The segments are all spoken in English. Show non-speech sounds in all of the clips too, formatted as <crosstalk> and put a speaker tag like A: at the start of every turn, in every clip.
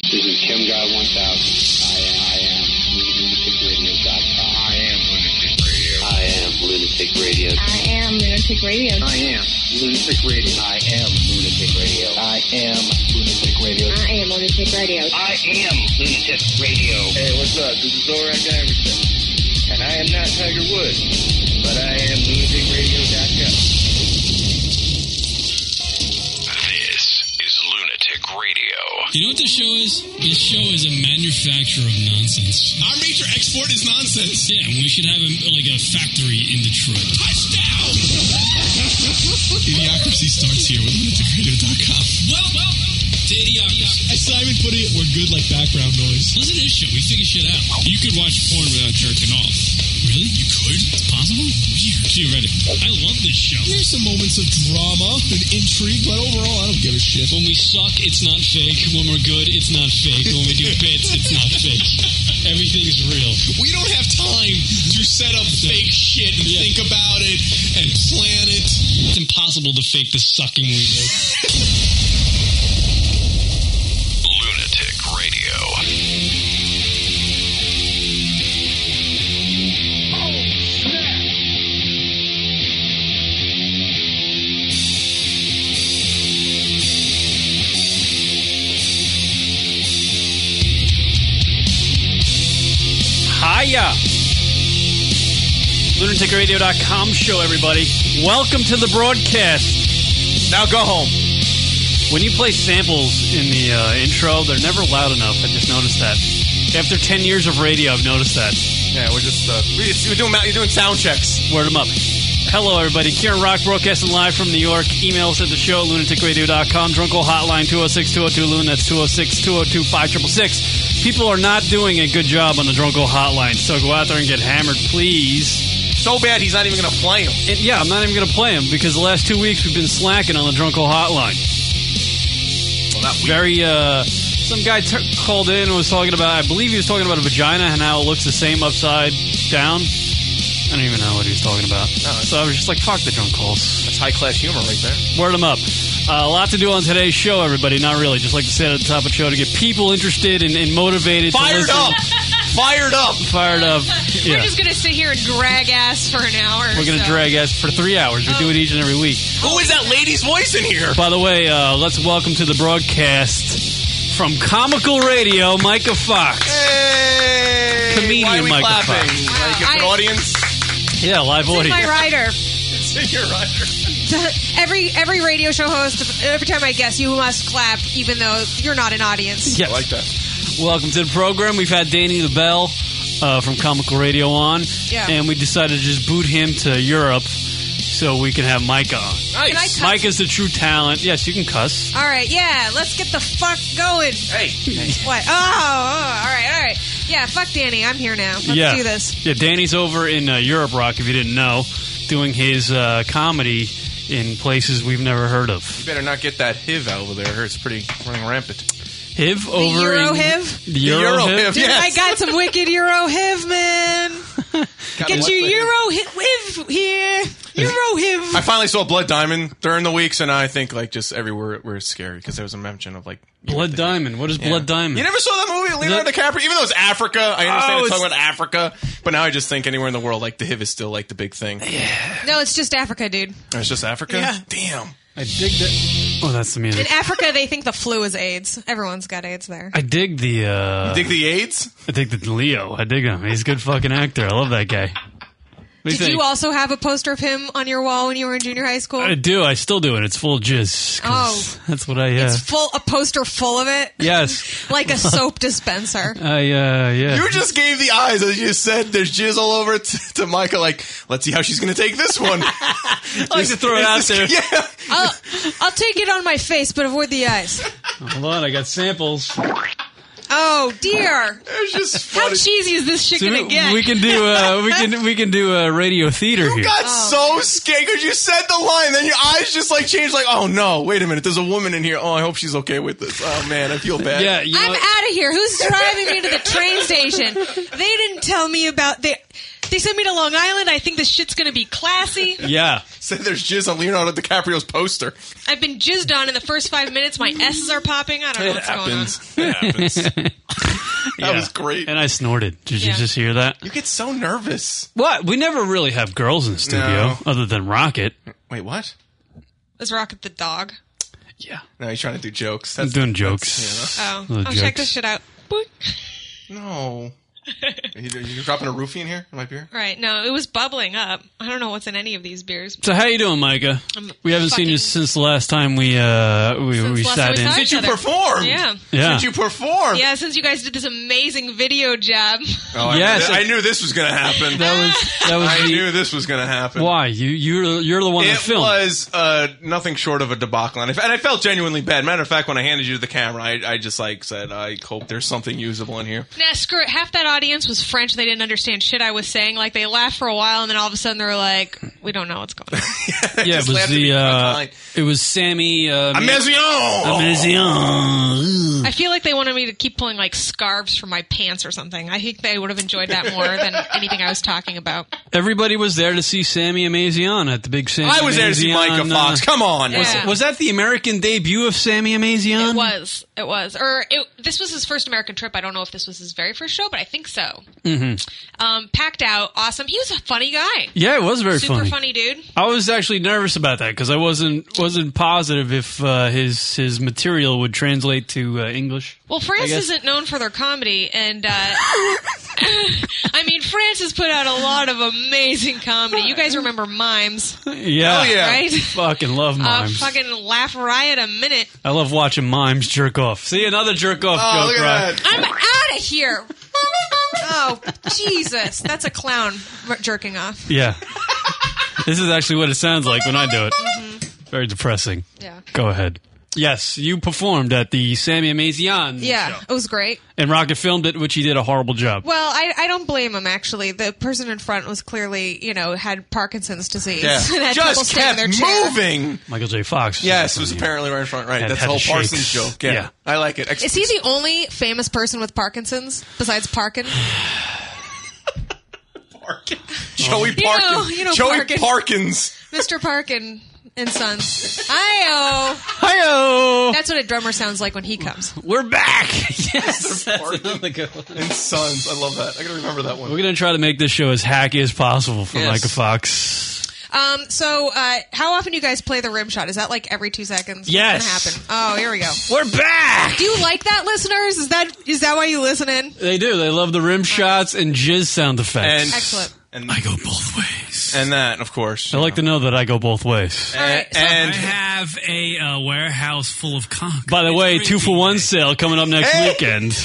A: This is Chem God 1000. I am, I am lunaticradio.com. I am lunatic radio. I am lunatic radio.
B: I am Lunatic Radio.
A: I am lunatic radio. I am lunatic radio. I am lunatic radio.
B: I am Lunatic Radio.
A: I am lunatic radio. Hey, what's up? This is Zorak Iverson, and I am not Tiger Woods, but I am lunaticradio.com.
C: This is Lunatic Radio.
D: You know what this show is? This show is a manufacturer of nonsense.
E: Our major export is nonsense.
D: Yeah, and we should have a, like a factory in Detroit.
E: Touchdown! Idiocracy starts here with lunaticradio.com.
D: Well, well, to Idiocracy.
E: As Simon put it, we're good like background noise.
D: Listen to this show. We figure shit out.
F: You could watch porn without jerking off.
D: Really? You could? It's possible? Weird.
F: Theoretically.
D: I love this show.
E: There's some moments of drama and intrigue, but overall, I don't give a shit.
D: When we suck, it's not fake. When we're good, it's not fake. When we do bits, it's not fake. Everything is real.
E: We don't have time to set up fake shit and
D: Yeah.
E: think about it and plan it.
D: It's impossible to fake the sucking we do.
C: Lunatic Radio.
G: Hiya! LunaticRadio.com show, everybody. Welcome to the broadcast. Now go home. When you play samples in the uh, intro, they're never loud enough. I just noticed that. After 10 years of radio, I've noticed that.
F: Yeah, we're just uh, we just, you're doing mou- you're doing sound checks.
G: Word them up. Hello, everybody. Kieran Rock broadcasting live from New York. Email us at the show, lunaticradio.com. Drunkle hotline 206-202-LUN. That's 206-202-5666. People are not doing a good job on the Drunkle hotline, so go out there and get hammered, please.
F: So bad he's not even gonna play him.
G: And yeah, I'm not even going to play him because the last two weeks we've been slacking on the Drunkle hotline.
F: Well, not we.
G: Very, uh... Some guy t- called in and was talking about, I believe he was talking about a vagina and how it looks the same upside down. I don't even know what he was talking about. so I was just like, fuck the drunk calls.
F: That's high class humor right there.
G: Word them up. Uh, a lot to do on today's show, everybody. Not really. Just like to say at the top of the show to get people interested and, and motivated. to
F: Fired
G: listen.
F: up, fired up.
G: Fired
F: <laughs>
G: up.
H: We're
G: Yeah.
H: just gonna sit here and drag ass for an hour.
G: We're going to
H: so.
G: drag us for three hours. We
F: Oh.
G: do it each and every week.
F: Who is that lady's voice in here?
G: By the way, uh, let's welcome to the broadcast from Comical Radio, Micah Fox.
F: Hey,
G: Comedian
F: why are we
G: Michael
F: clapping?
G: Fox.
H: Wow,
F: Like, if an
H: I-
F: audience, <laughs>
G: Yeah, live
H: It's in my
G: audience.
H: rider.
F: it's in your rider.
H: Every every radio show host, every time I guess, you must clap, even though you're not an audience.
G: Yes.
F: I like that.
G: Welcome to the program. We've had Danny the Bell uh, from Comical Radio on,
H: Yeah.
G: and we decided to just boot him to Europe so we can have Micah on.
H: Can I
F: Nice.
H: cuss?
G: Mike is the true talent. Yes, you can cuss.
H: All right, yeah, let's get the fuck going.
F: Hey,
H: What? Oh, oh, all right, all right. Yeah, fuck Danny. I'm here now. Let's
G: yeah.
H: do this.
G: Yeah, Danny's over in uh, Europe Rock, if you didn't know, doing his uh, comedy in places we've never heard of.
F: you better not get that HIV out over there. It's pretty running rampant.
G: Hiv over
H: Euro
G: in
H: hiv?
G: The Euro,
F: Euro
G: hiv.
F: hiv.
H: Dude,
F: Yes.
H: I got some wicked Euro hiv, man.
F: Gotta
H: Get
F: let
H: your
F: the-
H: Euro
G: <laughs>
H: hiv here. Euro hiv.
F: I finally saw Blood Diamond during the weeks, and I think like just everywhere we're scary because there was a mention of like
G: Blood Diamond. What is Blood Diamond?
F: You never saw that movie, Leonardo
G: That-
F: DiCaprio. Even though it's Africa, I understand
G: Oh,
F: it's talking
G: it's-
F: about Africa, but now I just think anywhere in the world, like the HIV is still like the big thing.
H: No, it's just Africa, dude.
F: Or It's just Africa. Damn.
G: I dig that. Oh, that's the
H: In
G: music.
H: Africa, they think the flu is AIDS. Everyone's got AIDS there.
G: I dig the. Uh,
F: Dig the AIDS.
G: I dig the Leo. I dig him. He's a good fucking actor. I love that guy. What do
H: Did
G: think?
H: you also have a poster of him on your wall when you were in junior high school?
G: I do. I still do it. It's full of jizz. 'cause that's what I. Uh,
H: Oh. It's full a poster full of it,
G: yes. <laughs>
H: like a soap dispenser.
G: I. Uh, yeah.
F: You just gave the eyes as you said. There's jizz all over it to, to Micah. Like, let's see how she's gonna take this one.
G: <laughs> I like to throw it out there.
F: <laughs> yeah.
H: I'll, I'll take it on my face, but avoid the eyes.
G: Hold on, I got samples.
H: Oh dear!
F: It's
G: <laughs>
F: just funny.
H: How cheesy is this shit
G: So
H: gonna
G: we,
H: get?
G: we can do
H: <laughs>
G: uh, we can we can do uh, radio theater
F: You
G: here.
F: got
G: Oh.
F: so scared because you said the line, then your eyes just like changed. Like, oh no, wait a minute, there's a woman in here. Oh, I hope she's okay with this. Oh man, I feel bad.
G: yeah, you know,
H: I'm out of here. Who's driving me to the train station? They didn't tell me about the. They sent me to Long Island. I think this shit's gonna be classy.
G: Yeah.
F: Said there's jizz on Leonardo DiCaprio's poster.
H: I've been jizzed on in the first five minutes. My S's are popping. I don't know
F: It
H: what's
F: happens. It happens. that
G: Yeah.
F: was great.
G: And I snorted. Did you
H: Yeah.
G: just hear that?
F: <laughs> you get so nervous.
G: What? We never really have girls in the studio
F: No.
G: other than Rocket.
F: Wait, what?
H: going on. Is Rocket the dog?
G: Yeah.
F: No, he's trying to do jokes.
G: I'm
F: That's
G: doing jokes.
H: Oh,
G: Little
H: oh check
G: jokes.
H: this shit out. Boing.
F: <laughs> no. Are you, are you dropping a roofie in here in my beer?
H: Right? No, it was bubbling up. I don't know what's in any of these beers.
G: So how you doing, Micah?
H: I'm
G: we haven't seen you
H: fucking-
G: since the last time we uh we,
H: Since
G: we
H: last
G: sat
H: time we
G: in.
H: saw
F: Did
H: Each
F: you
H: other.
F: perform?
H: Yeah.
G: Yeah.
F: Did you perform?
H: Yeah, since you guys did this amazing video <laughs> job.
F: Oh, I knew
G: Yes.
F: thi- I knew this was going to happen.
G: That was that was
F: <laughs> I
G: the-
F: knew this was going to happen.
G: why you you're you're the one that
F: It
G: filmed.
F: was uh, nothing short of a debacle, and I, and I felt genuinely bad. Matter of fact, when I handed you the camera, I, I just like said, "I hope there's something usable in here." <laughs>
H: Nah, screw it. Half that audience was French. They didn't understand shit I was saying. Like, they laughed for a while, and then all of a sudden they were like, we don't know what's going <laughs> on.
G: yeah, it
F: just
G: was
F: laughed at
G: the
F: me.
G: uh,
F: Fine.
G: it was Sammy uh,
F: Amazing.
G: Amazion.
H: I feel like they wanted me to keep pulling, like, scarves from my pants or something. I think they would have enjoyed that more than anything I was talking about.
G: Everybody was there to see Sammy Amazion at the big Sammy.
F: I was there to see
G: Amazion,
F: Micah Fox.
G: uh,
F: Come on, now.
H: Yeah.
G: was that the American debut of Sammy Amazion?
H: It was. It was. Or it, this was his first American trip. I don't know if this was his very first show, but I think so. Mm-hmm. Um, packed out. Awesome. He was a funny guy.
G: Yeah, it was very
H: Super funny, dude.
G: I was actually nervous about that because I wasn't wasn't positive if uh, his his material would translate to uh, English.
H: Well, France
G: guess-
H: isn't known for their comedy, and uh, <laughs> I mean, France has put out a lot of amazing comedy. You guys remember Mimes,
G: Yeah,
F: Hell yeah.
G: <laughs>
H: right?
G: Fucking love
H: Uh,
G: mimes.
H: fucking laugh riot a minute.
G: I love watching mimes jerk off. See another jerk off
F: Oh,
G: joke,
F: look
G: right?
F: at that.
H: I'm out of here. Oh Jesus, that's a clown r- jerking off.
G: Yeah. <laughs> this is actually what it sounds like when I do it. Very depressing.
H: Mm-hmm. Yeah,
G: Go ahead. Yes, you performed at the Sammy Amazian
H: yeah,
G: show.
H: it was great.
G: And Rocket filmed it, which he did a horrible job.
H: Well, I, I don't blame him actually. The person in front was clearly, you know, had Parkinson's disease
G: <laughs>
H: <laughs> and had trouble
F: Just
H: staying in
F: kept
H: their chair.
F: moving.
G: Michael J. Fox.
F: Yes, it was
G: Yeah.
F: apparently right in front. Right,
G: And
F: that's
G: had
F: the whole
G: the
F: Parsons
G: shakes.
F: joke. Yeah,
G: Yeah.
F: I like it. Ex-
H: Is he the only famous person with Parkinson's besides Parkin?
F: <laughs> Parkin? Joey
H: You know-
F: Parkins?
H: you know
F: Joey
H: Parkin.
F: Parkins.
H: Mr. Parkin and Sons. Hi-oh.
G: Hi-oh!
H: That's what a drummer sounds like when he comes.
G: We're back! <laughs> yes! That's
F: Parkin.
G: another good one.
F: and Sons. I love that. I gotta remember that one.
G: We're going to try to make this show as hacky as possible for
F: Yes.
G: Michael Fox.
H: Um, so uh, how often do you guys play the rim shot? Is that like every two seconds?
G: Yes.
H: What's gonna happen? Oh, here we go.
G: We're back!
H: Do you like that, listeners? Is that is that why you listen in?
G: They do. They love the rim shots and jizz sound effects.
F: And
H: Excellent.
F: And,
G: I go both ways.
F: and that, of course.
G: I like to know that I go both ways.
H: All right, so-
F: and
I: have a uh, warehouse full of conch.
G: By the
I: It's
G: way,
I: crazy.
G: two for one sale coming up next
F: Hey!
G: weekend.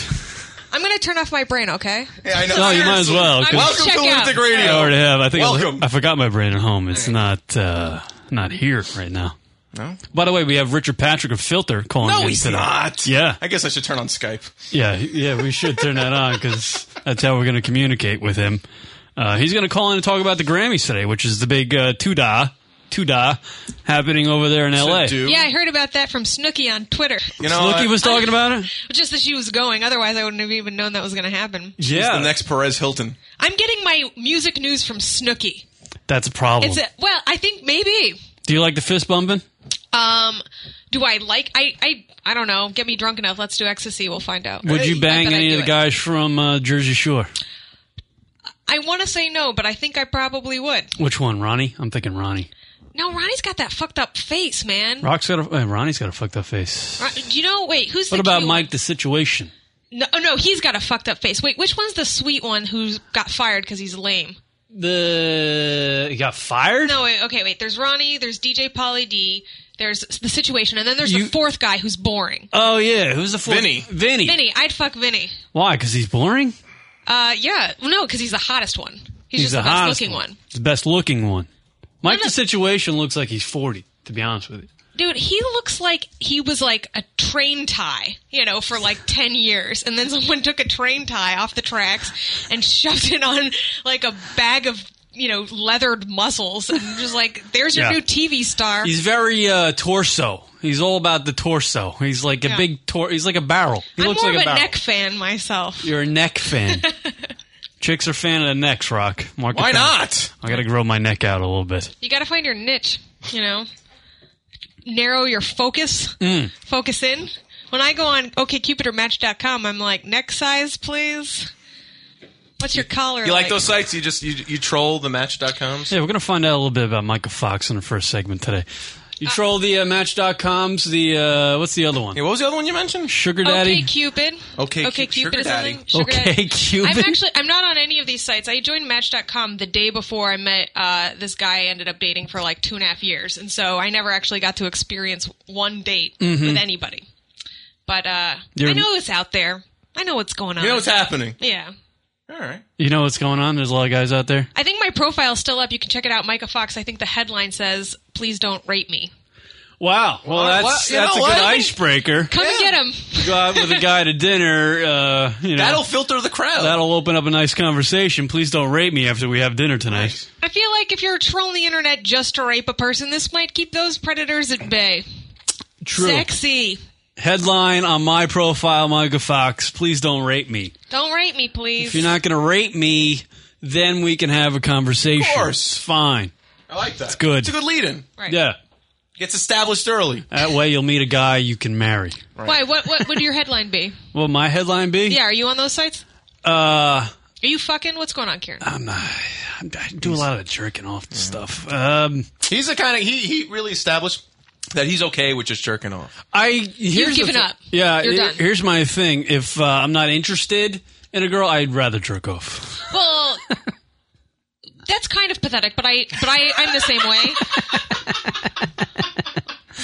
H: I'm going to turn off my brain, okay?
F: Yeah, I know.
G: No, you might as well. 'cause
F: Welcome
H: Check
F: to
H: out.
F: Lunatic Radio.
G: I already have. I think I-
F: Welcome.
G: I, forgot my brain at home. It's not uh, not here right now. No. By the way, we have Richard Patrick of Filter calling in
F: No, he's
G: today.
F: not.
G: Yeah,
F: I guess I should turn on Skype.
G: yeah, yeah. We should turn that on because that's how we're going to communicate with him. Uh, he's going to call in and talk about the Grammys today, which is the big uh, tuda tuda happening over there in L.A.
F: Should do.
H: Yeah, I heard about that from Snooky on Twitter.
F: You know,
G: Snooki
F: I-
G: was talking about it.
H: Just that she was going. Otherwise, I wouldn't have even known that was going to happen.
F: he's
G: Yeah,
F: the next Perez Hilton.
H: I'm getting my music news from Snooky.
G: that's a problem.
H: It's a, well, I think maybe.
G: do you like the fist bumping?
H: Um, do I like? I I I don't know. Get me drunk enough. Let's do ecstasy. We'll find out.
G: Would
H: I
G: you
H: bet
G: bang
H: I'd
G: any
H: do
G: of the
H: it.
G: guys from uh, Jersey Shore?
H: I want to say no, but I think I probably would.
G: Which one, Ronnie? I'm thinking Ronnie.
H: No, Ronnie's got that fucked up face, man.
G: Rock's got a, uh, Ronnie's got a fucked up face.
H: Ron- you know, wait, who's
G: What
H: the
G: about
H: cute
G: Mike the situation?
H: One? No, oh, no, he's got a fucked up face. Wait, which one's the sweet one who's got fired because he's lame?
G: The he got fired?
H: No, wait, okay, wait. There's Ronnie. There's DJ Polly D. There's the situation, and then there's
G: You-
H: the fourth guy who's boring.
G: Oh yeah, who's the fourth?
F: Vinny.
G: Vinny.
H: Vinny, I'd fuck Vinny.
G: Why? Because he's boring.
H: Uh, yeah, well, no, because he's the hottest one. He's, just
G: the,
H: the, best
G: hottest
H: looking one.
G: The best looking one. Mike
H: No, no.
G: the situation looks like he's forty. To be honest with you.
H: Dude, he looks like he was like a train tie, you know, for like 10 years. And then someone took a train tie off the tracks and shoved it on like a bag of, you know, leathered muscles. And just like, there's your
G: Yeah.
H: new TV star.
G: He's very uh, torso. He's all about the torso. He's like a
H: Yeah.
G: big tor. He's like a barrel. He
H: I'm
G: looks
H: more
G: like
H: of a
G: barrel.
H: neck fan myself.
G: You're a neck fan. Chicks are fan of the necks, Rock. Mark it
F: Why
G: down.
F: not?
G: I gotta grow my neck out a little bit.
H: You got to find your niche, you know. Narrow your focus.
G: Mm.
H: Focus in. When I go on OkCupid or Match.com, I'm like, neck size, please. What's your collar?
F: You like those sites? You just you, you troll the match.coms?
G: Yeah, we're gonna find out a little bit about Michael Fox in the first segment today. You troll the uh, Match.coms. The uh, what's the other one?
F: Hey, what was the other one you mentioned?
G: Sugar Daddy.
H: Okay, Cupid.
F: OkCupid.
H: okay, Cupid
F: Sugar
H: is
F: Daddy.
H: something. Sugar
G: Okay,
H: Daddy.
G: Cupid.
H: I'm actually I'm not on any of these sites. I joined Match.com the day before I met uh, this guy. I ended up dating for like two and a half years, and so I never actually got to experience one date with anybody. But uh,
G: Mm-hmm. You're-
H: I know it's out there. I know what's going on.
F: You know what's happening.
H: yeah.
F: All right.
G: You know what's going on? There's a lot of guys out there.
H: I think my profile's still up. You can check it out, Micah Fox. I think the headline says, "Please don't rape me."
G: Wow. Well, that's
F: well, you
G: that's a
F: know
G: good
F: what?
G: icebreaker.
H: Come
F: Yeah.
H: get him.
G: Go out with a guy to dinner. Uh, you know,
F: That'll filter the crowd.
G: that'll open up a nice conversation. Please don't rape me after we have dinner tonight.
H: I feel like if you're trolling the internet just to rape a person, this might keep those predators at bay.
G: True.
H: Sexy.
G: Headline on my profile, Michael Fox. Please don't rape me.
H: Don't rape me, please.
G: If you're not going to rape me, then we can have a conversation.
F: Of course.
G: Fine.
F: I like that. It's
G: good.
F: It's a good lead in.
H: right.
G: Yeah.
F: Gets established early.
G: That way you'll meet a guy you can marry.
H: Why? What? What would your
G: <laughs>
H: headline be?
G: What would my headline be?
H: Yeah. Are you on those sites?
G: Uh,
H: Are you fucking? What's going on, Karen?
G: I do a lot of jerking off and stuff. Um,
F: He's the kind of he he really established that he's okay with just jerking off.
G: I here's the
H: giving
G: thi-
H: up.
G: Yeah,
H: You're
G: he-
H: done.
G: here's my thing. If uh, I'm not interested in a girl, I'd rather jerk off.
H: <laughs> well, that's kind of pathetic, but I, but I, I'm the same way.
G: <laughs>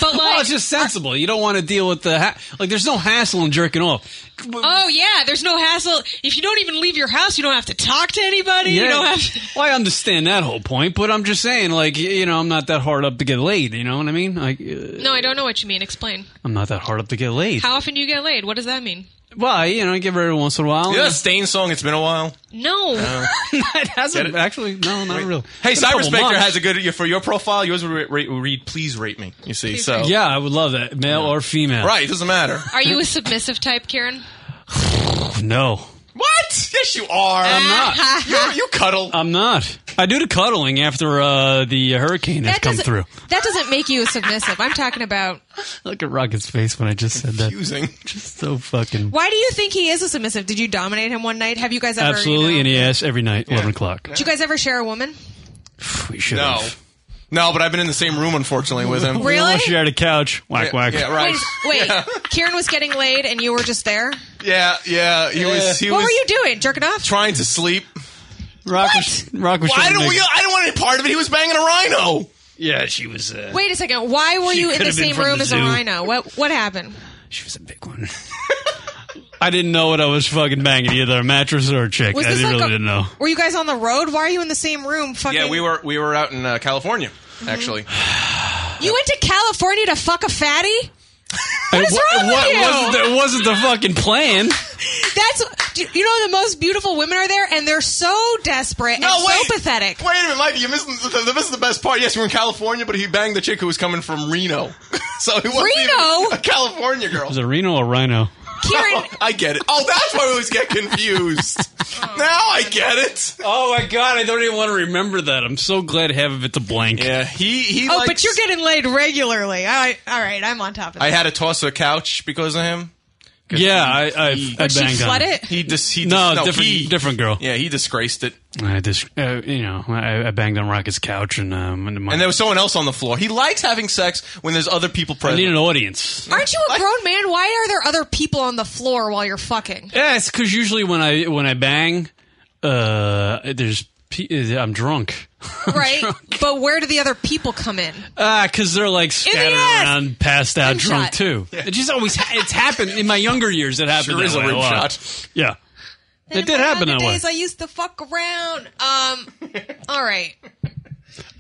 H: But like,
G: Well, it's just sensible. You don't want to deal with the ha- like. There's no hassle in jerking off.
H: oh yeah, there's no hassle. If you don't even leave your house, you don't have to talk to anybody. You don't have. To,
G: well, I understand that whole point, but I'm just saying, like, y- you know, I'm not that hard up to get laid. You know what I mean? Like, uh,
H: no, I don't know what you mean. Explain.
G: I'm not that hard up to get laid.
H: How often do you get laid? What does that mean?
G: well, I, you know, I give her every once in a while.
F: You know that Stain song? It's been a while.
H: No.
G: <laughs> Uh, it hasn't
F: Get it?
G: actually. No, not really.
F: Hey,
G: Been a couple
F: Cyberspectre
G: months.
F: has a good for your profile. Yours would re- re- read, "Please rate me." You see,
H: Please
F: so
G: Yeah, I would love that, male or female.
F: right. Doesn't matter.
H: Are you a submissive type, Karen?
G: Oh, No,
F: <laughs> What? Yes, you are.
G: I'm not.
F: <laughs>
H: <laughs>
F: You're- you cuddle.
G: I'm not. I do the cuddling after uh, the hurricane has come
H: doesn't-
G: through.
H: That doesn't make you a submissive. I'm talking about.
G: Look at Rocket's face when I just said that.
F: Using.
G: Just so fucking.
H: Why do you think he is a submissive? Did you dominate him one night? Have you guys ever?
G: Absolutely,
H: You
G: and
H: know,
G: he asks every night, eleven o'clock.
H: did you guys ever share a woman?
G: We should
F: No.
G: have.
F: No, but I've been in the same room, unfortunately, with him.
G: We
H: Really?
G: all shared a couch. <laughs> Whack
F: Yeah,
G: whack.
F: Yeah, right.
H: Wait, wait. Kieran was getting laid, and you were just there.
F: Yeah, yeah. He was. He
H: what
F: was
H: were you doing? Jerking off?
F: trying to sleep.
G: Rock was. Rock was.
F: Why
G: trying to
F: didn't
G: make-
F: we? I didn't want any part of it. He was banging a rhino.
G: Yeah, she was. Uh,
H: Wait a second. Why were you in
G: could
H: the
G: have been
H: same
G: from
H: room
G: the
H: as a
G: zoo.
H: rhino? What What happened?
G: She was a big one. <laughs> I didn't know what I was fucking banging either a mattress or a chick.
H: Was
G: I didn't, really
H: a-
G: didn't know.
H: Were you guys on the road? Why are you in the same room? Fucking.
F: Yeah, we were. We were out in uh, California,
H: Mm-hmm.
F: actually.
H: You went to California to fuck a fatty? What
G: It
H: is
G: wa-
H: wrong with
G: what
H: you?
G: Wasn't the, it wasn't the fucking plan.
H: That's do you know the most beautiful women are there, and they're so desperate
F: No,
H: and
F: wait.
H: so pathetic.
F: Wait a minute, Mike. You missed the, the, missed the best part. Yes, we were in California, but he banged the chick who was coming from Reno. <laughs> so he wasn't
H: Reno?
F: even a California
H: <laughs>
F: girl.
G: Was it Reno or Rhino?
H: Kieran,
F: Oh, I get it. Oh, that's why we always get
H: <laughs>
F: confused.
H: Oh,
F: <laughs> now I get it.
G: Oh my god, I don't even want to remember that. I'm so glad half of it's a blank.
F: Yeah, he he.
H: Oh,
F: likes-
H: but you're getting laid regularly. All right, all right, I'm on top of
F: I
H: that.
F: had to toss a couch because of him.
G: Yeah, I, I, I
H: Would she
G: banged
H: flood
G: on her.
H: it?
F: He dis- he dis-
G: No, different,
F: he-
G: different girl.
F: Yeah, he disgraced it.
G: I just, uh, you know, I, I banged on Rocket's couch and um, and my,
F: And there was someone else on the floor. He likes having sex when there's other people
G: I
F: present.
G: need an audience.
H: Aren't you a grown man? Why are there other people on the floor while you're fucking?
G: Yeah, it's because usually when I when I bang, uh, there's pe- <laughs> uh, I'm drunk.
H: Right? but where do the other people come in?
G: Ah, because they're like scattered
H: ass.
G: around, passed out,
H: Rim
G: drunk
H: shot.
G: too. It just always ha- it's happened in my younger years. It happened.
F: Sure
G: that
F: is a
G: way
F: rim
G: lot.
F: shot.
G: Yeah, it did happen that way.
H: days I used to fuck around. <laughs> Um, all right.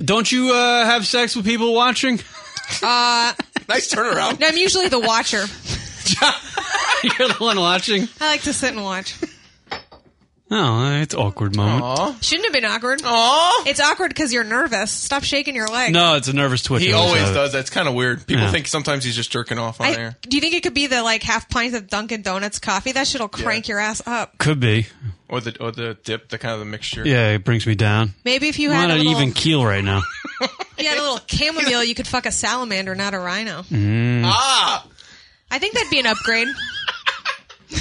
G: Don't you uh, have sex with people watching? <laughs>
F: nice turnaround.
H: <laughs> Now, I'm usually the watcher.
G: You're the one watching.
H: I like to sit and watch.
G: No, it's awkward moment.
H: Shouldn't have been awkward.
F: Aw.
H: Oh. It's awkward because you're nervous. Stop shaking your leg.
G: No, it's a nervous twitch.
F: He
G: I
F: always
G: have it. uh,
F: does. That's kind of weird. People
G: Yeah.
F: think sometimes he's just jerking off on
H: I,
F: air.
H: do you think it could be the like half pint of Dunkin' Donuts coffee? That shit'll crank your ass up.
G: Could be.
F: or the or the dip, the kind of the mixture.
G: Yeah, it brings me down.
H: Maybe if you
G: I'm
H: had
G: on
H: a
G: an
H: little,
G: even
H: if
G: keel right now. <laughs>
H: you had a little chamomile, you could fuck a salamander, not a rhino.
F: Ah,
H: I think that'd be an upgrade.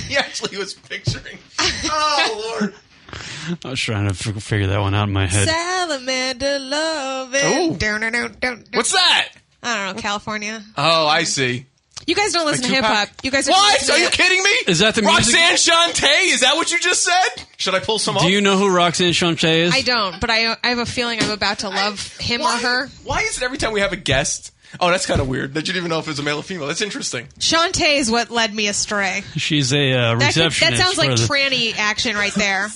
F: he actually was picturing. Oh Lord.
G: I was trying to f- figure that one out in my head.
H: <laughs> salamander love
F: Ooh.
H: it. Dun, dun, dun, dun, dun.
F: What's that?
H: I don't know, California.
F: Oh, I see.
H: You guys don't listen to hip
F: Tupac?
H: hop. You guys are
F: What? Are you kidding me?
G: Is that the music-
F: Roxanne Shante? Is that what you just said? Should I pull some up?
G: Do you know who Roxanne Shante is?
H: I don't, but I I have a feeling I'm about to love him
F: why,
H: or her.
F: Why is it every time we have a guest? Oh, that's kind of weird. That you didn't even know if it's a male or female. That's interesting.
H: Shantae is what led me astray.
G: She's a uh,
H: That, could,
G: receptionist.
H: that sounds like
G: for the-
H: tranny action right there.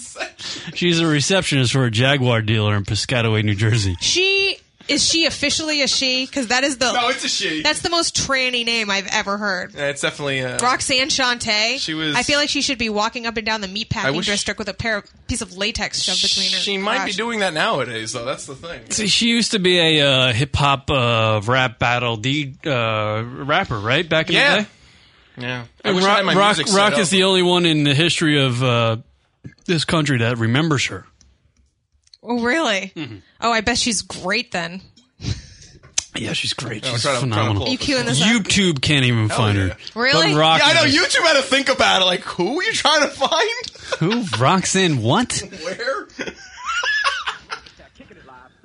G: She's a receptionist for a Jaguar dealer in Piscataway, New Jersey.
H: She is she officially a she? Because that is the
F: No, it's a she.
H: that's the most tranny name I've ever heard.
F: Yeah, it's definitely uh,
H: Roxanne Shantae.
F: She was-
H: I feel like she should be walking up and down the
F: I
H: meatpacking
F: wish-
H: district with a pair of piece of latex shoved between her.
F: She might be
H: crotch.
F: doing that nowadays, though. That's the thing.
G: See, she used to be a uh, hip hop uh, rap battle D uh, rapper, right? Back in
F: Yeah.
G: the day.
F: Yeah.
G: And
F: wish
G: Rock,
F: had my
G: Rock,
F: music set
G: Rock
F: up.
G: is the only one in the history of uh, this country that remembers her.
H: Oh really?
G: Mm-hmm.
H: Oh, I bet she's great then.
G: Yeah, she's great.
F: I'll
G: She's
F: try to- try to
G: phenomenal.
F: pull
H: You queuing this up?
G: YouTube can't even find
F: yeah.
G: her.
H: Really?
G: But Rock
F: Yeah, I know.
G: is-
F: You two had to think about it. Like, who are you trying to find?
G: Who? Roxanne what?
F: Where?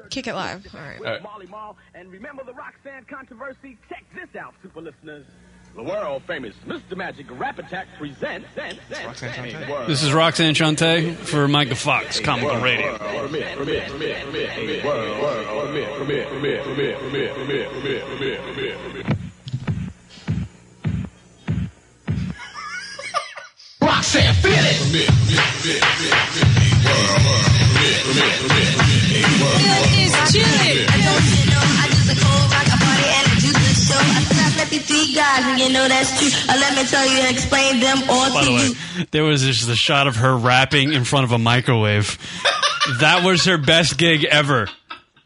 H: Kick it live. All right.
J: Molly Mall, and remember the Roxanne controversy? Check this out, super listeners. The world famous Mr. Magic Rap Attack presents.
G: This is Roxanne Shante for Micah Fox, Comical Radio.
H: It's chilling.
B: You know that's true. Uh, let me tell you and explain them all
G: By
B: to
G: the
B: you.
G: way, there was just the shot of her rapping in front of a microwave. that was her best gig ever.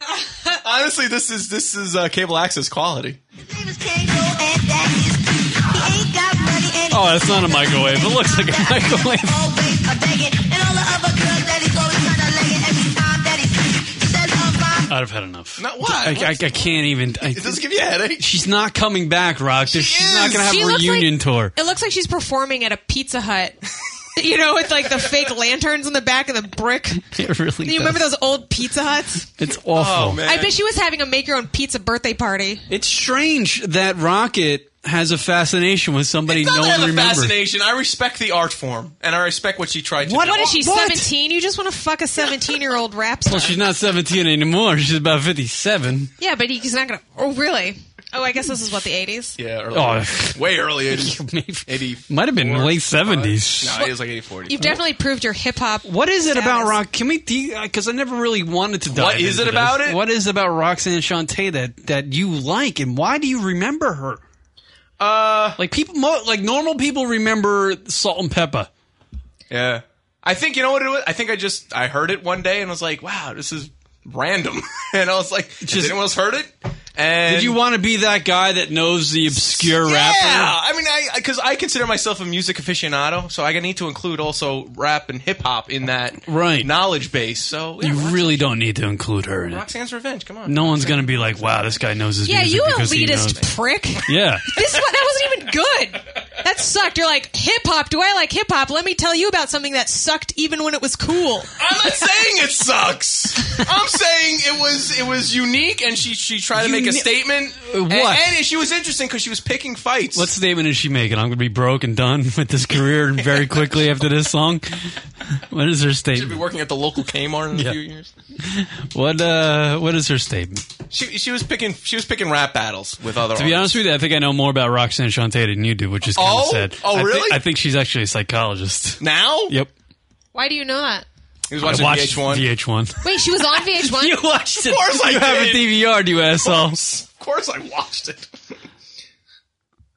F: <laughs> Honestly, this is this is uh, cable access quality.
B: His name is Kango, and that is true. He ain't got money and
G: Oh, that's not a microwave. It looks like a microwave.
B: always a begging. And all the other girls that he's always trying to lay in every time that he sees you. He says, oh, my
G: I'd have had enough.
F: Not what?
G: I, I, I can't even. I,
F: Does this give you a headache?
G: she's not coming back, Rock. She she's not
F: is.
G: going to have
H: She
G: a
H: looks
G: reunion
H: like-
G: tour. <laughs>
H: It looks like she's performing at a Pizza Hut. <laughs> you know, with like the fake lanterns in the back and the brick. Do
G: It really
H: you remember
G: does.
H: those old Pizza Huts?
G: It's awful.
F: Oh man.
H: I bet she was having a make your own pizza birthday party.
G: It's strange that Rocket has a fascination with somebody
F: Not
G: no
F: that I
G: one
F: have a
G: remembers.
F: fascination. I respect the art form, and I respect what she tried to
H: What,
F: do.
H: what is she,
G: What?
H: 17? You just want to fuck a 17 year old rap star.
G: Well, she's not 17 anymore. She's about 57.
H: yeah, but he's not going to. Oh, really? Oh, I guess this is what, the 80s?
F: Yeah, early,
G: Oh.
F: way early. 80s.
G: <laughs> <laughs> Maybe.
F: 84,
G: Might have been late 70s.
F: No, it was like 84.
H: You've definitely proved your hip hop.
G: What is it about
H: status.
G: Rock? Can we? Because I never really wanted to. Dive
F: What is
G: into
F: it about
G: this.
F: it?
G: What is it about Roxanne Shante that that you like, and why do you remember her?
F: Uh,
G: Like people, mo- like normal people remember Salt and Pepper.
F: yeah. I think you know what it was. I think I just I heard it one day and was like, "Wow, this is random," <laughs> and I was like, "Has
G: Just-
F: anyone else heard it?" And
G: Did you want to be that guy that knows the obscure
F: yeah,
G: rapper?
F: I mean, I because I consider myself a music aficionado, so I need to include also rap and hip hop in that
G: Right.
F: knowledge base. So yeah,
G: You
F: Rox-
G: really don't need to include her in it.
F: Roxanne's Revenge. Come on,
G: No one's gonna be like, "Wow, this guy knows his
H: Yeah,
G: music
H: you
G: because he knows."
H: elitist prick.
G: <laughs> Yeah,
H: This one, that wasn't even good. That sucked. You're like, hip hop, do I like hip hop? Let me tell you about something that sucked even when it was cool.
F: I'm not saying it sucks. I'm saying it was it was unique, and she she tried to make a
G: Uni-
F: statement.
G: Uh,
F: And,
G: what?
F: and she was interesting because she was picking fights.
G: what statement is she making? I'm gonna be broke and done <laughs> with this career very quickly after this song. What is her
F: She'll be
G: statement?
F: working at the local Kmart in
G: Yeah.
F: a few years.
G: What uh, what is her statement?
F: She she was picking she was picking rap battles with other.
G: To be honest with you, I think I know more about Roxanne Shante than you do, which is kind of
F: Oh?
G: sad.
F: Oh,
G: I thi-
F: really?
G: I think she's actually a psychologist.
F: now
G: Yep.
H: Why do you know that?
F: he was
G: I
F: watching
G: watched
F: VH1.
G: VH1.
H: Wait, she was on VH1?
G: <laughs> you watched it.
F: Of course I
G: you have a
F: did.
G: DVR, you asshole.
F: Of course, I watched it.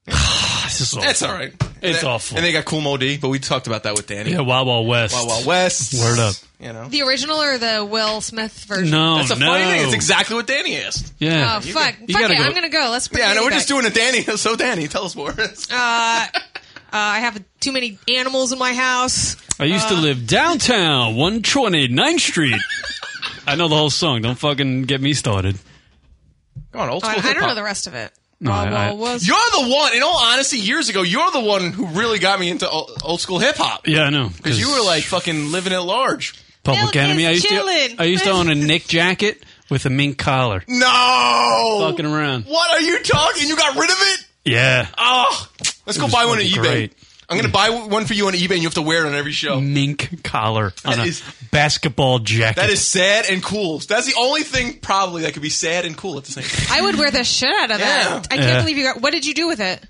G: That's just awful.
F: That's all right.
G: It's
F: and,
G: awful.
F: And they got Cool Mo D, but we talked about that with Danny.
G: Yeah, Wild Wild West.
F: Wild Wild West.
G: Word up.
F: You know.
H: The original or the Will Smith version?
G: No,
F: That's a
G: no.
F: funny thing. It's exactly what Danny asked.
G: yeah.
H: Oh, fuck.
G: you
H: fuck
G: gotta
H: it.
G: go-
H: I'm going to go. Let's bring
F: Yeah, <laughs>
H: Eddie
F: no, we're
H: back.
F: just doing a Danny. So, Danny, tell us more.
H: Uh, I have too many animals in my house.
G: I used to
H: Uh,
G: live downtown, 120 9th Street. <laughs> I know the whole song. Don't fucking get me started.
F: Come on, old
H: I,
F: school.
H: I
F: hip
H: don't
F: hop.
H: know the rest of it.
G: No, I- I-
F: You're the one. In all honesty, years ago, you're the one who really got me into o- old school hip hop
G: yeah, I know.
F: because you were like fucking living at large.
G: Public Enemy. I used
F: chillin'.
G: to. I used to own a Nick jacket with a mink collar.
F: No,
G: Fucking around.
F: What are you talking? You got rid of it?
G: Yeah.
F: Oh, let's
G: It
F: go
G: was
F: buy one on
G: fucking
F: eBay.
G: great.
F: I'm gonna buy one for you on eBay, and you have to wear it on every show.
G: Mink collar on
F: That
G: a
F: is-
G: basketball jacket.
F: That is sad and cool. That's the only thing probably that could be sad and cool at the same time.
H: I would wear the shit out of that. I can't
G: Yeah.
H: believe you got. What did you do with it?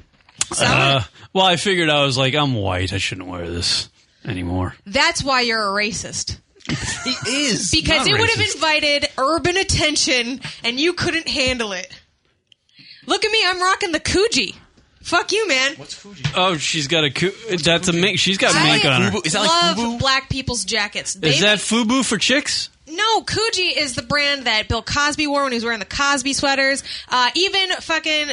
G: Uh, well, I figured I was like, I'm white. I shouldn't wear this anymore.
H: That's why you're a racist.
F: He is
H: because
G: not
H: it would have
G: racist.
H: invited urban attention, and you couldn't handle it. Look at me, I'm rocking the Coogee. Fuck you, man.
G: Oh, she's got a. Coo- that's a mink. She's got
H: I
G: mink on her.
H: love black people's jackets. They
G: Is that FUBU for chicks?
H: No, Coogee is the brand that Bill Cosby wore when he was wearing the Cosby sweaters. Uh, even fucking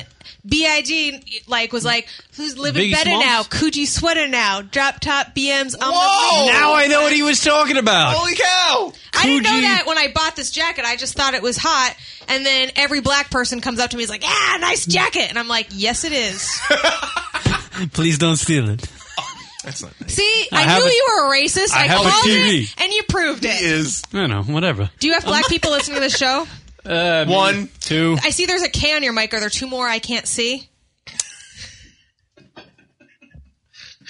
H: Big like was like, "Who's living
G: Biggie
H: better
G: Smalls?
H: now? Coogee sweater now, drop top BMs on the ring."
G: Now I know what he was talking about.
F: Oh. Holy cow!
H: I didn't know
G: Coogee.
H: that when I bought this jacket. I just thought it was hot. And then every black person comes up to me is like, "Ah, nice jacket," and I'm like, "Yes,
G: <laughs>
H: it is."
G: Please don't steal it.
F: That's not.
H: See,
G: I
H: I,
G: have
H: knew
G: a-
H: you were a racist.
G: I
H: I,
G: have a
H: called
G: TV.
H: it, and you proved it.
F: is.
G: I know. Whatever.
H: Do you have
G: <laughs>
H: black people listening to the show?
G: Uh, me,
F: One.
G: two.
H: I see there's a K on your mic. Are there two more I can't see?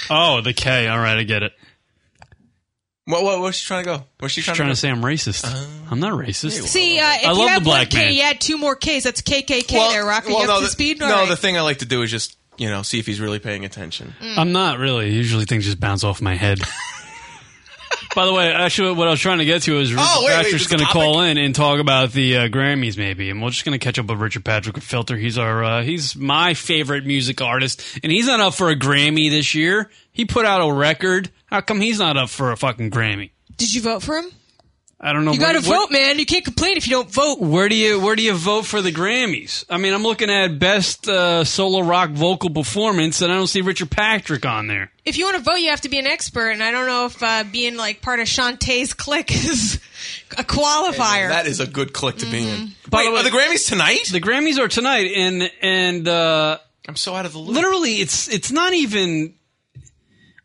G: Oh, the K. All right, I get it.
F: What? What? Where's she trying to go? Where's she
G: She's
F: trying,
G: trying
F: to,
G: to say I'm racist.
F: Uh,
G: I'm not racist.
H: See, uh, if
G: I
H: you
G: love
H: have
G: the black
H: one K,
G: man.
H: you add two more Ks. That's KKK there, Rocky. you
F: no,
H: up to
F: the,
H: speed?
F: No,
H: All right.
F: the thing I like to do is just you know see if he's really paying attention.
H: Mm.
G: I'm not really. Usually things just bounce off my head. By the way, actually, what I was trying to get to is Richard
F: Oh, wait, wait,
G: Patrick's
F: there's a
G: going to
F: topic?
G: call in and talk about the uh, Grammys, maybe, and we're just going to catch up with Richard Patrick with Filter. He's our uh, he's my favorite music artist, and he's not up for a Grammy this year. He put out a record. How come he's not up for a fucking Grammy?
H: Did you vote for him?
G: I don't know.
H: You
G: where-
H: got to
G: where-
H: vote, man. You can't complain if you don't vote.
G: Where do you where do you vote for the Grammys? I mean, I'm looking at best uh, solo rock vocal performance, and I don't see Richard Patrick on there.
H: If you want to vote, you have to be an expert, and I don't know if uh, being like part of Shantae's clique <laughs> is a qualifier.
F: That is a good click to be
H: Mm-hmm.
F: in. Wait, are the Grammys tonight?
G: The Grammys are tonight, and and uh,
F: I'm so out of the loop.
G: literally, it's it's not even.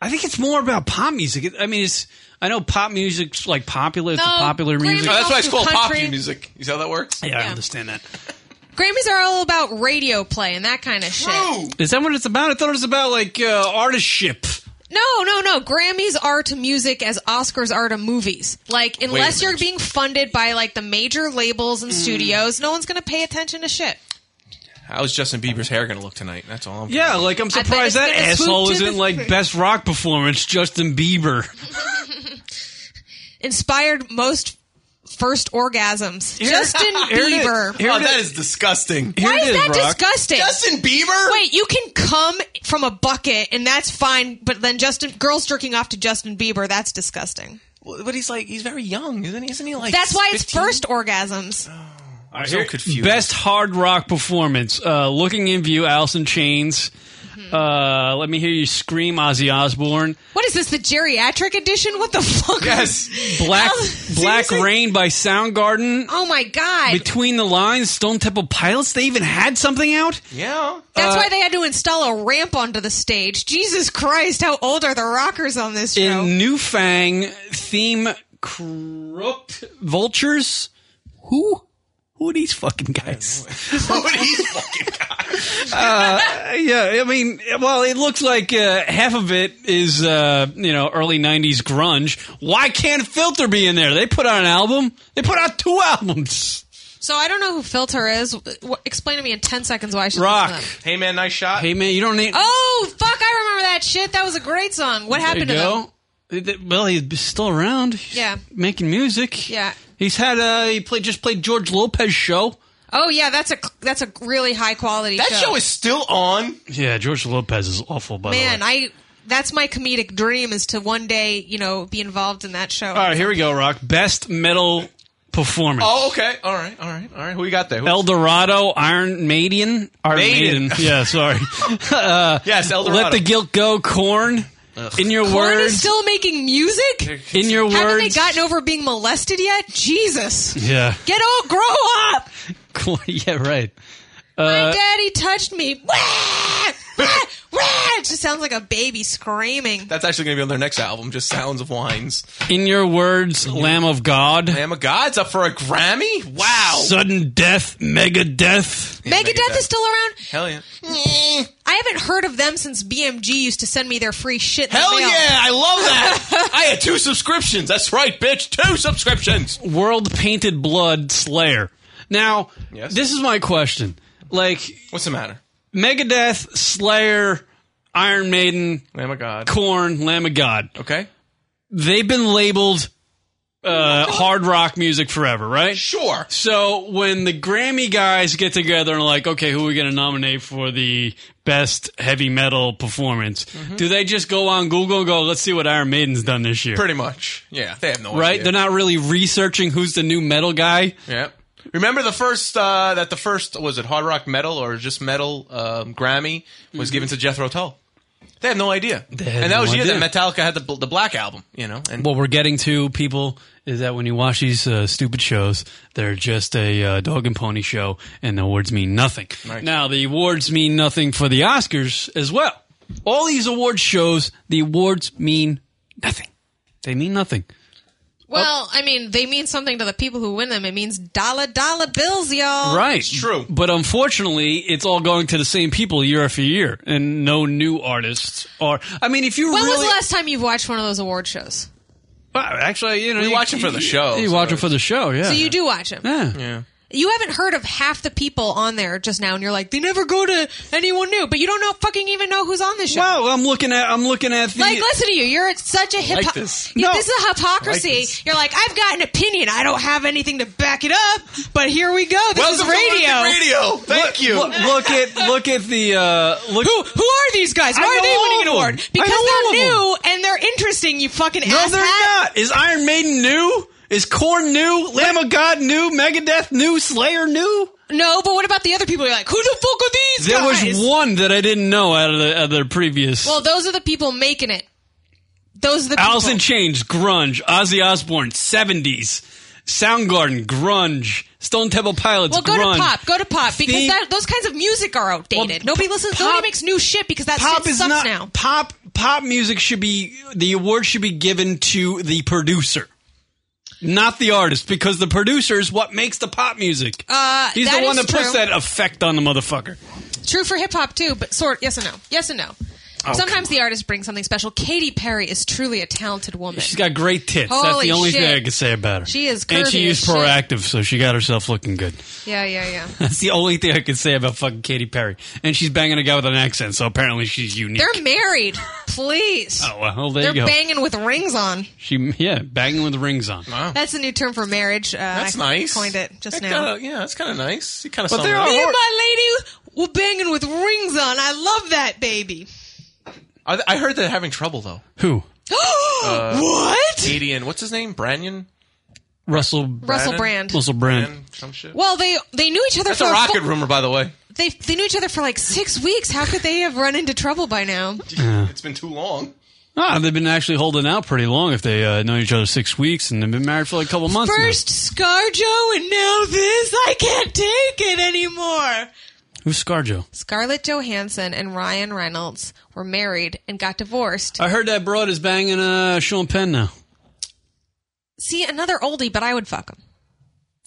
G: I think it's more about pop music. It- I mean, it's I know pop music's like popular. It's
H: No,
G: popular
H: Grammys
G: music.
F: Oh, that's why it's called pop
H: Country.
F: music. You see how that works?
G: Yeah, I
H: yeah.
G: understand that.
H: Grammys are all about radio play and that kind of shit.
F: Ooh.
G: Is that what it's about? I thought it was about like uh, artistship.
H: No, no, no. Grammys are to music as Oscars are to movies. Like,
F: a
H: unless you're
F: minute.
H: being funded by like the major labels
G: Hmm.
H: and studios, no one's going to pay attention to shit.
F: How's Justin Bieber's hair going to look tonight? That's all. I'm
G: Yeah, like I'm
H: bet
G: surprised
H: it's
G: that
H: gonna swoop
G: asshole
H: to
G: isn't
H: the
G: like
H: spring.
G: best rock performance Justin Bieber.
H: Inspired most first orgasms.
G: Here-
H: Justin
G: here it is.
H: Biever.
G: Here
F: Oh,
G: it
F: that is disgusting.
H: Why
G: Here it
H: is
G: is,
H: that
G: Rock.
H: disgusting?
F: Justin Bieber.
H: Wait, you can come from a bucket and that's fine, but then Justin girls jerking off to Justin Bieber, that's disgusting.
F: but he's like he's very young, isn't he? Isn't he like?
H: That's why it's
F: 15?
H: first orgasms.
F: I'm so confused.
G: Best hard rock performance. Uh, looking in view, Allison Chains. Uh, let me hear you scream, Ozzy Osbourne.
H: What is this, the geriatric edition? What the fuck?
F: Yes.
G: Black
H: Al-
G: Black
H: seriously?
G: Rain by Soundgarden.
H: Oh my god.
G: Between the Lines, Stone Temple Pilots. They even had something out.
F: Yeah.
H: That's
G: uh,
H: why they had to install a ramp onto the stage. Jesus Christ, how old are the rockers on this show?
G: In New Fang theme, Crooked Vultures. Who? Who are these fucking guys?
F: What he's fucking
G: <laughs> Uh, yeah, I mean, well, it looks like uh, half of it is uh, you know early '90s grunge. Why can't Filter be in there? They put out an album. They put out two albums.
H: so I don't know who Filter is. Wh- Explain to me in 10 seconds why I should
G: Rock.
H: listen to them.
F: Hey man, nice shot.
G: Hey man, you don't need.
H: Oh, fuck, I remember that shit. That was a great song. What
G: there you
H: happened to them?
G: go. Th- Well, he's still around. He's
H: Yeah.
G: making music.
H: Yeah.
G: he's had. Uh, he played just played George Lopez show.
H: Oh yeah, that's a that's a really high quality
F: that show is still on.
G: Yeah, George Lopez is awful. By
H: Man, I that's my comedic dream is to one day, you know, be involved in that show.
G: All right, here we go. Rock best metal performance.
F: Oh, okay. All right. All right. All right. Who we got there? Who-
G: El Dorado, Iron Maiden, Iron
F: Maiden.
H: <laughs>
G: Yeah, sorry. uh,
F: Yes, El Dorado.
G: Let the guilt go, Corn. In your
H: Corn is
G: words,
H: still making music.
G: in your
H: Haven't they
G: words,
H: gotten over being molested yet?
G: <laughs>
H: Jesus,
G: yeah,
H: get all grow up.
G: Corn. <laughs> Yeah, right.
H: My
G: Uh,
H: daddy touched me. <laughs> Wah! Wah! Wah! It just sounds like a baby screaming.
F: That's actually going to be on their next album, just Sounds of Wines.
G: in your words, Lamb of God.
F: Lamb of God's up for a Grammy? Wow.
G: Sudden death, mega death.
H: Megadeth is still around.
F: Hell yeah.
H: Nah. I haven't heard of them since BMG used to send me their free shit. in the
F: Hell yeah.
H: mail.
F: I love that. I had two subscriptions. That's right, bitch. Two subscriptions.
G: World Painted Blood Slayer. Now, this is my question. Like,
F: what's the matter?
G: Megadeth, Slayer, Iron Maiden,
F: Lamb of God,
G: Corn, Lamb of God.
F: Okay,
G: they've been labeled uh, hard rock music forever, right?
F: Sure.
G: So when the Grammy guys get together and are like, okay, who are we going to nominate for the best heavy metal performance?
F: Mm-hmm.
G: Do they just go on Google and go, let's see what Iron Maiden's done this year?
F: Pretty much. Yeah, they have no
G: right?
F: idea.
G: They're not really researching who's the new metal guy.
F: Yeah. Remember the first uh, that the first was it hard rock metal or just metal um, Grammy was given to Jethro Tull. They had no idea,
G: had
F: and that
G: no
F: was the year
G: idea.
F: that Metallica had the bl- the Black album. You know, and
G: What we're getting to, people, is that when you watch these uh, stupid shows, they're just a uh, dog and pony show, and the awards mean nothing.
F: Right.
G: Now, the awards mean nothing for the Oscars as well. All these award shows, the awards mean nothing. They mean nothing.
H: Well, I mean, they mean something to the people who win them. It means dollar dollar bills, y'all.
G: right. It's true. But unfortunately, it's all going to the same people year after year, and no new artists are. I mean, if you
H: When was
G: really.
H: the last time you've watched one of those award shows?
G: Well, actually, you know.
F: We
G: you-
F: watch 'em for the show,
G: You
F: so
G: watch them for the show, yeah.
H: So you do watch them.
G: Yeah.
F: yeah.
H: You haven't heard of half the people on there just now, and you're like, they never go to anyone new, but you don't know fucking even know who's on the show.
G: Well, I'm looking at I'm looking at the
H: like, listen to you. You're such a
G: like
H: hypocrisy.
G: this.
H: this.
G: No.
H: is a hypocrisy.
G: I like this.
H: You're like, I've got an opinion. I don't have anything to back it up, but here we go.
F: Welcome
H: This is
F: to
H: radio.
F: Lunatic Radio. Thank you.
G: Look, look at look at the uh, look.
H: Who who are these guys?
G: I
H: Why
G: know
H: are they
G: all
H: winning an
G: of
H: award?
G: them. I
H: Because
G: know
H: they're
G: all
H: new and they're interesting. You fucking
G: No,
H: ass.
G: they're not. Is Iron Maiden new? Is Korn new? Lamb of God new? Megadeth new? Slayer new?
H: No, but what about the other people? You're like, who the fuck are these
G: There
H: guys?
G: was one that I didn't know out of the, out of the previous.
H: Well, those are the people making it. Those are the people.
G: Alice in Chains, grunge. Ozzy Osbourne, seventies. Soundgarden, grunge. Stone Temple Pilots,
H: well, go
G: grunge.
H: to pop. Go to pop because
G: The-
H: that, those kinds of music are outdated.
G: Well,
H: nobody listens.
G: pop-
H: nobody makes new shit because that
G: pop
H: shit
G: is
H: sucks
G: not
H: now.
G: pop. Pop music should be the award should be given to the producer, not the artist, because the producer is what makes the pop music.
H: Uh,
G: He's
H: that
G: the one
H: is
G: that puts
H: true.
G: that effect on the motherfucker.
H: True for hip hop too, but sort yes and no. Yes and no.
G: Oh,
H: Sometimes the artist brings something special. Katy Perry is truly a talented woman.
G: She's got great tits. That's
H: Holy
G: the only
H: shit.
G: thing I can say about her.
H: She is
G: and she
H: curvy
G: is
H: as shit.
G: proactive, so she got herself looking good. <laughs>
H: Yeah, yeah, yeah.
G: That's the only thing I can say about fucking Katy Perry. And she's banging a guy with an accent, so apparently she's unique.
H: They're married. Please.
G: oh well, there
H: They're
G: you go.
H: banging with rings on.
G: she yeah, banging with rings on.
H: That's a new term for marriage. Uh,
F: That's
H: I
F: nice.
H: Coined it just
F: That
H: now.
F: kinda- yeah, that's kind of nice. You kind of.
G: But there
H: Me
G: are-
H: and my lady were banging with rings on. I love that baby. <gasps>
F: I I heard they're having trouble though.
G: Who?
F: Uh,
H: what?
F: Adian. What's his name? Branyan.
G: Russell
H: Russell Brand.
G: Russell Brand.
F: Some shit.
H: Well, they they knew each other
F: That's
H: for
F: a rocket
H: fu-
F: rumor, by the way.
H: They they knew each other for like six weeks. How could they have run into trouble by now?
F: It's been too long.
G: Ah, they've been actually holding out pretty long if they uh, know each other six weeks and they've been married for like a couple months. now.
H: First ScarJo and now this. I can't take it anymore.
G: Who's ScarJo?
H: Scarlett Johansson and Ryan Reynolds were married and got divorced.
G: I heard that broad is banging uh, Sean Penn now.
H: See, another oldie, but I would fuck him.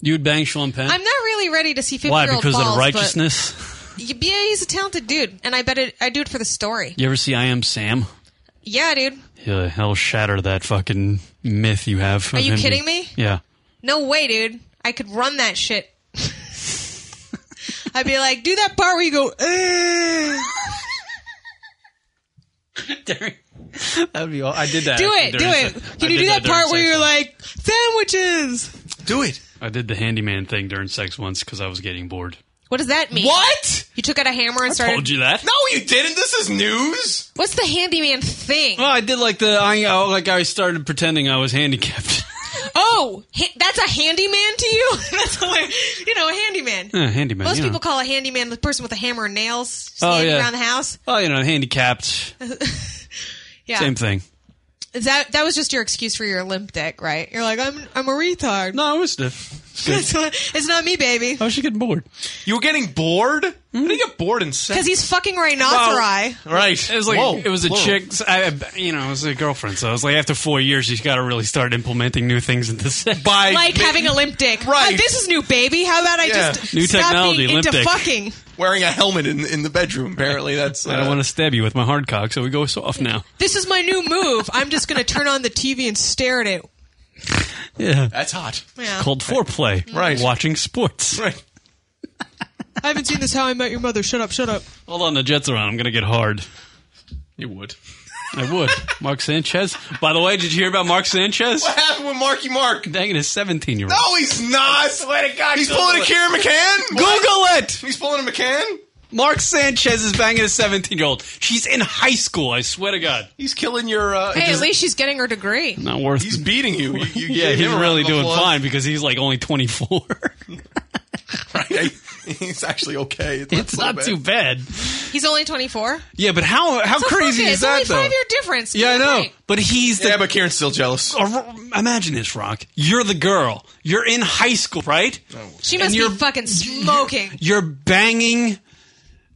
G: You would bang Sean Penn?
H: I'm not really ready to see 50
G: Why?
H: year old
G: Because
H: balls,
G: of the
H: but-
G: righteousness?
H: Yeah, he's a talented dude, and I bet it, I do it for the story.
G: You ever see I Am Sam?
H: Yeah, dude.
G: He'll, he'll shatter that fucking myth you have. of
H: Are you
G: him
H: kidding
G: being-
H: me?
G: <laughs> Yeah.
H: No way, dude. I could run
G: <laughs>
H: that shit. I'd be like, do that part where you go, "Eh."
G: That would be all. I did that.
H: do it, do it. Can you do that part where you're like, sandwiches?
F: Do it.
G: I did the handyman thing during sex once because I was getting bored.
H: What does that mean?
F: What?
H: You took out a hammer and started.
G: Told you that?
F: No, you didn't. This is news.
H: What's the handyman thing?
G: Well, I did like the I oh, like I started pretending I was handicapped. <laughs>
H: Oh, Whoa, ha- that's a handyman to you? <laughs> that's hilarious. You know, a handyman.
G: Yeah, handyman,
H: Most
G: you
H: people
G: know.
H: call a handyman the person with a hammer and nails
G: Oh,
H: standing
G: yeah.
H: around the house.
G: Well, you know, handicapped.
H: yeah.
G: Same thing.
H: Is that that was just your excuse for your limp dick, right? You're like, I'm I'm a retard.
G: No, Oh. it was stiff.
H: <laughs> it's, not, it's not me, baby.
G: I was just getting bored.
F: You were getting bored? How do you get bored in sex?
H: Because he's fucking rhinoceri.
F: Right.
G: It was like
F: Whoa,
G: it was a
F: whoa.
G: chick. I, I- you know, it was a girlfriend. So I was like, after four years, you've got to really start implementing new things into sex.
F: By
H: like having a limp dick.
F: Right.
H: Oh, this is new, baby. How about I
F: Yeah.
H: just
G: New
H: stop
G: technology,
H: being
G: limp
H: into
G: dick.
H: fucking?
F: Wearing a helmet in, in the bedroom, apparently. That's. uh,
G: I don't want to stab you with my hard cock, so we go soft now.
H: This is my new move. I'm just going to turn on the TV and stare at it.
G: Yeah,
F: that's hot.
H: Yeah.
G: Called foreplay. Right. Watching sports.
F: <laughs> Right.
H: I haven't seen this How I Met Your Mother. Shut up, shut up.
G: Hold on, the Jets are on. I'm gonna get hard.
F: You would.
G: I <laughs> would. Mark Sanchez. By the way, did you hear about Mark Sanchez?
F: What happened with Marky Mark?
G: Dang it, his 17 year old.
F: No, he's not.
G: swear to God,
F: he's
G: Google
F: pulling a
G: it.
F: Kieran McCann.
G: Google it.
F: He's pulling a McCann.
G: Mark Sanchez is banging a 17 year old. She's in high school. I swear to God.
F: He's killing your. Uh, <laughs>
H: Hey, at least she's getting her degree.
G: Not worth.
F: He's beating you. You- you
G: <laughs> yeah,
F: gave
G: he's
F: him a round
G: really
F: of
G: doing
F: applause.
G: fine because he's like only
F: <laughs>
G: 24.
F: right. He's actually okay. It's not,
G: <laughs> It's
F: so
G: not too bad.
H: He's only 24.
G: Yeah, but how how
H: So fuck
G: crazy
H: it.
G: is
H: it's
G: that
H: only
G: though?
H: five year difference.
G: yeah, I
H: Give me a
G: know.
H: break.
G: But he's the
F: Yeah, but Kieran's still jealous.
G: Or- imagine this, Rock. You're the girl. You're in high school, right?
F: Oh.
H: She
G: And
H: must be
G: you're-
H: fucking smoking.
G: You're banging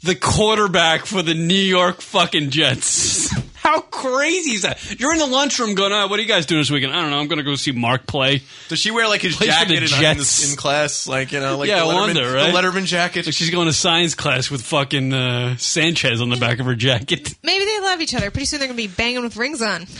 G: the quarterback for the New York fucking Jets. <laughs> How crazy is that? You're in the lunchroom going, oh, what are you guys doing this weekend? I don't know. I'm going to go see Mark play.
F: Does she wear like his
G: Play for
F: jacket
G: the
F: in, in,
G: Jets.
F: the, in class? Like you know, like
G: yeah,
F: the
G: I
F: Letterman,
G: wonder, right?
F: the Letterman jacket.
G: Like she's going to science class with fucking uh, Sanchez on the back of her jacket.
H: Maybe they love each other. Pretty soon they're gonna be banging with rings on. <laughs>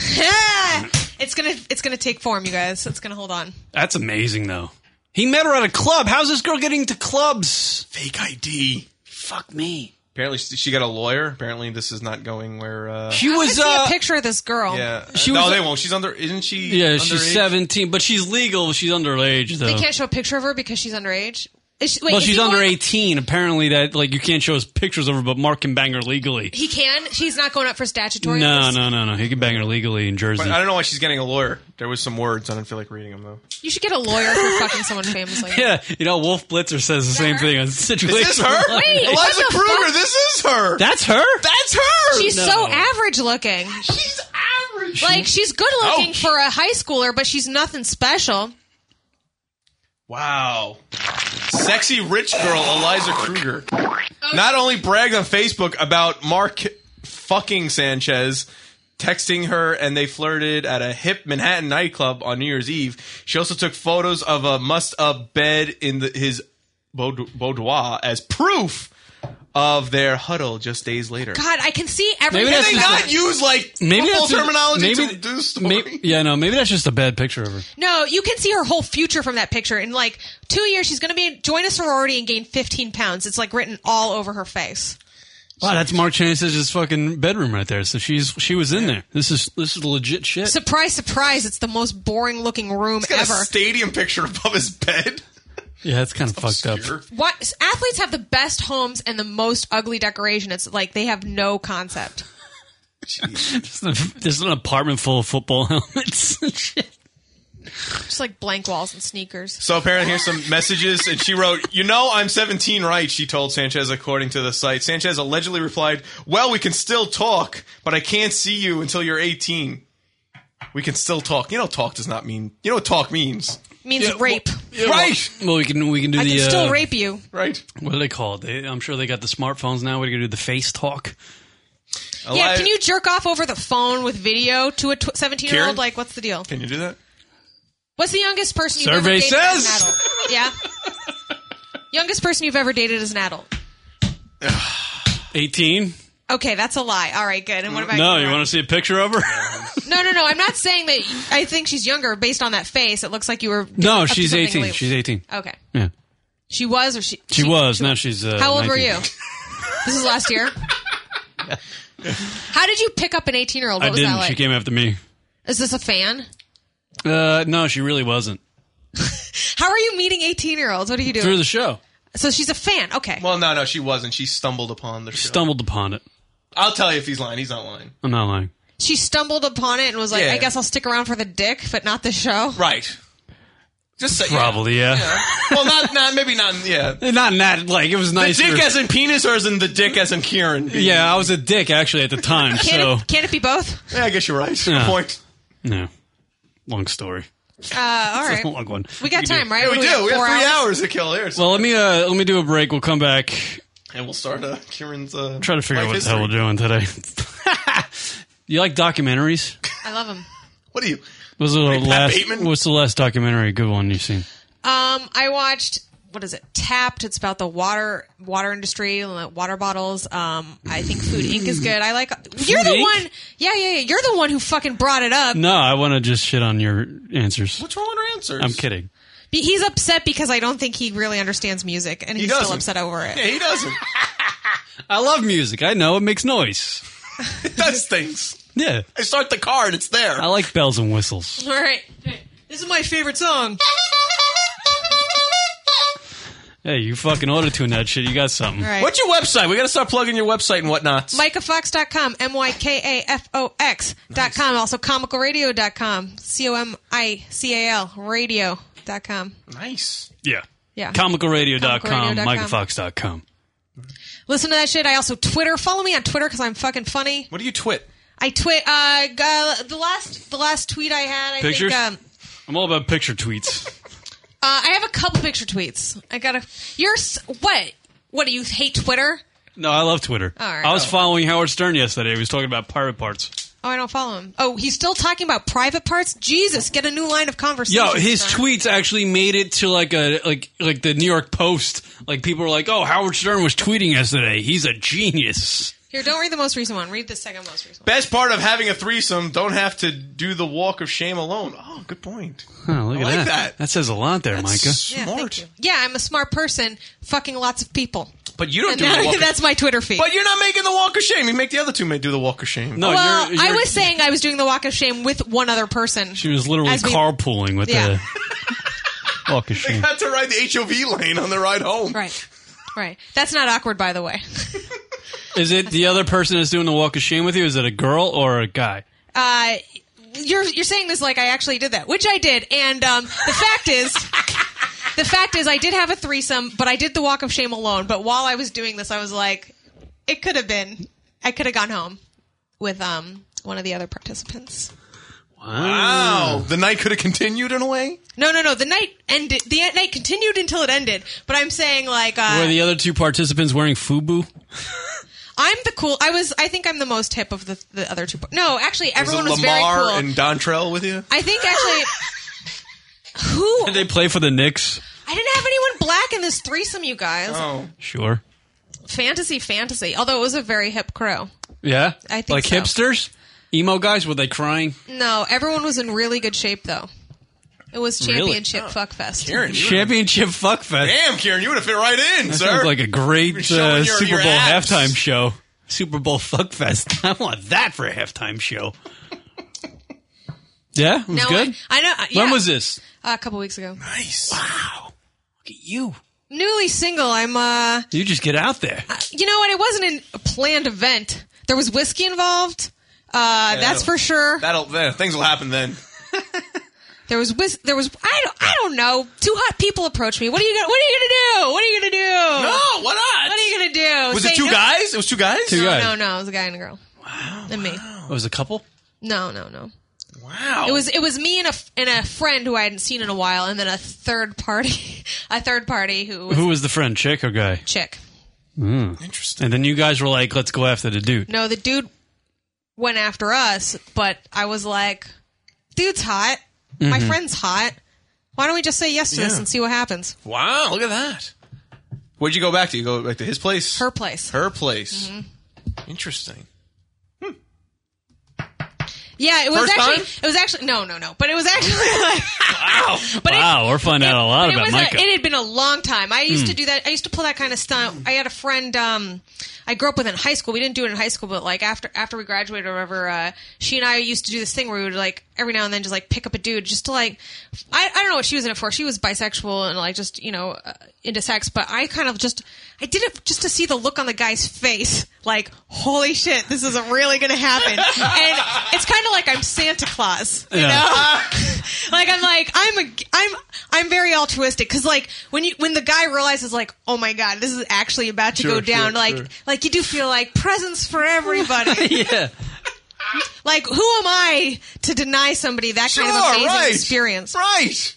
H: it's gonna it's gonna take form, you guys. It's gonna hold on.
G: That's amazing, though. He met her at a club. How's this girl getting to clubs?
F: fake ID.
G: Fuck me.
F: Apparently, she she got a lawyer. Apparently, this is not going where. Uh,
G: She
H: I wanna
G: was.
H: see
G: Uh,
H: a picture of this girl.
F: yeah,
G: she
F: no,
G: was-
F: they won't. She's under. Isn't she?
G: yeah, she's
F: underage?
G: 17, but she's legal. She's underage, though.
H: They can't show a picture of her because she's underage. Is she, wait,
G: well,
H: is
G: she's
H: he
G: under
H: going-
G: 18. Apparently, that like you can't show us pictures of her, but Mark can bang her legally.
H: He can. She's not going up for statutory.
G: No,
H: offense.
G: no, no, no. He can bang her legally in Jersey.
F: But I don't know why she's getting a lawyer. There was some words. I don't feel like reading them though.
H: You should get a lawyer for fucking someone famous
G: <laughs>
H: like that.
G: Yeah, you know, Wolf Blitzer says the same thing on situation.
F: Is this her?
H: Wait,
F: Eliza
H: what the
F: Kruger.
H: fuck?
F: This is her.
G: That's her.
F: That's her.
H: She's
G: No.
H: so average looking.
F: she's average.
H: Like she's good looking
G: Oh.
F: Ouch.
H: for a high schooler, but she's nothing special.
F: Wow. Sexy rich girl Eliza Kruger. Not only bragged on Facebook about Mark fucking Sanchez texting her and they flirted at a hip Manhattan nightclub on New Year's Eve. She also took photos of a must up bed in the, his baud- boudoir as proof of their huddle just days later.
H: God, I can see everything.
G: Maybe
F: Can
G: that's
F: they
G: just
F: not use like
G: Maybe
F: football
G: that's a-
F: terminology
G: maybe,
F: to do the story? <laughs>
G: may- yeah, no, maybe that's just a bad picture of her.
H: No, you can see her whole future from that picture. In like two years, she's going to be join a sorority and gain 15 pounds. It's like written all over her face.
G: Wow, that's Mark Chancellor's fucking bedroom right there. So she's she was in there. This is this is legit shit.
H: Surprise, surprise! It's the most boring looking room
F: Got a
H: ever.
F: stadium picture above his bed.
G: yeah, that's kind of fucked <laughs>
F: Obscure.
G: up.
H: What athletes have the best homes and the most ugly decoration. It's like they have no concept.
G: There's an- There's an apartment full of football <laughs> helmets. and shit.
H: Just like blank walls and sneakers.
F: So apparently, here's some messages, and she wrote, "You know, I'm 17, right?" She told Sanchez, according to the site. Sanchez allegedly replied, "Well, we can still talk, but I can't see you until you're 18. We can still talk. You know, talk does not mean. You know, what talk means
H: Means rape.
F: right,
G: Well, we can we can do
H: I
G: the
H: can still
G: uh,
H: rape you.
F: right.
G: What do they call it? They, I'm sure they got the smartphones now. What are you gonna do? The face talk?
H: Yeah, can you jerk off over the phone with video to a 17 year
F: Karen?
H: old? Like, what's the deal?
F: Can you do that?
H: What's the youngest person you've
G: Survey
H: ever dated as
G: says.
H: an adult?
G: <laughs>
H: Yeah. youngest person you've ever dated as an adult.
G: 18?
H: Okay, that's a lie. All right, good. And what about
G: No,
H: you?
G: you want to see a picture of her?
H: <laughs>
G: <laughs>
H: No, no, no. I'm not saying that. I think she's younger based on that face. It looks like you were.
G: no,
H: up to
G: she's
H: something
G: 18.
H: illegal.
G: She's 18.
H: Okay,
G: Yeah.
H: she was or she.
G: She was. Now she's. Uh,
H: How old were
G: 19.
H: you? <laughs> This is
G: <laughs>
H: last year. How did you pick up an 18 year old? What
G: I
H: was
G: didn't.
H: that like?
G: She came after me.
H: Is this a fan?
G: Uh, no, she really wasn't.
H: How are you meeting 18 year olds? What are you doing?
G: Through the show.
H: so she's a fan. Okay.
F: Well, no, no, she wasn't. She stumbled upon the show.
G: Stumbled upon it.
F: I'll tell you if he's lying. He's not lying.
G: I'm not lying.
H: she stumbled upon it and was like,
F: Yeah.
H: I guess I'll stick around for the dick, but not the show.
F: Right. Just say,
G: Probably, yeah.
F: well, not not maybe not. Yeah,
G: not in that. Like it was nice.
F: The dick as in penis, or as in the dick as in Kieran?
G: Yeah, I was a dick actually at
H: <laughs>
G: the time.
H: Can,
G: so
H: it, can it be both?
F: Yeah, I guess you're right.
G: Yeah.
F: Point.
G: No, long story.
H: Uh, all
G: It's <laughs>
H: right.
G: a long one.
H: We got time, right?
F: Yeah, we
H: What
F: do. We have
H: four
F: three hours to kill here,
G: Well, let me uh let me do a break. We'll come back.
F: and we'll start uh, Kieran's. Uh,
G: Try to figure out what
F: life
G: the
F: history.
G: hell we're doing today. <laughs> you like documentaries?
H: I love them.
F: What are you?
G: What's the
F: Pat
G: last?
F: Bateman?
G: What's the last documentary? Good one you've seen?
H: Um, I watched what is it? Tapped. It's about the water water industry, water bottles. Um, I think Food Inc. is good. I like. You're the
G: Inc?
H: one. Yeah, yeah, yeah. You're the one who fucking brought it up.
G: No, I want to just shit on your answers.
F: What's wrong with our answers?
G: I'm kidding.
H: Be- He's upset because I don't think he really understands music, and
F: He
H: he's
F: doesn't.
H: still upset over it.
F: Yeah, he doesn't.
G: I love music. I know it makes noise.
F: it does things.
G: Yeah,
F: I start the car and it's there.
G: I like bells and whistles.
H: All right. This is my favorite song.
G: Hey, you fucking auto tune that shit. You got something.
H: All right.
F: What's your website? We got to start plugging your website and whatnot.
H: MicahFox.com, M Y K A F O X.com, also comicalradio.com, C O M I C A L radio.com.
F: Nice.
G: Yeah.
H: Yeah.
G: Comicalradio.com,
H: Comicalradio.com.
G: MicahFox.com.
H: Listen to that shit. I also Twitter. Follow me on Twitter because I'm fucking funny.
F: What do you twit?
H: I twit. Uh, g- uh, the last the last tweet I had. I
G: Pictures?
H: think um,
G: I'm all about picture
H: <laughs>
G: tweets.
H: uh, I have a couple picture tweets. I got a. You're s- what? What do you hate Twitter?
G: No, I love Twitter.
H: All right.
G: I was
H: Oh.
G: following Howard Stern yesterday. He was talking about pirate parts.
H: Oh, I don't follow him. Oh, he's still talking about private parts. Jesus, get a new line of conversation.
G: Yo, his
H: son.
G: tweets actually made it to like a like like the New York Post. Like people were like, "Oh, Howard Stern was tweeting yesterday. He's a genius."
H: Here, don't read the most recent one. Read the second most recent.
F: Best part of having a threesome, don't have to do the walk of shame alone. Oh, good point.
G: Huh, look
F: I
G: at
F: like
G: that.
F: that.
G: says a lot there, Micah.
H: One. Yeah,
F: Smart.
H: thank you. Yeah, I'm a smart person, fucking lots of people.
F: But you don't
H: And
F: do the
H: that-
F: walk of
H: <laughs> that's my Twitter feed.
F: But you're not making the walk of shame. You make the other two ma- do the walk of shame.
G: No,
H: well,
G: you're, you're,
H: I was saying I was doing the walk of shame with one other person.
G: she was literally
H: as we-
G: carpooling with
H: Yeah.
G: the <laughs> walk of
H: <laughs>
G: shame.
F: Had to ride the HOV lane on the ride home.
H: Right. Right. That's not awkward, by the way. <laughs>
G: Is it the other person that's doing the walk of shame with you? Is it a girl or a guy?
H: Uh, you're you're saying this like I actually did that, which I did. And um, the
F: <laughs>
H: fact is, the fact is, I did have a threesome, but I did the walk of shame alone. But while I was doing this, I was like, it could have been, I could have gone home with um one of the other participants.
F: Wow. The night could have continued in a way.
H: No, no, no. The night ended. The night continued until it ended. But I'm saying like
G: Were
H: uh,
G: the other two participants wearing FUBU?
H: I'm the cool. I was. I think I'm the most hip of the the other two. par- No, actually, everyone was,
F: was it Lamar
H: very cool.
F: and Dontrell with you?
H: I
G: <laughs>
H: think actually. Who
G: Did they play for the Knicks?
H: I didn't have anyone black in this threesome, you guys.
F: Oh.
G: Sure.
H: Fantasy, fantasy. Although it was a very hip crew.
G: Yeah,
H: I think
G: like
H: so.
G: hipsters, emo guys. Were they crying?
H: No, everyone was in really good shape though. It was
G: Really? Oh.
H: championship fuckfest.
F: Kieran, you would've-
G: Championship fuckfest.
F: damn, Kieran, you would have fit right in,
G: That
F: sir.
G: sounds like a great
F: You're showing
G: uh,
F: your-
G: Super
F: your
G: Bowl
F: abs.
G: halftime show. Super Bowl fuckfest. <laughs> I want that for a halftime show. yeah, it was
H: Now
G: good.
H: I, I know. uh,
G: When
H: yeah,
G: was this?
H: Uh, a couple weeks ago.
F: nice.
G: Look at you.
H: Newly single. I'm. uh
G: You just get out there.
H: You know what? It wasn't an- a planned event. There was whiskey involved. Uh, that's for sure.
F: That'll yeah, things will happen then.
H: There was whis- there was I don't I don't know. Two hot people approached me. What are you gonna What are you gonna do? What are you gonna do?
F: No, what not?
H: What are you gonna do?
F: was
H: Say
F: it two
H: no-
F: guys? It was two guys?
G: Two
H: No,
G: guys.
H: no, no. It was a guy and a girl. Wow. And me.
G: It was a couple.
H: No, no, no.
F: Wow.
H: It was it was me and a and a friend who I hadn't seen in a while, and then a third party, <laughs> a third party who was
G: Who was the friend, chick or guy?
H: a chick.
F: interesting.
G: And then you guys were like, "Let's go after the dude."
H: No, the dude went after us, but I was like, "Dude's hot. My friend's hot. Why don't we just say yes to this
F: Mm-hmm. Yeah.
H: and see what happens?"
F: Wow, look at that. Where'd you go back to? You go back to his place?
H: Her place.
F: Her place. Interesting.
H: yeah, it was
F: First
H: actually
F: time?
H: it was actually no, no, no, but it was actually <laughs> like.
G: Wow! <laughs>
H: But it-
G: wow, we're finding out a lot about
H: But
G: Hmm.
H: it was
G: Micah.
H: A, it had been a long time. I used to do that. I used to pull that kind of stunt. I had a friend um, I grew up with in high school. We didn't do it in high school, but like after after we graduated or whatever, uh, she and I used to do this thing where we would like every now and then just like pick up a dude just to like I, I don't know what she was in it for. She was bisexual and like just you know uh, into sex, but I kind of just I did it just to see the look on the guy's face, like holy shit,
G: <laughs>
H: this is really gonna happen. and it's kind of like I'm Santa Claus, you
G: Yeah.
H: know <laughs> like I'm like I'm a I'm I'm very altruistic because like when you when the guy realizes like oh my god this is actually about to
G: Sure,
H: go down
G: sure,
H: like
G: sure.
H: like you do feel like presents for everybody
G: <laughs> yeah.
H: like who am I to deny somebody that kind of
F: Sure,
H: amazing
F: right,
H: experience
F: right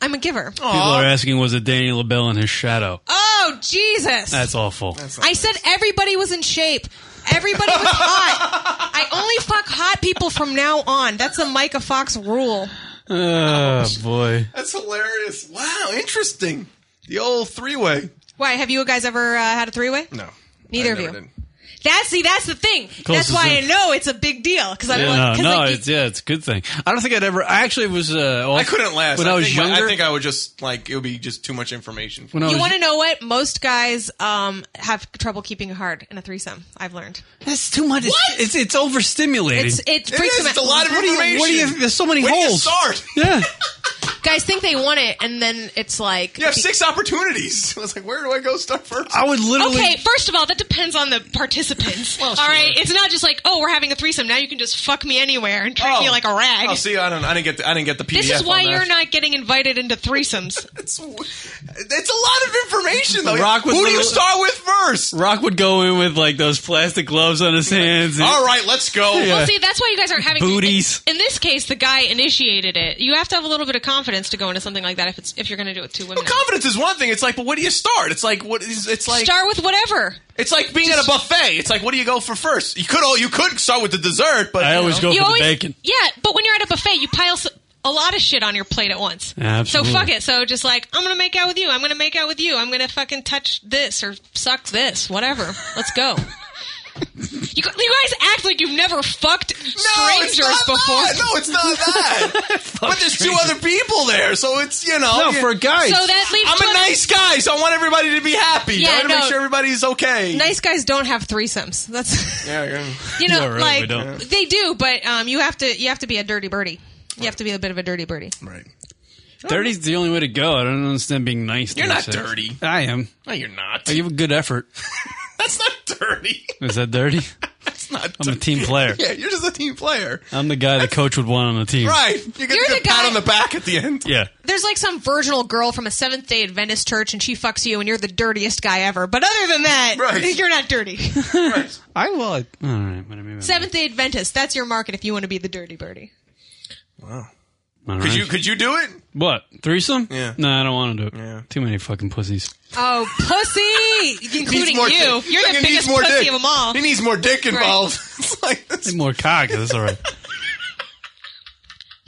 H: I'm a giver
G: People are asking, was it Danny LaBelle in his shadow?
H: oh Jesus
G: That's awful.
H: I said everybody was in shape.
G: <laughs>
H: Everybody was hot. I only fuck hot people from now on. That's a Micah Fox rule.
G: oh boy.
F: That's hilarious. Wow, interesting. The old three way.
H: Why have you guys ever uh, had a three way?
F: No.
H: Neither
F: I
H: of
F: never
H: you.
F: did.
H: That's see, that's the thing. that's
G: Closest
H: why I
G: in.
H: know it's a big deal because I'm
G: Yeah,
H: like,
G: no,
H: 'cause
G: no,
H: like,
G: it's yeah, it's a good thing. I don't think I'd ever. I actually was. Uh, off-
F: I couldn't last.
G: when I,
F: I,
G: was
F: think my-
G: younger.
F: I think I would just like it would be just too much information. For
G: When I
H: you
G: was-
H: want to know what most guys um, have trouble keeping hard in a threesome. I've learned.
G: That's too much. What? It's it's overstimulating.
H: It's- it It freaks is. them It's a out. lot of
G: What do you- What do you?
H: information.
G: There's so many
H: Where do you
G: holes.
H: start?
G: <laughs> Yeah.
H: Guys think they want it, and then it's like
F: You have six opportunities. <laughs> I was like, where do I go start first?
G: I would
K: Okay, first of all, that depends on the participants. All right, it's not just like, oh, we're having a threesome. Now you can just fuck me anywhere and treat me like a rag.
F: Oh, see, I don't. I didn't get. The, I didn't get the PDF.
K: this is why
F: on that.
K: you're not getting invited into threesomes.
F: it's, it's a lot of information, though.
G: Rock was
F: Who do
G: little-
F: you start with first?
G: Rock would go in with like those plastic gloves on his hands. and-
F: All right, let's go.
G: Yeah.
K: Well, see, that's why you guys aren't having
G: Booties.
K: In, this case, the guy initiated it. You have to have a little bit of confidence to go into something like that if it's if you're going to do it with two women.
F: Confidence is one thing. It's like, but where do you start? It's like what is? It's like
K: Start with whatever.
F: It's like being at a buffet. It's like, what do you go for first? You could all you could start with the dessert, but
G: I always
F: you know.
G: go for
K: always-
G: the bacon.
K: Yeah, but when you're at a buffet, you pile s- a lot of shit on your plate at once.
G: Absolutely.
K: So fuck it. So just like I'm gonna make out with you. I'm gonna make out with you. I'm gonna fucking touch this or suck this. Whatever. Let's
G: <laughs>
K: go. you, gu- you guys act like you've never fucked strangers before.
F: That. No,
K: <laughs>
F: it's not that. but there's two other people there, so it's you know.
G: No, for guys.
K: So that leaves
F: I'm a
K: two other-
F: nice guy, so I want everybody to be happy.
H: Yeah,
F: I want to
H: no.
F: make sure everybody's okay.
H: nice guys don't have threesomes. That's
F: Yeah, yeah.
H: you know
G: <laughs> Yeah, really, we
H: like
G: don't.
H: they do, but um, you have to you have to be a dirty birdie. You have to be a bit of a dirty birdie.
F: Right.
G: Dirty's the only way to go. I don't understand being nice. to
F: You're not
G: yourself.
F: dirty.
G: I am.
F: No, you're not.
G: I give a good effort.
F: <laughs> That's not dirty. <laughs>
G: Is that dirty?
F: That's not.
G: I'm a
F: dirty.
G: team player.
F: Yeah, you're just a team player.
G: I'm the guy the coach would want on the team.
F: Right. You get
H: You're
F: the
H: the
F: pat
H: guy-
F: on the back at the end.
G: <laughs> Yeah.
H: There's like some virginal girl from a Seventh Day Adventist church, and she fucks you, and you're the dirtiest guy ever. But other than that,
F: Right.
H: <laughs> you're not dirty.
G: I will. All right. But I mean,
H: Seventh Day Adventist, that's your market if you want to be the dirty birdie.
G: all right.
F: Could you could you do it?
G: What threesome?
F: Yeah.
G: No, I don't want to do it. Too many fucking pussies.
H: Oh, <laughs> pussy! Including you.
F: dick.
H: You're
F: He
H: the
F: needs
H: biggest
F: more
H: pussy
F: dick.
H: of them all.
F: He needs more dick involved. <laughs> it's like
G: Need more cock. That's all
K: It
G: right.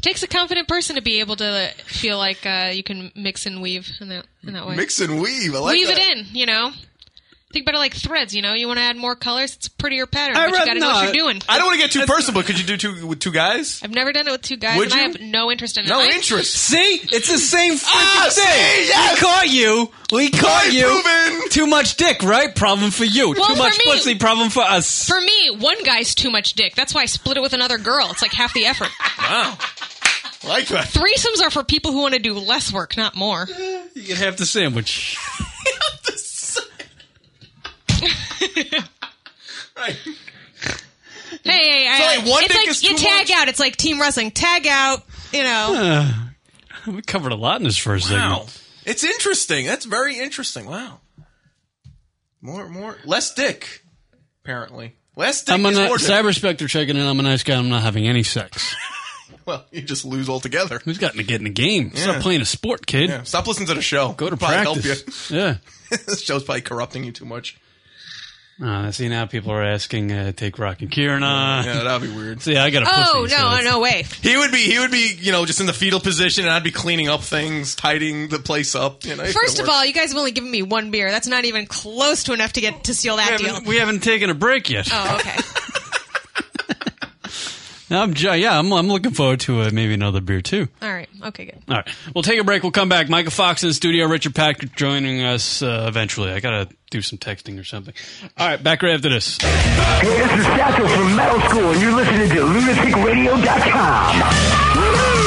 K: takes a confident person to be able to feel like uh, you can mix and weave in that in that way.
F: mix and weave. I like
K: weave
F: that.
K: it in. You know. Think about it like threads. You know, you want to add more colors. It's a prettier pattern,
G: I
K: but you
G: read-
K: got to know what
G: no,
K: you're doing.
F: I don't want to get too personal, but could you do two with two guys?
K: I've never done it with two guys,
F: Would
K: and I
F: you?
K: have no interest in it.
F: No
K: I-
G: <laughs>
F: interest. <laughs>
G: See, it's the same fucking
F: Ah,
G: thing.
F: see,
G: We
F: yes.
G: caught you. We caught
F: Point
G: you.
F: proven.
G: Too much dick, right? Problem for you.
K: Well,
G: Too much
K: for me-
G: pussy. Problem for us.
K: For me, one guy's too much dick. That's why I split it with another girl. It's like half the
F: <laughs>
K: effort.
F: I like that.
K: Threesomes are for people who want to do less work, not more.
F: Mm-hmm.
G: you can have the sandwich. <laughs>
F: Right.
H: Hey, hey,
F: So,
H: I-
F: like, one
H: it's
F: dick
H: like
F: is
H: you
F: too
H: tag
F: much?
H: out. It's like team wrestling. Tag out. You know,
G: we covered a lot in this first
F: Wow,
G: segment.
F: it's interesting. That's very interesting. Wow. More, more, less dick. Apparently, less dick
G: I'm a
F: is
G: ni-
F: more dick.
G: cyber specter checking in. I'm a nice guy. I'm not having any sex.
F: Well, you just lose altogether.
G: Who's got to get in the game?
F: Yeah.
G: Stop playing a sport, kid.
F: Yeah. Stop listening to the show.
G: Go to
F: Probably
G: practice. Yeah.
F: Help you. <laughs> this show's probably corrupting you too much.
G: Uh, see now people are asking uh, take Rock and Kieran on.
F: Yeah, that'd be
G: <laughs>
F: weird.
G: See, I got a
H: Oh
G: pussy. so
H: no,
G: it's-
H: no way.
F: He would be, he would be, you know, just in the fetal position, and I'd be cleaning up things, tidying the place up. You know, <laughs> it
H: First
F: could
H: of
F: work.
H: all, you guys have only given me one beer. That's not even close to enough to get to seal that
G: We
H: deal.
G: haven't, we haven't taken a break yet.
H: Oh, okay.
G: I'm, j- yeah, I'm, I'm looking forward to uh, maybe another beer too.
H: All right.
F: <laughs>
H: Okay. Good.
G: All right, we'll take a break. We'll come back. Micah Fox in the studio. Richard Patrick joining us uh, eventually. I gotta do some texting or something. All right, back right after this.
L: Hey, this is Satchel from Metal School, and you're listening to lunaticradio.com.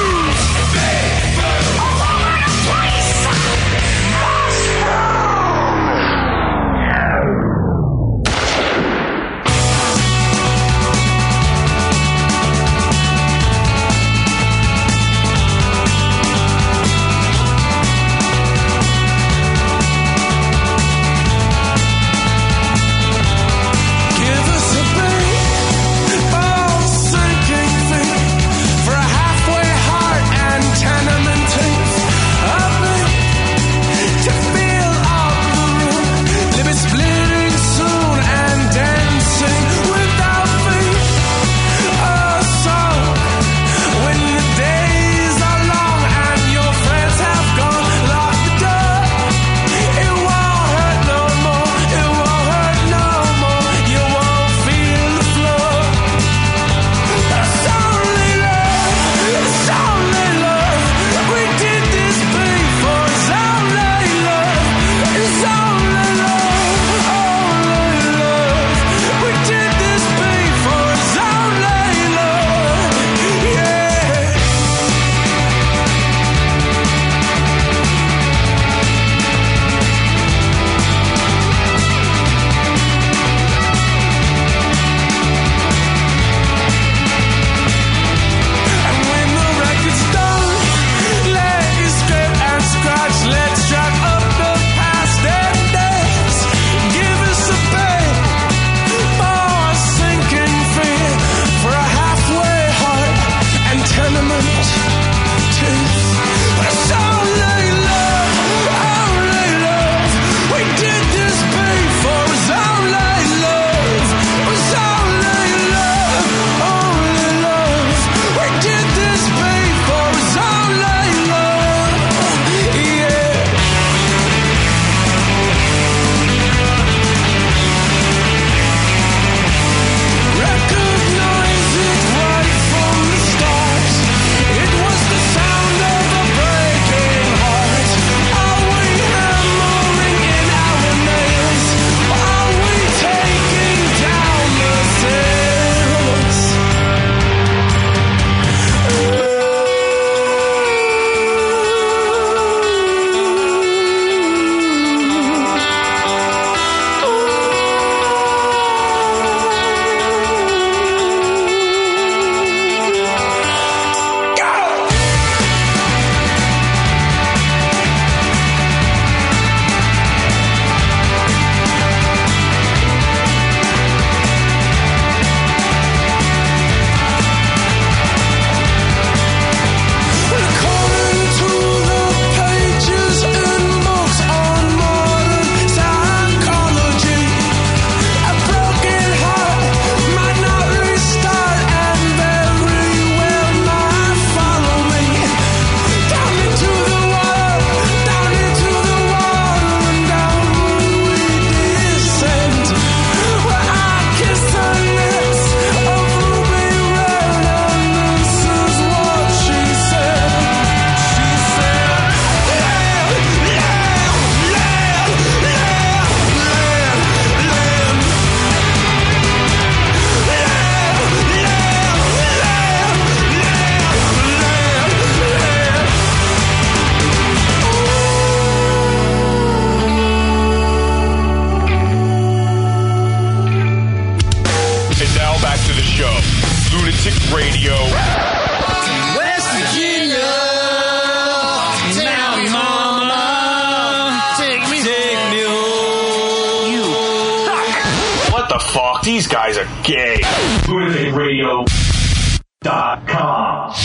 M: fuck, these guys are gay. LunaticRadio.com.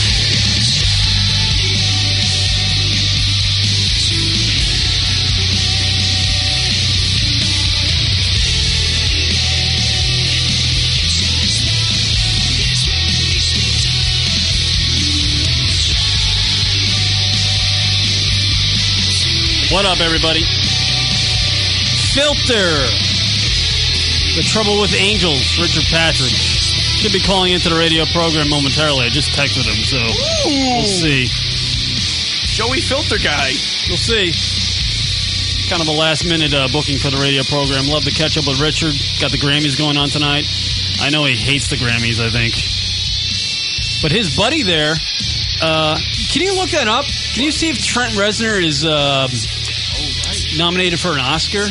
G: What up, everybody? Filter. The Trouble with Angels, Richard Patrick. Should be calling into the radio program momentarily. I just texted him, so we'll see.
F: Joey Filter guy.
G: We'll see. Kind of a last minute uh, booking for the radio program. Love to catch up with Richard. Got the Grammys going on tonight. I know he hates the Grammys, I think. But his buddy there, uh, can you look that up? Can you see if Trent Reznor is uh, nominated for an Oscar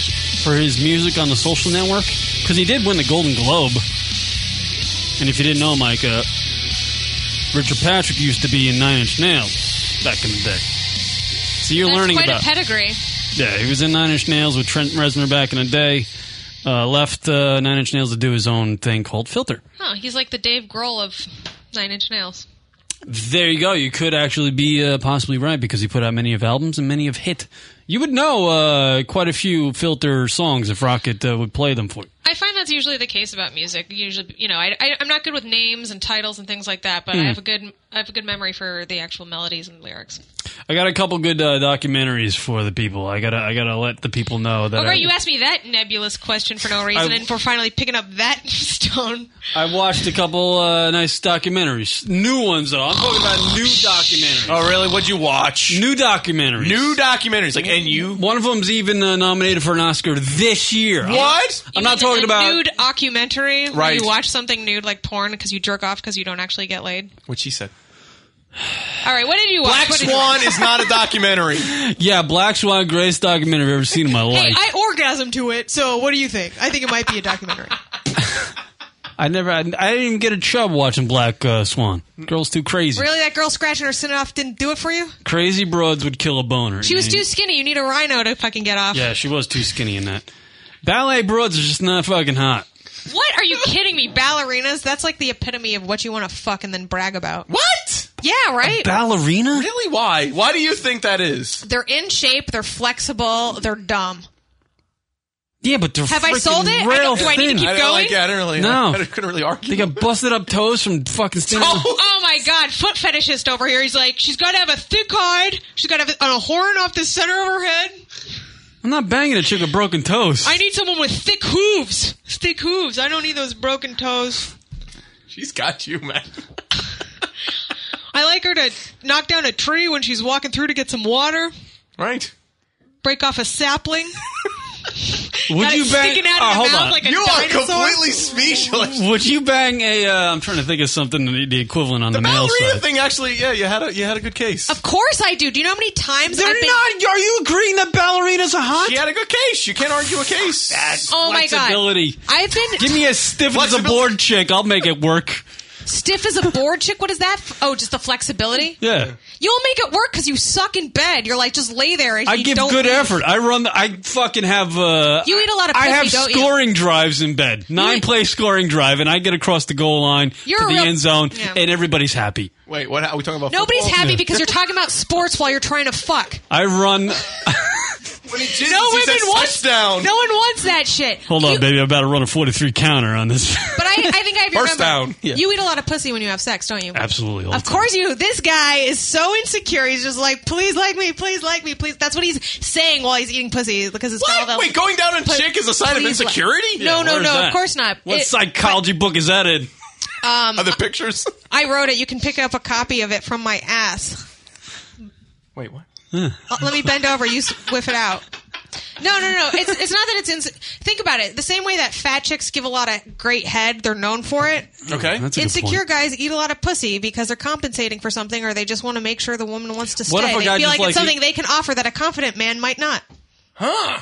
G: for his music on the social network? Because he did win the Golden Globe. And if you didn't know, Mike, uh, Richard Patrick used to be in Nine Inch Nails back in the day. So you're
K: That's
G: learning
K: quite
G: about.
K: a pedigree.
G: Yeah, he was in Nine Inch Nails with Trent Reznor back in the day. Uh, left uh, Nine Inch Nails to do his own thing called Filter.
K: Huh, he's like the Dave Grohl of Nine Inch Nails.
G: There you go. You could actually be uh, possibly right because he put out many of albums and many of hit. You would know uh, quite a few Filter songs if Rocket uh, would play them for you.
K: I find that's usually the case about music. Usually, you know, I, am not good with names and titles and things like that, but
G: Hmm.
K: I have a good I have a good memory for the actual melodies and lyrics.
G: I got a couple good uh, documentaries for the people. I gotta, I gotta let the people know that.
K: Oh,
G: I,
K: right, you asked me that nebulous question for no reason,
G: I-
K: and we're finally picking up that <laughs> stone.
G: I watched a couple uh, nice documentaries, new ones though. I'm talking about new documentaries. Oh,
F: really? What'd you watch?
G: New documentaries.
F: New documentaries, like and you.
G: One of them's even uh, nominated for an Oscar this year. I'm-
F: What?
G: I'm not talking
K: a
G: about.
K: nude documentary. Where
G: Right.
K: you watch something nude like porn because you jerk off because you don't actually get laid.
F: What she said.
K: All right, what did you watch?
F: Black
K: What did you
F: Swan
K: watch?
F: is not a documentary.
G: Yeah, Black Swan, greatest documentary I've ever seen in my
H: Hey,
G: life.
H: I orgasmed to it. So what do you think? I think it might be a documentary.
G: I never, I, I didn't even get a chub watching Black uh, Swan. Girl's too crazy.
H: really, that girl scratching her sin off didn't do it for you?
G: Crazy broads would kill a boner.
H: She was
G: man.
H: too skinny. You need a rhino to fucking get off.
G: Yeah, she was too skinny in that. Ballet broads are just not fucking hot.
H: What are you kidding me? Ballerinas? That's like the epitome of what you want to fuck and then brag about.
F: What?
H: Yeah, right.
G: Ballerina?
F: Really? Why? Why do you think that is?
H: They're in shape. They're flexible. They're dumb.
G: Yeah, but they're
H: Have I
G: freaking
H: sold it? I
G: Rail
H: don't- do I need to
G: thin.
H: keep I don't like- going?
F: I don't really-
G: No,
F: <laughs> I couldn't really argue.
G: They got busted up toes from fucking standing.
H: Oh, my god, foot fetishist over here. He's like, she's got to have a thick hide. She's got to have a, a horn off the center of her head.
G: I'm not banging a chick with broken toes.
H: I need someone with thick hooves. Thick hooves. I don't need those broken toes.
F: She's got you, man.
H: I like her to knock down a tree when she's walking through to get some water.
F: Right.
H: Break off a sapling. <laughs>
G: Would
H: Got
G: you
H: it
G: bang?
H: sticking out of
G: uh,
H: her
G: hold
H: mouth
G: on.
H: like a You are dinosaur? completely
F: speechless.
G: Would you bang a? Uh, I'm trying to think of something the the equivalent on <laughs> the, male
F: Ballerina
G: side.
F: thing actually, yeah, you had a you had a good case.
H: Of course I do. Do you know how many times
G: They're
H: I've been?
G: not. Are you agreeing that ballerinas are hot?
F: She had a good case. <laughs> You can't argue a case.
H: oh my god!
G: Flexibility.
H: I've been
G: Give me a stiff as a board chick. I'll make it work.
H: stiff as a board chick. What is that? Oh, just the flexibility.
G: Yeah.
H: You'll make it work because you suck in bed. You're like just lay there. And
G: I
H: you
G: give
H: don't
G: good
H: move.
G: effort. I run. The, I fucking have. Uh,
H: You eat a lot of
G: I have
H: pussy, don't you?
G: scoring drives in bed. Nine play scoring drive, and I get across the goal line
H: You're
G: to
H: a
G: the
H: real-
G: end zone,
H: Yeah.
G: and everybody's happy.
F: Wait, what are we talking about?
H: Nobody's
F: football?
H: happy
G: Yeah.
H: because you're talking about sports while you're trying to fuck.
G: I run.
F: When he jizzes,
H: No
F: he
H: women
F: says
H: wants
F: touchdown.
H: No one wants that shit.
G: Hold on, baby. I'm about to run a 43 counter on this. <laughs>
H: But I, I think I have your
G: First
H: number.
G: down. Yeah.
H: You eat a lot of pussy when you have sex, don't you?
G: Absolutely. all
H: Of
G: the time.
H: course you. do. This guy is so insecure. He's just like, please like me, please like me, please. That's what he's saying while he's eating pussy because it's got all that.
F: Wait, going down on
H: Pl-
F: chick is a sign of
H: please like-
F: insecurity?
H: No,
G: Yeah,
H: no,
G: where's
H: no.
G: that?
H: Of course not.
G: What
H: It-
G: psychology book is that in?
H: um,
F: Other pictures?
H: I wrote it. You can pick up a copy of it from my ass.
F: Wait, what?
H: Uh, Let me bend over. You s- <laughs> whiff it out. No, no, no. It's, it's not that it's. Ins- Think about it. The same way that fat chicks give a lot of great head, they're known for it.
F: Okay.
H: Insecure guys eat a lot of pussy because they're compensating for something, or they just want to make sure the woman wants to stay.
G: What if a
H: they
G: guy
H: feel
G: just
H: like,
G: like-
H: it's something they can offer that a confident man might not.
F: Huh.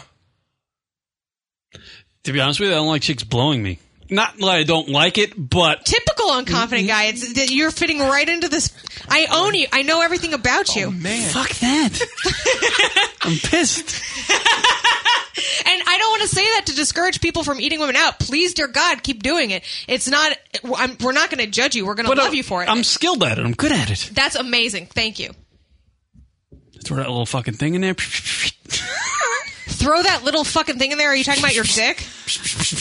G: To be honest with you, I don't like chicks blowing me. Not that I don't like it, but
H: Typical
G: Mm-hmm.
H: unconfident guy. It's that you're fitting right into this. I own you. I know everything about
G: Oh,
H: you.
F: man.
H: <laughs>
G: fuck that. I'm pissed.
H: And I don't want to say that to discourage people from eating women out. Please, dear God, keep doing it. It's not. I'm, we're not going to judge you. We're going to
G: But, uh,
H: love you for it.
G: I'm skilled at it. I'm good at it.
H: That's amazing. Thank you.
G: Throw that little fucking thing in there.
H: Throw that little fucking thing in there. Are you talking about your dick?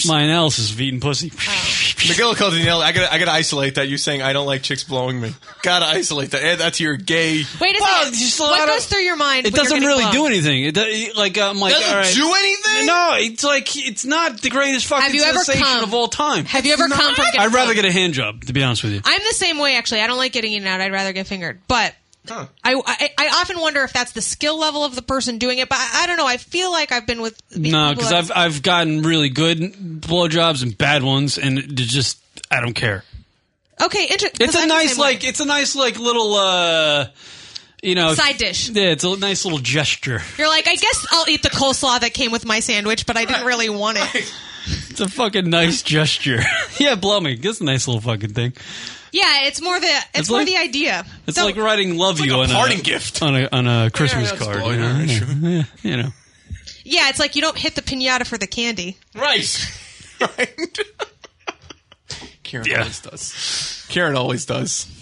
G: My analysis of eating pussy.
H: Oh.
F: McGillicuddy, Danielle, I gotta, I gotta isolate that. You saying I don't like chicks blowing me. Gotta isolate that. Add that to your gay.
H: Wait a second. What goes through your mind?
G: It
H: when you're
G: doesn't
H: getting
G: really
H: blown?
G: do anything. It do- like I'm like
H: Doesn't
G: all right.
H: do
F: anything.
G: No, it's like it's not the greatest fucking
H: Have you ever
G: sensation
H: come-
G: of all time.
H: Have you ever come from getting
G: I'd rather
H: blown?
G: get a hand job, to be honest with you.
H: I'm the same way actually. I don't like getting eaten out. I'd rather get fingered. But I, I I often wonder if that's the skill level of the person doing it. But I, I don't know. I feel like I've been with
G: No,
H: people
G: because
H: that-
G: I've I've gotten really good blowjobs and bad ones, and it just I don't care.
H: okay. Inter- 'cause
G: It's a
H: I'm the
G: nice
H: same way.
G: like it's a nice like little uh you know
H: Side dish.
G: Yeah, it's a nice little gesture.
H: You're like, I guess I'll eat the coleslaw that came with my sandwich, but I didn't really want it.
G: It's a fucking nice gesture. <laughs> yeah, blow me. It's a nice little fucking thing.
H: Yeah, it's more the it's,
G: It's
H: more
G: like-
H: the idea.
G: It's like writing "love you" on
F: parting
G: a
F: gift
G: on a on a Christmas
F: that's
G: card.
F: cool.
G: You know,
F: Yeah,
G: yeah, yeah, you know.
H: Yeah, it's like you don't hit the pinata for the candy.
F: <laughs> Right. Karen always does. Karen always does.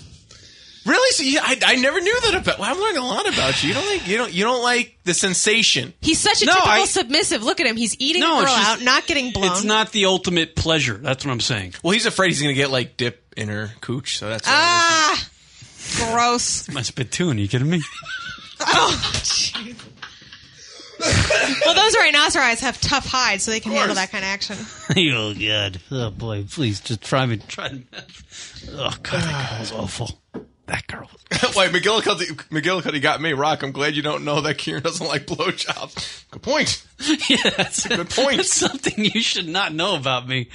F: Really? So you, I, I never knew that about. Well, I'm learning a lot about you. You don't like you don't you don't like the sensation.
H: He's such a
G: No,
H: typical
G: I-
H: submissive. Look at him. He's eating
G: No,
H: a girl
G: it's just-
H: out, not getting blown.
G: It's not the ultimate pleasure. That's what I'm saying.
F: Well, he's afraid he's gonna get like dip in her cooch. So that's
H: ah, gross.
G: My spittoon. Are you kidding me?
H: Oh, jeez. well, those rhinoceros have tough hides, so they can handle that kind of action.
G: <laughs> oh god. Oh boy. Please just try me. Try. me. Oh god, that girl was awful.
F: <laughs> Wait, McGillicuddy, McGillicuddy got me. Rock, I'm glad you don't know that Kieran doesn't like blowjobs. Good point.
G: <laughs> yeah, that's
F: a good point.
G: That's something you should not know about me.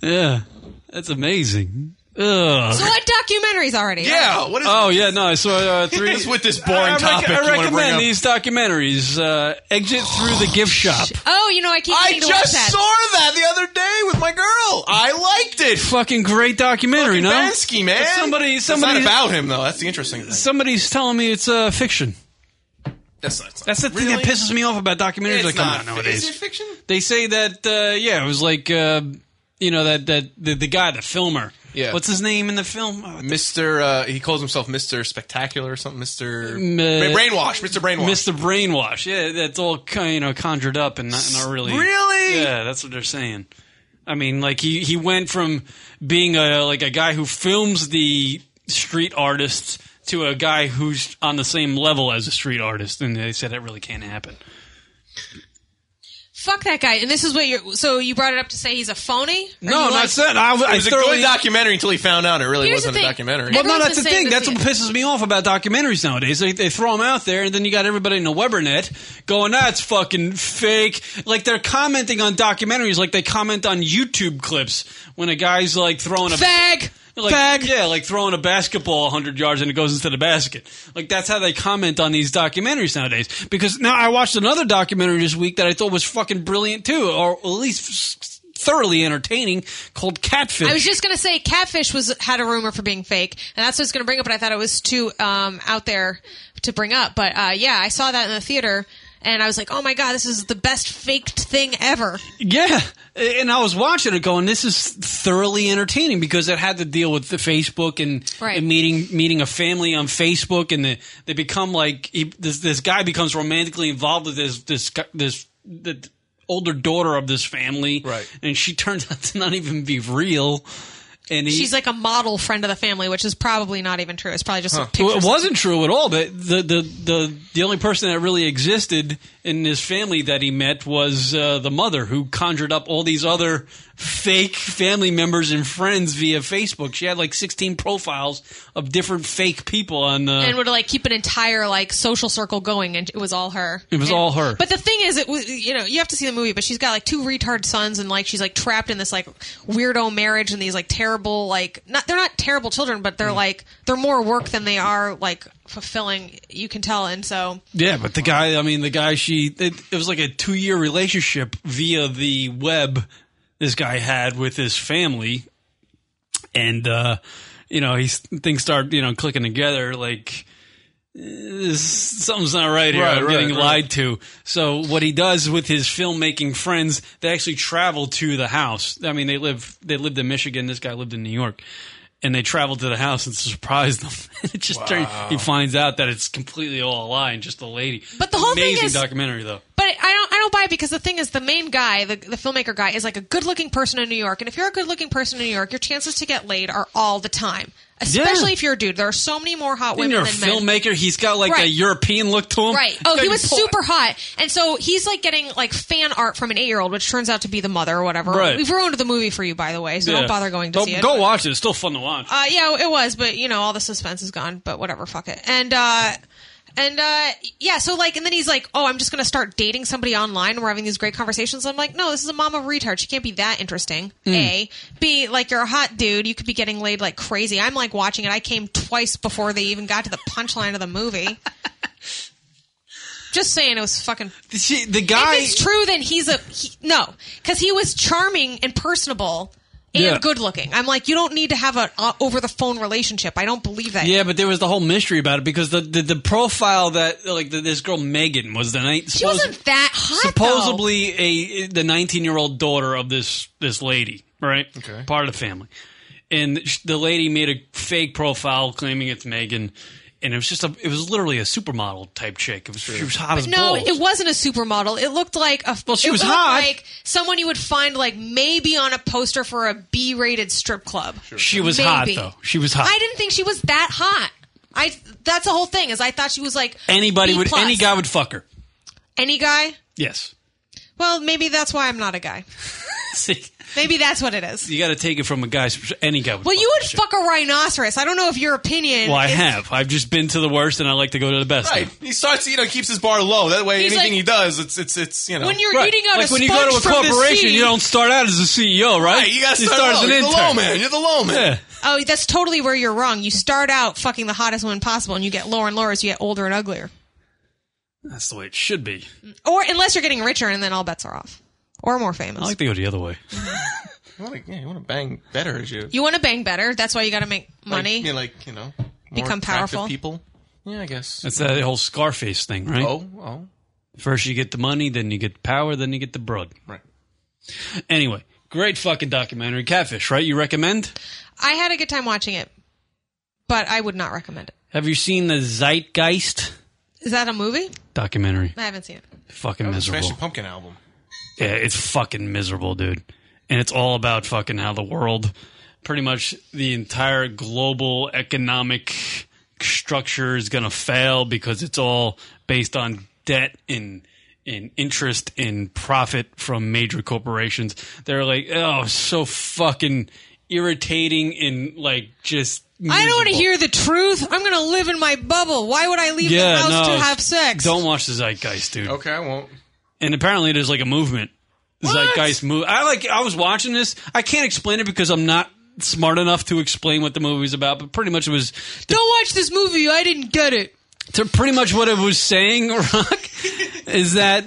G: Yeah, that's amazing. Ugh.
H: So what documentaries already?
F: Yeah,
H: What
G: oh yeah, no. I saw uh, three.
F: What is with this boring
G: I, I rec-
F: topic you
G: I
F: wanna bring
G: recommend
F: up?
G: these documentaries. Uh, Exit through the gift shop.
H: Oh, you know I keep.
F: I
H: meaning to watch
F: just
H: that.
F: saw that the other day with my girl. I liked it.
G: Fucking great documentary. no,
F: Bansky, man.
G: But Somebody,
F: It's
G: somebody
F: not about him though. That's the interesting thing.
G: Somebody's telling me it's uh, fiction.
F: That's not.
G: That's the thing that pisses me off about documentaries that
F: It's
G: come
F: not
G: out
F: fi-
G: nowadays.
F: is it fiction?
G: They say that uh, yeah, it was like uh, you know that that the, the guy, the filmer.
F: Yeah.
G: What's his name in the film? Oh,
F: Mister, uh, he calls hhimself Mister Spectacular or something. Mister
G: M- uh,
F: Brainwash. Mister Brainwash.
G: Mr. Brainwash. Yeah, that's all ki- you know conjured up and not, not really.
F: Really?
G: Yeah, that's what they're saying. I mean, like he he went from being a like a guy who films the street artists to a guy who's on the same level as a street artist, and they said that really can't happen.
H: Fuck that guy. And this is what you're. So you brought it up to say he's a phony? Or you
G: No,
H: like-
G: not that. I,
F: it
G: I
F: was a
G: thoroughly-
F: good documentary until he found out it really
H: Here's the
F: wasn't a
H: thing.
F: documentary.
G: Well, no,
H: Everyone's
G: that's the
H: been saying
G: thing. That's
H: this
G: what pisses me off about documentaries nowadays. They, they throw them out there, and then you got everybody in the Webernet going, "That's fucking fake." Like they're commenting on documentaries, like they comment on YouTube clips when a guy's like throwing a
H: Fag!
G: like,
H: Fag!
G: yeah, like throwing a basketball 100 yards and it goes into the basket. Like that's how they comment on these documentaries nowadays. Because now I watched another documentary this week that I thought was fucking brilliant too, or at least thoroughly entertaining, called Catfish.
H: I was just gonna say Catfish was had a rumor for being fake, and that's what I was gonna bring up. But I thought it was too um, out there to bring up. But uh, yeah, I saw that in the theater, and I was like, "Oh my god, this is the best faked thing ever."
G: Yeah, and I was watching it, going, "This is thoroughly entertaining because it had to deal with the Facebook and,
H: Right.
G: and meeting meeting a family on Facebook, and the, they become like he, this. This guy becomes romantically involved with this this gu- this the older daughter of this family, right? And she <laughs> turns out to not even be real. And he,
H: She's like a model friend of the family, which is probably not even true. It's probably just a picture.
G: well, it wasn't true at all. But the, the the the only person that really existed in his family that he met was uh, the mother, who conjured up all these other fake family members and friends via Facebook. She had like sixteen profiles of different fake people on. Uh,
H: and would like keep an entire like social circle going, and it was all her.
G: it was
H: And-
G: all her.
H: But the thing is, it was you know you have to see the movie, but she's got like two retard sons, and like she's like trapped in this like weirdo marriage, and these like terrible like not they're not terrible children, but they're
G: Mm.
H: like they're more work than they are like fulfilling. You can tell, and so
G: Yeah, but the guy, I mean, the guy she, it, it was like a two year relationship via the web this guy had with his family. And, uh, you know, he's, things start, you know, clicking together. Like, this- something's not right here.
C: Right,
G: I'm
C: right,
G: getting
C: right.
G: lied to. So what he does with his filmmaking friends, they actually travel to the house. I mean, they live they lived in Michigan. This guy lived in New York, and they traveled to the house and <laughs> surprised them. <laughs> it just turned, he finds out that it's completely all a lie and just a lady. But
H: the whole thing
G: amazing
H: is-
G: documentary though.
H: But I don't, I don't buy it because the thing is, the main guy, the, the filmmaker guy, is like a good-looking person in New York, and if you're a good-looking person in New York, your chances to get laid are all the time, especially
G: Yeah.
H: if you're a dude. There are so many more hot
G: And
H: women
G: you're a
H: than men.
G: filmmaker. He's got like a
H: Right.
G: European look to him.
H: Right. Oh, he
G: Good
H: was
G: boy.
H: super hot, and so he's like getting like fan art from an eight-year-old, which turns out to be the mother or whatever.
G: Right.
H: We've ruined the movie for you, by the way, so
G: Yeah.
H: don't bother going to
G: Don't-
H: see it.
G: Go
H: But-
G: watch it. It's still fun to watch.
H: Uh, yeah, it was, but you know, all the suspense is gone. But whatever, fuck it. And uh, and uh, yeah, so like, and then he's like, "Oh, I'm just gonna start dating somebody online. We're having these great conversations." I'm like, "No, this is a mama retard. She can't be that interesting."
N: Hmm.
H: A, B, like you're a hot dude. You could be getting laid like crazy. I'm like watching it. I came twice before they even got to the punchline of the movie. Just saying, it was fucking.
G: the guy-
H: If it's true, then he's a he, no, because he was charming and personable and
G: Yeah.
H: good looking. I'm like, you don't need to have a uh, over the phone relationship. I don't believe that.
G: Yeah, but there was the whole mystery about it because the the, the profile that like the, this girl Megan was the night
H: she wasn't that hot.
G: supposedly a the 19 year old daughter of this this lady, right? Okay, part of the family, and sh- the lady made a fake profile claiming it's Megan, and it was just a it was literally a supermodel type chick. It was she was hot
H: though.
G: as
H: No,
G: balls.
H: it wasn't a supermodel. It looked like a. Well,
G: she was hot.
H: Like someone you would find like maybe on a poster for a B-rated strip club.
G: she was hot
H: Maybe.
G: though. She was hot.
H: I didn't think she was that hot. I that's the whole thing is I thought she was like
G: Anybody
H: B
G: would
H: plus.
G: any guy would fuck her.
H: any guy. <laughs>
G: Yes.
H: Well, maybe that's why I'm not a guy.
G: See,
H: Maybe that's what it is.
G: you got to take it from a guy's pers- any guy would.
H: Well,
G: fuck
H: you
G: her.
H: would fuck a rhinoceros. I don't know if your opinion.
G: Well, I
H: is-
G: have. I've just been to the worst, and I like to go to the best.
F: Right. He starts, you know, keeps his bar low. That way,
H: He's
F: anything
H: like-
F: he does, it's it's it's you know.
H: When you're Right. eating out
G: like
H: a
G: when you go to a
H: sponge from the
G: corporation,
H: sea.
G: you don't start out as a CEO, right?
F: Right, you gotta start
G: start as
F: low.
G: an
F: You're the
G: intern.
F: low man. You're the low man.
H: Oh, that's totally where you're wrong. You start out fucking the hottest woman possible, and you get lower and lower as you get older and uglier.
G: That's the way it should be.
H: Or unless you're getting richer, and then all bets are off. Or more famous.
G: I like to go the other way.
F: You want to yeah, you want to bang better as you.
H: you want to bang better. That's why you got to make money.
F: Like, you know, like you know, more
H: Become
F: attractive
H: powerful.
F: people. Yeah, I guess.
G: That's that whole Scarface thing, right?
F: Oh, oh.
G: First you get the money, then you get the power, then you get the broad.
F: Right.
G: Anyway, great fucking documentary, Catfish. Right? You recommend?
H: I had a good time watching it, but I would not recommend it.
G: Have you seen the Zeitgeist
H: Is that a movie?
G: documentary?
H: I haven't seen it.
G: Fucking miserable.
F: Smashing Pumpkin album.
G: Yeah, it's fucking miserable, dude. And it's all about fucking how the world, pretty much the entire global economic structure is going to fail because it's all based on debt and and interest and profit from major corporations. They're like, oh, so fucking irritating and like just.
H: I don't want to
G: miserable.
H: hear the truth. I'm going to live in my bubble. Why would I leave the house to have sex?
G: Don't watch the Zeitgeist, dude.
F: Okay, I won't.
G: And apparently, there's like a movement. Zeitgeist move. I like. I was watching this. I can't explain it because I'm not smart enough to explain what the movie's about. But pretty much, it was
H: Don't watch this movie. I didn't get it.
G: to pretty much what it was saying, <laughs> Rock, is that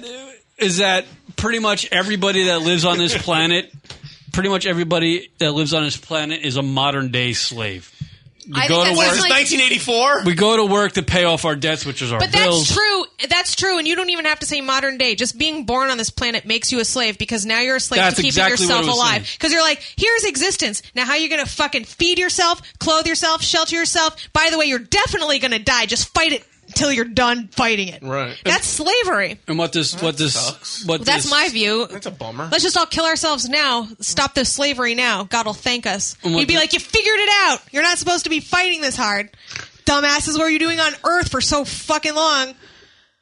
G: is that pretty much everybody that lives on this planet, pretty much everybody that lives on this planet is a modern day slave. We
H: I think
G: go to
H: that's
G: work.
H: just like-
F: 1984.
G: We go to work to pay off our debts, which is our
H: But
G: bills.
H: that's true. That's true, and you don't even have to say modern day. Just being born on this planet makes you a slave because now you're a slave
G: That's
H: to keeping
G: exactly what
H: yourself
G: I was
H: alive.
G: saying.
H: Because you're like, here's existence. Now, how you going to fucking feed yourself, clothe yourself, shelter yourself? By the way, you're definitely going to die. Just fight it until you're done fighting it.
G: Right.
H: That's slavery.
G: And what this? what this? What
H: that's
G: this-
H: my view.
F: That's a bummer.
H: Let's just all kill ourselves now. Stop this slavery now. God will thank us.
G: And what
H: He'd be
G: the-
H: like, you figured it out. You're not supposed to be fighting this hard. Dumbasses, what are you doing on Earth for so fucking long?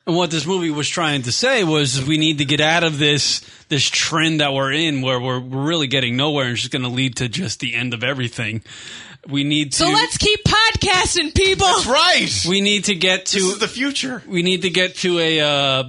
G: And what this movie was trying to say was we need to get out of this this trend that we're in where we're, we're really getting nowhere and it's just going to lead to just the end of everything. We need to
H: So let's keep podcasting, people. <laughs> That's
F: right.
G: we need to get to
F: the future.
G: We need to get to a uh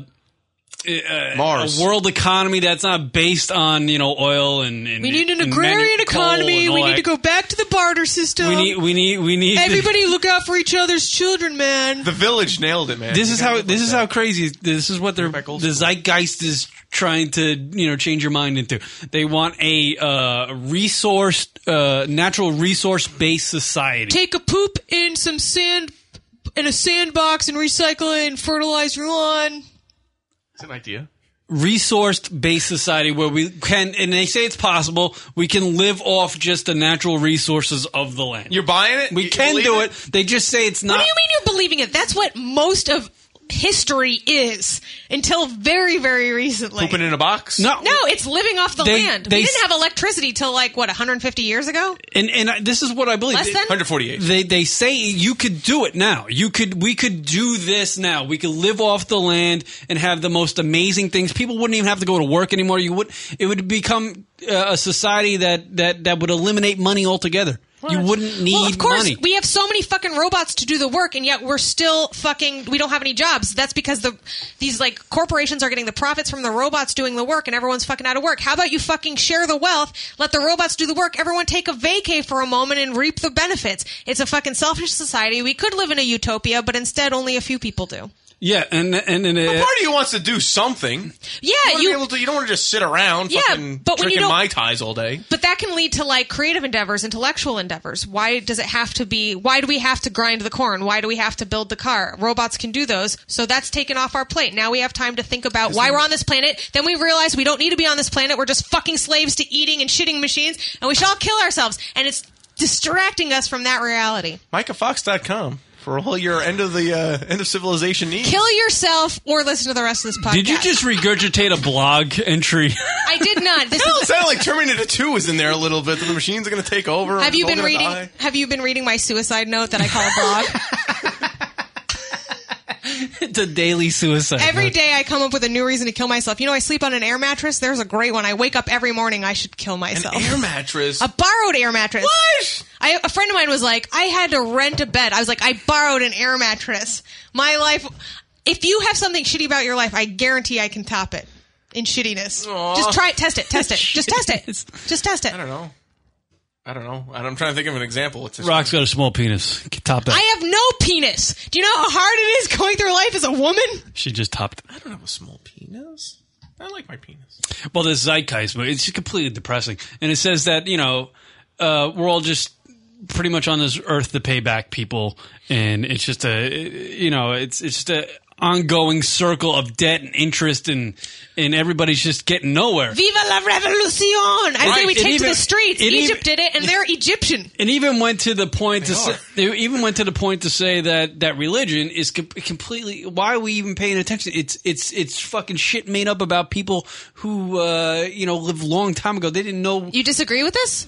G: a, a-
F: Mars.
G: a world economy that's not based on, you know, oil and, and
H: We need an
G: and
H: agrarian
G: manu- coal
H: economy.
G: and all
H: We need
G: that.
H: to go back to the barter system.
G: We need we need we need
H: Everybody look out for each other's children, man.
F: The village nailed it, man.
G: this is
F: You gotta
G: how
F: live
G: this
F: like
G: is
F: that.
G: how crazy this is what they're the zeitgeist is trying to you know change your mind into they want a uh resource uh natural resource based society
H: Take a poop in some sand in a sandbox and recycle it and fertilize your lawn.
F: It's an idea.
G: resourced based society where we can and they say it's possible we can live off just the natural resources of the land
F: you're buying it
G: we can do it? they just say it's not
H: What do you mean you're believing it? That's what most of history is until very, very recently.
F: Pooping in a box?
G: No.
H: No, it's living off the
G: They-
H: land.
G: they
H: we didn't
G: s-
H: have electricity till like what 150 years ago.
G: and and I, this is what i believe
H: Less than?
F: 148
G: they they say you could do it now you could we could do this now we could live off the land and have the most amazing things people wouldn't even have to go to work anymore you would it would become uh, a society that that that would eliminate money altogether you wouldn't need
H: well, of course,
G: money
H: we have so many fucking robots to do the work, and yet we're still fucking. We don't have any jobs. That's because the these like corporations are getting the profits from the robots doing the work, and everyone's fucking out of work. How about you fucking share the wealth? Let the robots do the work. Everyone take a vacay for a moment and reap the benefits. It's a fucking selfish society. We could live in a utopia, but instead, only a few people do.
G: yeah and and, and
F: But part of you wants to do something.
H: Yeah,
F: you, wanna
H: you-
F: be able to, you don't want to just sit around
H: Yeah,
F: fucking
H: but when you
F: drinking
H: don't-
F: mai tais all day.
H: But that can lead to like creative endeavors, intellectual endeavors. Why does it have to be? Why do we have to grind the corn? Why do we have to build the car? Robots can do those, so that's taken off our plate. Now we have time to think about why we're on this planet. Then we realize we don't need to be on this planet. We're just fucking slaves to eating and shitting machines, and we should all kill ourselves. And it's distracting us from that reality.
F: MicahFox.com for all your end of the uh, end of civilization needs.
H: Kill yourself or listen to the rest of this podcast.
G: Did you just regurgitate a blog entry?
H: <laughs>
G: <laughs>
H: I did not. This
F: Hell, it
H: is.
F: sounded like Terminator 2 was in there a little bit. that The machines are going to take over.
H: Have
F: and
H: you
F: we're all
H: been
F: gonna
H: reading?
F: die.
H: Have you been reading my suicide note that I call a blog?
G: it's a daily suicide.
H: Every day I come up with a new reason to kill myself. You know, I sleep on an air mattress. There's a great one. I wake up every morning. I should kill myself.
F: Air mattress.
H: <laughs> a borrowed air mattress. What? I, a friend of mine was like, I had to rent a bed. I was like, I borrowed an air mattress. My life. If you have something shitty about your life, I guarantee I can top it in shittiness. Just try it. Test it. Test it. Just test it. Just test it. I
F: don't know. I don't know. I don't- I'm trying to think of an example. It's just,
G: Rock's got a small penis. Top that.
H: I have no penis. Do you know how hard it is going through life as a woman?
G: she just topped.
F: I don't have a small penis. I like my penis.
G: Well, this zeitgeist movie, it's just completely depressing. And it says that, you know, uh, we're all just pretty much on this earth to pay back people. And it's just a, you know, it's, it's just a ongoing circle of debt and interest and, and everybody's just getting nowhere.
H: Viva la revolucion! I
G: Right.
H: say we
G: It
H: take to
G: even-
H: the streets.
G: it
H: Egypt
G: even-
H: did it, and they're Egyptian.
G: and even went to the point to say, they even went to the point to say that that religion is com- completely why are we even paying attention it's it's it's fucking shit made up about people who uh you know lived a long time ago they didn't know
H: You disagree with this?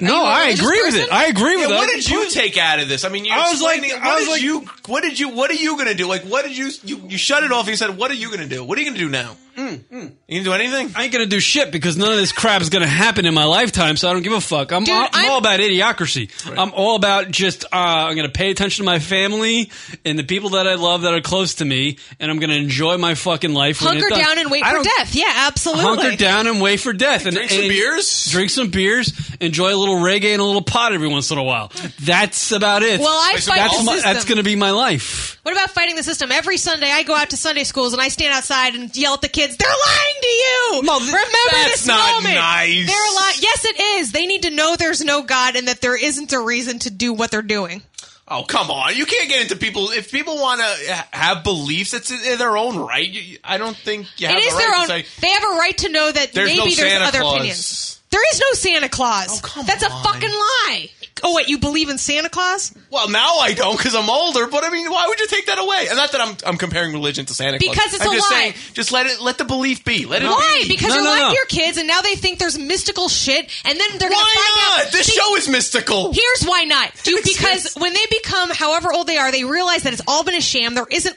G: no
F: Are you a
G: i
F: religious
G: agree with it
F: person?
G: i agree with
F: Yeah,
G: it
F: What did you take out of this? I mean, you
G: I was like-
F: explaining-
G: I
F: what
G: was
F: did
G: like-
F: you, what did you, what are you going to do? Like, what did you, you, you shut it off. You said, what are you going to do? What are you going to do now? You gonna do anything?
G: I ain't gonna do shit because none of this crap is gonna happen in my lifetime, so I don't give a fuck. I'm, all, I'm, all about idiocracy. I'm all about just uh, I'm gonna pay attention to my family and the people that I love that are close to me, and I'm gonna enjoy my fucking life. when
H: Hunker
G: it does.
H: down and wait
G: I
H: for
G: don't
H: death. Yeah, absolutely.
G: hunker down and wait for death. And
F: Drink some
G: and-
F: beers?
G: Drink some beers. Enjoy a little reggae and a little pot every once in a while. That's about it.
H: Well, I Play some fight
G: that's,
H: the
G: my-
H: system.
G: that's going to be my life.
H: What about fighting the system? Every Sunday, I go out to Sunday schools and I stand outside and yell at the kids, "They're lying to you!" Remember
F: that's
H: this
F: not
H: moment.
F: nice.
H: They're lying. Yes, it is. They need to know there's no God and that there isn't a reason to do what they're doing.
F: Oh, come on. You can't get into people. If people want to have beliefs, it's their own right. You- I don't think you have
H: it is
F: the right
H: their own.
F: to say,
H: they have a right to know that
F: There's
H: maybe
F: no
H: there's
F: Santa
H: other
F: Claus. Oh,
H: opinions. There is no Santa Claus. That's a fucking lie. Oh, what you believe in Santa Claus?
F: well, now I don't because I'm older, but I mean, why would you take that away? And not that I'm, I'm comparing religion to Santa Claus.
H: Because it's
F: I'm
H: a
F: just
H: lie.
F: saying, just let it, let the belief be. Let it
H: Why?
F: be.
H: Because you're like your kids, and now they think there's mystical shit, and then they're gonna
F: Why
H: find
F: not?
H: out.
F: This
H: See,
F: show is mystical.
H: Here's
F: <laughs>
H: why not. Dude, because when they become however old they are, they realize that it's all been a sham. There isn't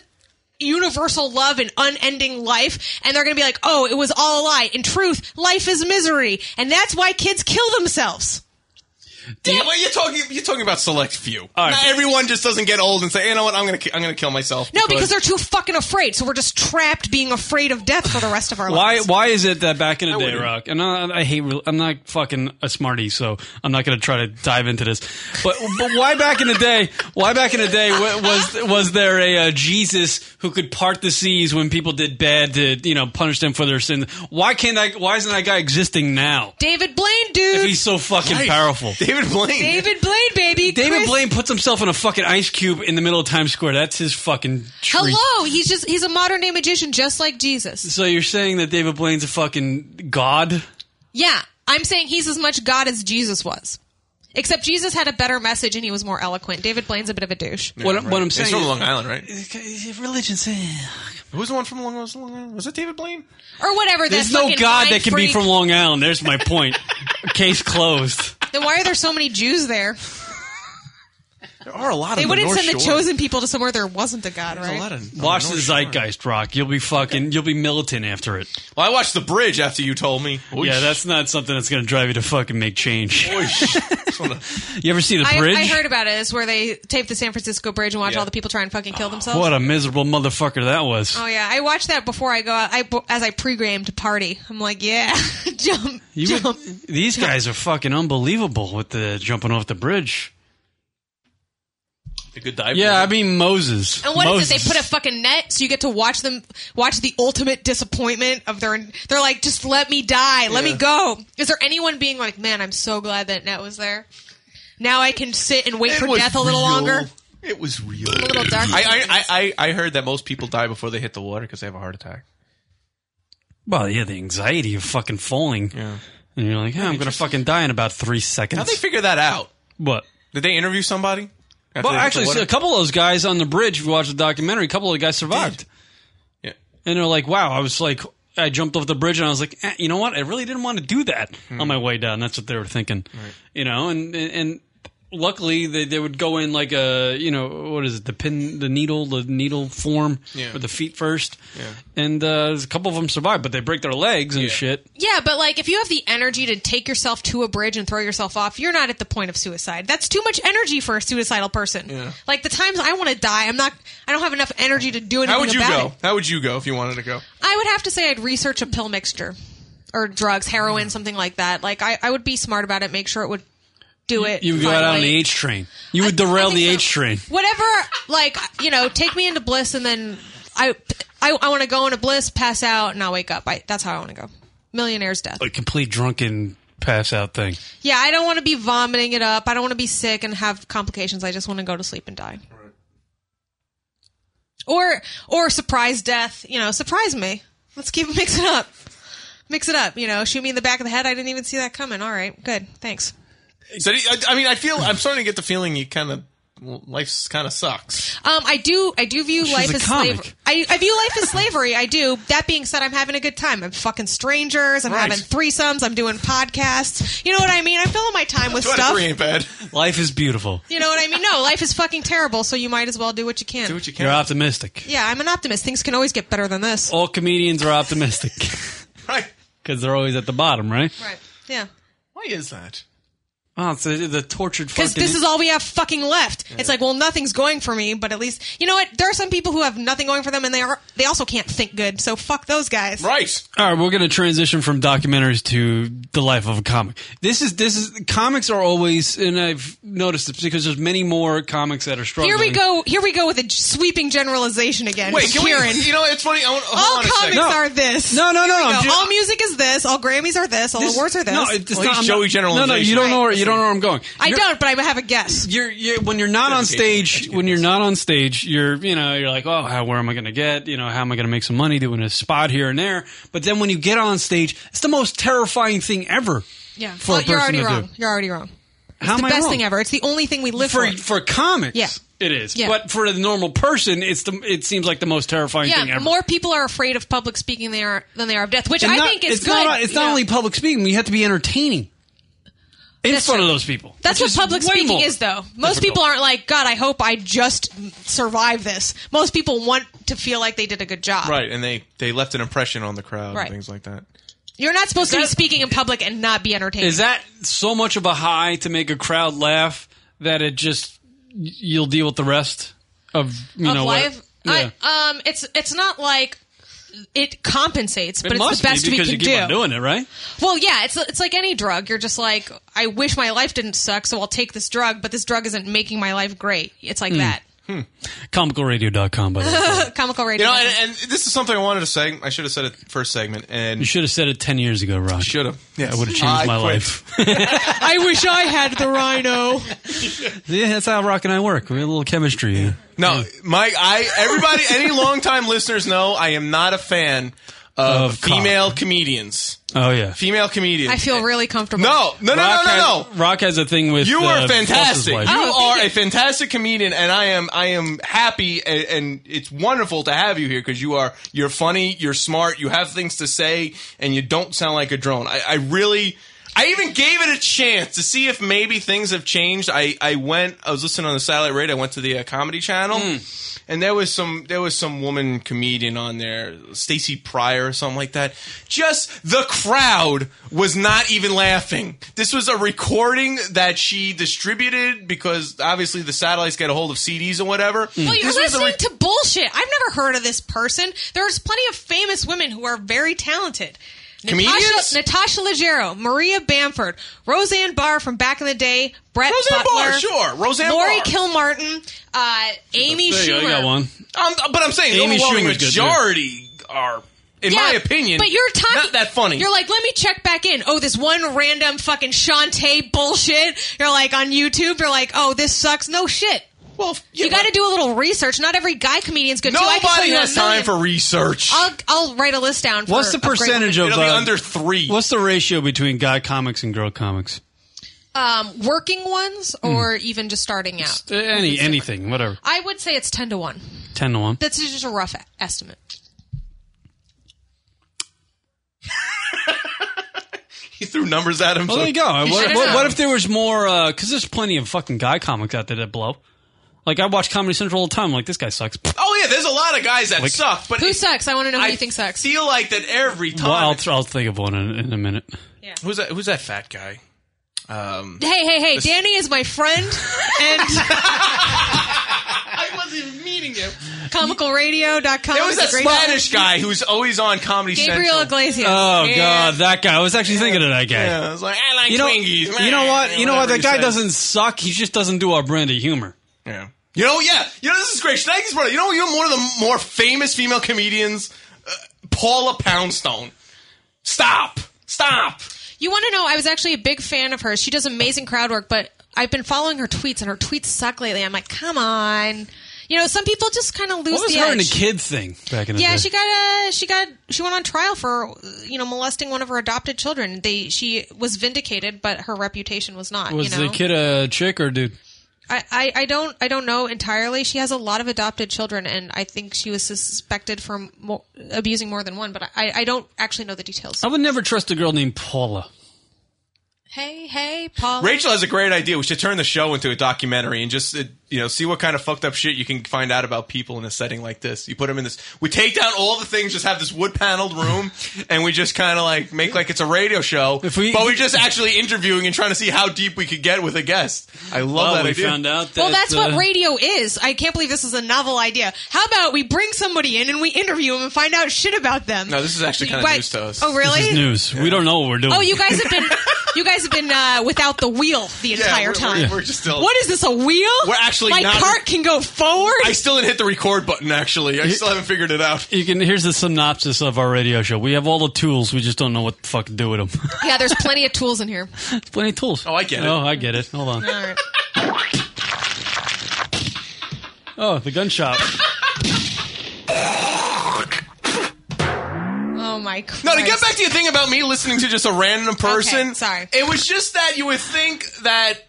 H: universal love and unending life, and they're gonna be like, "Oh, it was all a lie." In truth, life is misery, and that's why kids kill themselves.
F: Yeah, well, you're talking you're talking about select few.
G: right.
F: Not everyone just doesn't get old and say, you know what, I'm gonna ki- I'm gonna kill myself.
H: No, because they're too fucking afraid. So we're just trapped being afraid of death for the rest of our lives.
G: Why? Why is it that back in the day,
F: wouldn't.
G: Rock? And I, I hate. rel- I'm not fucking a smarty, so I'm not going to try to dive into this. But but why back in the day? Why back in the day wa- was was there a uh, Jesus who could part the seas when people did bad to you know punish them for their sins? Why can't I? Why isn't that guy existing now?
H: David Blaine, dude.
G: If he's so fucking powerful,
F: David David Blaine.
H: David Blaine, baby.
G: David
H: Chris-
G: Blaine puts himself in a fucking ice cube in the middle of Times Square. That's his fucking treat.
H: Hello, he's just he's a modern day magician, just like Jesus.
G: So you're saying that David Blaine's a fucking god?
H: Yeah, I'm saying he's as much God as Jesus was, except Jesus had a better message and he was more eloquent. David Blaine's a bit of a douche.
G: What- what I'm saying
F: He's from
G: is-
F: Long Island, right?
G: Religion's eh.
F: Who's the one from Long Island? Was it David Blaine?
H: or whatever. that
G: There's no
H: fucking
G: god
H: mind
G: that can be
H: freak-
G: from Long Island. There's my
H: <laughs>
G: point. Case closed.
H: Then why are there so many
G: <laughs>
H: Jews there?
F: There are a lot
H: They wouldn't send the chosen people to somewhere there wasn't a god, right?
F: Oh,
G: Watch the Zeitgeist Rock. You'll be fucking. You'll be militant after it.
F: Well, I watched the bridge after you told me.
G: Yeah, that's not something that's going to drive you to fucking make change. <laughs> you ever see the
H: I,
G: bridge?
H: I heard about it. It's where they tape the San Francisco Bridge and watch all the people try and fucking kill themselves.
G: Ah, what a miserable motherfucker that was.
H: Oh yeah, I watch that before I go out. I as I pregame to party. I'm like, yeah, <laughs> jump,
G: You would-
H: jump.
G: these guys are fucking unbelievable with the jumping off the bridge.
F: The good dive.
G: Yeah, I mean Moses.
H: And what is
G: Moses.
H: it? They put a fucking net so you get to watch them watch the ultimate disappointment of their. They're like, just let me die, let me
G: Yeah.
H: go. Is there anyone being like, man, I'm so glad that net was there. Now I can sit and wait
F: It
H: for
F: was
H: death a little
F: real.
H: longer.
F: It was real.
H: A little dark.
F: I, I, I, I heard that most people die before they hit the water because they have a heart attack.
G: Well, yeah, the anxiety of fucking falling. Yeah. And you're like, yeah, I'm gonna fucking die in about three seconds.
F: How'd they figure that out?
G: What?
F: Did they interview somebody? after
G: well,
F: they hit the
G: actually, so
F: water?
G: a couple of those guys on the bridge, if you watch the documentary, a couple of the guys survived.
F: Yeah.
G: And they're like, wow, I was like, I jumped off the bridge and I was like, eh, you know what? I really didn't want to do that on my way down. That's what they were thinking. You know, and, and, and luckily they, they would go in like a, you know, what is it? The pin, the needle, the needle form
F: Yeah.
G: with the feet first.
F: Yeah.
G: And uh, there's a couple of them survived, but they break their legs and shit.
H: Yeah, but like if you have the energy to take yourself to a bridge and throw yourself off, you're not at the point of suicide. That's too much energy for a suicidal person.
F: Yeah.
H: Like the times I want to die, I'm not. I don't have enough energy to do anything
F: How would you
H: about
F: go?
H: it.
F: How would you go if you wanted to go?
H: I would have to say I'd research a pill mixture or drugs, heroin, something like that. Like I, I would be smart about it, make sure it would do it.
G: You would go out on the
H: finally.
G: H train. You would derail the H train.
H: whatever, like you know, take me into bliss, and then I, I, I want to go into bliss, pass out, and I'll wake up. I, that's how I want to go. Millionaire's death.
G: A complete drunken pass out thing.
H: Yeah, I don't want to be vomiting it up. I don't want to be sick and have complications. I just want to go to sleep and die. Or or surprise death, you know, surprise me. Let's keep mix it up. Mix it up, you know, shoot me in the back of the head. I didn't even see that coming. All right. Good. Thanks.
F: So, do you- I, I mean, I feel I'm starting to get the feeling you kind of life's kind of sucks.
H: Um I do I do view
F: She's
H: life
F: a
H: as
F: comic.
H: slavery. I, I view life as slavery. I do. That being said, I'm having a good time. I'm fucking strangers. I'm
G: Right.
H: having threesomes. I'm doing podcasts. You know what I mean? I'm filling my time with
G: Two out of
H: stuff.
G: three ain't
F: bad.
G: Life is beautiful.
H: You know what I mean? No, life is fucking terrible, so you might as well do what you can.
G: Do what you can. You're optimistic.
H: Yeah, I'm an optimist. Things can always get better than this.
G: All comedians are optimistic. <laughs>
F: right.
G: Because they're always at the bottom, right?
H: Right. Yeah.
F: Why is that?
G: Oh, it's the, the tortured fucking.
H: Because this is all we have fucking left. It's like, well, nothing's going for me, but at least you know what? There are some people who have nothing going for them, and they are they also can't think good. So fuck those guys.
F: Right.
G: All right, we're going to transition from documentaries to the life of a comic. This is this is comics are always, and I've noticed it because there's many more comics that are struggling.
H: Here we go. Here we go with a j- sweeping generalization again.
G: Wait, can we-
H: Kieran.
G: you
F: know, it's funny. I want,
H: all
G: on a
H: comics
G: second. No.
H: are this.
G: No, no, no,
H: Here
G: no,
H: we go.
G: ju-
H: all music is this. All Grammys are this. All
G: This-
H: awards are this.
G: No, it's not, I'm not- No, no, you don't know where you don't know where I'm going.
H: I
G: You're-
H: don't, but I have a guess.
G: You're, you're when you're not on stage when you're not on stage you're you know you're like oh how where am i going to get you know how am i going to make some money doing a spot here and there but then when you get on stage it's the most terrifying thing ever
H: Yeah.
G: for a
H: well,
G: person
H: you're already
G: to do.
H: wrong. You're already wrong. It's
G: How
H: the
G: am I
H: best
G: wrong?
H: thing ever. It's the only thing we live
G: for
H: for.
G: for comics
H: Yeah.
G: it is
H: Yeah.
G: but for the normal person it's the it seems like the most terrifying thing
H: Yeah,
G: ever
H: more people are afraid of public speaking they are, than they are of death, which
G: And
H: I
G: not-
H: think is
G: it's
H: good.
G: not, it's not
H: you know.
G: only public speaking you have to be entertaining in
H: That's
G: front of
H: true.
G: those people
H: That's
G: which
H: what
G: is
H: public
G: way
H: speaking
G: more
H: is, though. Most
G: difficult.
H: people aren't like, God, I hope I just survive this. Most people want to feel like they did a good job.
F: Right, and they they left an impression on the crowd
H: Right.
F: and things like that.
H: You're not supposed to be speaking in public and not be entertaining.
G: Is that so much of a high to make a crowd laugh that it just you'll deal with the rest of you
H: of
G: know what-
H: life?
G: Yeah.
H: I, um, it's it's not like it compensates, but
G: it
H: it's
G: must
H: the best
G: be because
H: we
G: you
H: can
G: keep
H: do.
G: on doing it, right?
H: Well, yeah, it's it's like any drug. You're just like, I wish my life didn't suck, so I'll take this drug, but this drug isn't making my life great. It's like
G: Mm.
H: that. <laughs>
G: Comicalradio.com, by the way.
H: Comical
F: You
H: radio.
F: know, and, and this is something I wanted to say. I should have said it first segment, and
G: You should have said it 10 years ago, Rock. Should
F: have.
G: I would have changed
F: I
G: my
F: quit. <laughs>
G: life.
H: I wish I had the rhino.
G: Yeah, that's how Rock and I work. We have a little chemistry. Yeah.
F: No, Mike. I everybody, <laughs> any longtime listeners know I am not a fan of,
G: Of cock.
F: female comedians.
G: Oh, yeah.
F: Female comedians.
H: I feel really comfortable.
F: no, no, no, no,
G: Rock
F: no,
G: has-
F: no.
G: Rock has a thing with
F: You
G: uh,
F: are
G: Fuss's
F: fantastic. You
G: wife.
H: Oh,
F: are a fantastic comedian, and I am I am happy, and, and it's wonderful to have you here because you are you're funny, you're smart, you have things to say, and you don't sound like a drone. I, I really. I even gave it a chance to see if maybe things have changed. I, I went. I was listening on the satellite radio. I went to the uh, comedy channel,
H: Hmm.
F: and there was some there was some woman comedian on there, Stacy Pryor or something like that. Just the crowd was not even laughing. This was a recording that she distributed because obviously the satellites get a hold of CDs and whatever.
H: Hmm. Well, you're
F: This was the
H: listening to bullshit. I've never heard of this person. There's plenty of famous women who are very talented.
F: Comedians?
H: Natasha, Natasha Leggero, Maria Bamford, Roseanne Barr from back in the day, Brett
F: Roseanne
H: Butler,
F: Barr, sure, Roseanne
H: Lori
F: Barr.
H: Kilmartin, uh, Amy
G: There you
H: Schumer.
G: go, you got one.
F: Um, but I'm saying the
G: Amy
F: overwhelming
G: Schumer's good, too.
F: majority are, in
H: Yeah,
F: my opinion,
H: but you're talking
F: not that funny.
H: You're like, let me check back in. Oh, this one random fucking Shantae bullshit. You're like on YouTube. You're like, oh, this sucks. No shit.
F: Well,
H: you got to do a little research. Not every guy comedian's good. too. I can show
F: nobody
H: you a
F: has time
H: million.
F: for research.
H: I'll I'll write a list down. For,
G: What's the
H: of great
G: percentage of
H: women.
G: uh,
F: three?
G: What's the ratio between guy comics and girl comics?
H: um, working ones
F: Hmm.
H: or even just starting out?
G: Uh, Any anything, whatever.
H: I would say it's ten to one.
G: Ten to one.
H: That's just a rough e- estimate.
F: He threw numbers at him.
G: Well,
F: so-
G: there you go.
F: He
G: What,
F: should've
G: what,
F: known.
G: what if there was more? Because there's plenty of fucking guy comics out there that blow. Like I watch Comedy Central all the time. I'm like this guy sucks.
F: Oh yeah, there's a lot of guys that
G: Like-
F: suck, but
H: Who
F: it-
H: sucks? I want to know who
F: I
H: you think sucks.
F: feel like that every time.
G: Well, I'll, I'll think of one in, in a minute.
F: Who's that? Who's that fat guy? Um,
H: Hey, hey, hey!
F: this-
H: Danny is
F: <laughs>
H: my friend, and
F: I wasn't even meaning him.
H: comicalradio.com.
F: There was
H: is a
F: that
H: great-
F: Spanish guy who's always on Comedy
H: Gabriel
F: Central.
H: Iglesias.
G: Oh god, that guy! I was actually thinking of that guy.
F: Yeah, I was like, I like
G: you know,
F: Twinkies.
G: you know what? You know what?
F: Whatever
G: That
F: he
G: guy
F: said.
G: doesn't suck. He just doesn't do our brand of humor.
F: Yeah. You know, yeah. You know, this is great. Schneike's brother. You know, you know, one of the more famous female comedians, uh, Paula Poundstone. Stop. Stop.
H: You want to know? I was actually a big fan of hers. She does amazing crowd work, but I've been following her tweets, and her tweets suck lately. I'm like, come on. You know, some people just kind of lose
G: What was
H: the
G: her
H: edge.
G: and the kid thing back in the
H: yeah,
G: day?
H: she got uh, she got she went on trial for you know molesting one of her adopted children. They she was vindicated, but her reputation was not.
G: was
H: you know?
G: the kid a chick or a dude?
H: I, I, I don't I don't know entirely. She has a lot of adopted children, and I think she was suspected for mo- abusing more than one. But I, I don't actually know the details.
G: I would never trust a girl named Paula.
H: Hey hey Paul.
F: Rachel has a great idea. We should turn the show into a documentary and just uh, you know see what kind of fucked up shit you can find out about people in a setting like this. You put them in this. We take down all the things. Just have this wood paneled
G: <laughs>
F: room, and we just kind of like make like it's a radio show. If
G: we-
F: but we're just actually interviewing and trying to see how deep we could get with a guest. I love
G: Well,
F: that
G: Oh, we
F: idea.
G: found out that
H: Well, that's
G: uh,
H: what radio is. I can't believe this is a novel idea. How about we bring somebody in and we interview them and find out shit about them?
F: No, this is actually kinda
H: Wait-
F: news to us.
H: Oh, really?
G: This is news. We don't know what we're doing.
H: Oh, you guys have been you guys have been uh, without the wheel the entire
F: we're-
H: time.
F: we're- we're just still-
H: What is this? A wheel?
F: We're actually
H: my
F: not-
H: cart can go forward.
F: I still didn't hit the record button. Actually, I still haven't figured it out.
G: You can. Here's the synopsis of our radio show. We have all the tools. We just don't know what the fuck to do <laughs> with them.
H: yeah, there's plenty of tools in here.
G: Plenty of tools. Oh,
F: I get it.
G: Oh, I get it. Hold on.
H: All right.
G: Oh, the gun shop.
H: Oh my. Christ.
F: <laughs> No, to get back to your thing about me listening to just a random person.
H: Okay, sorry.
F: It was just that you would think that.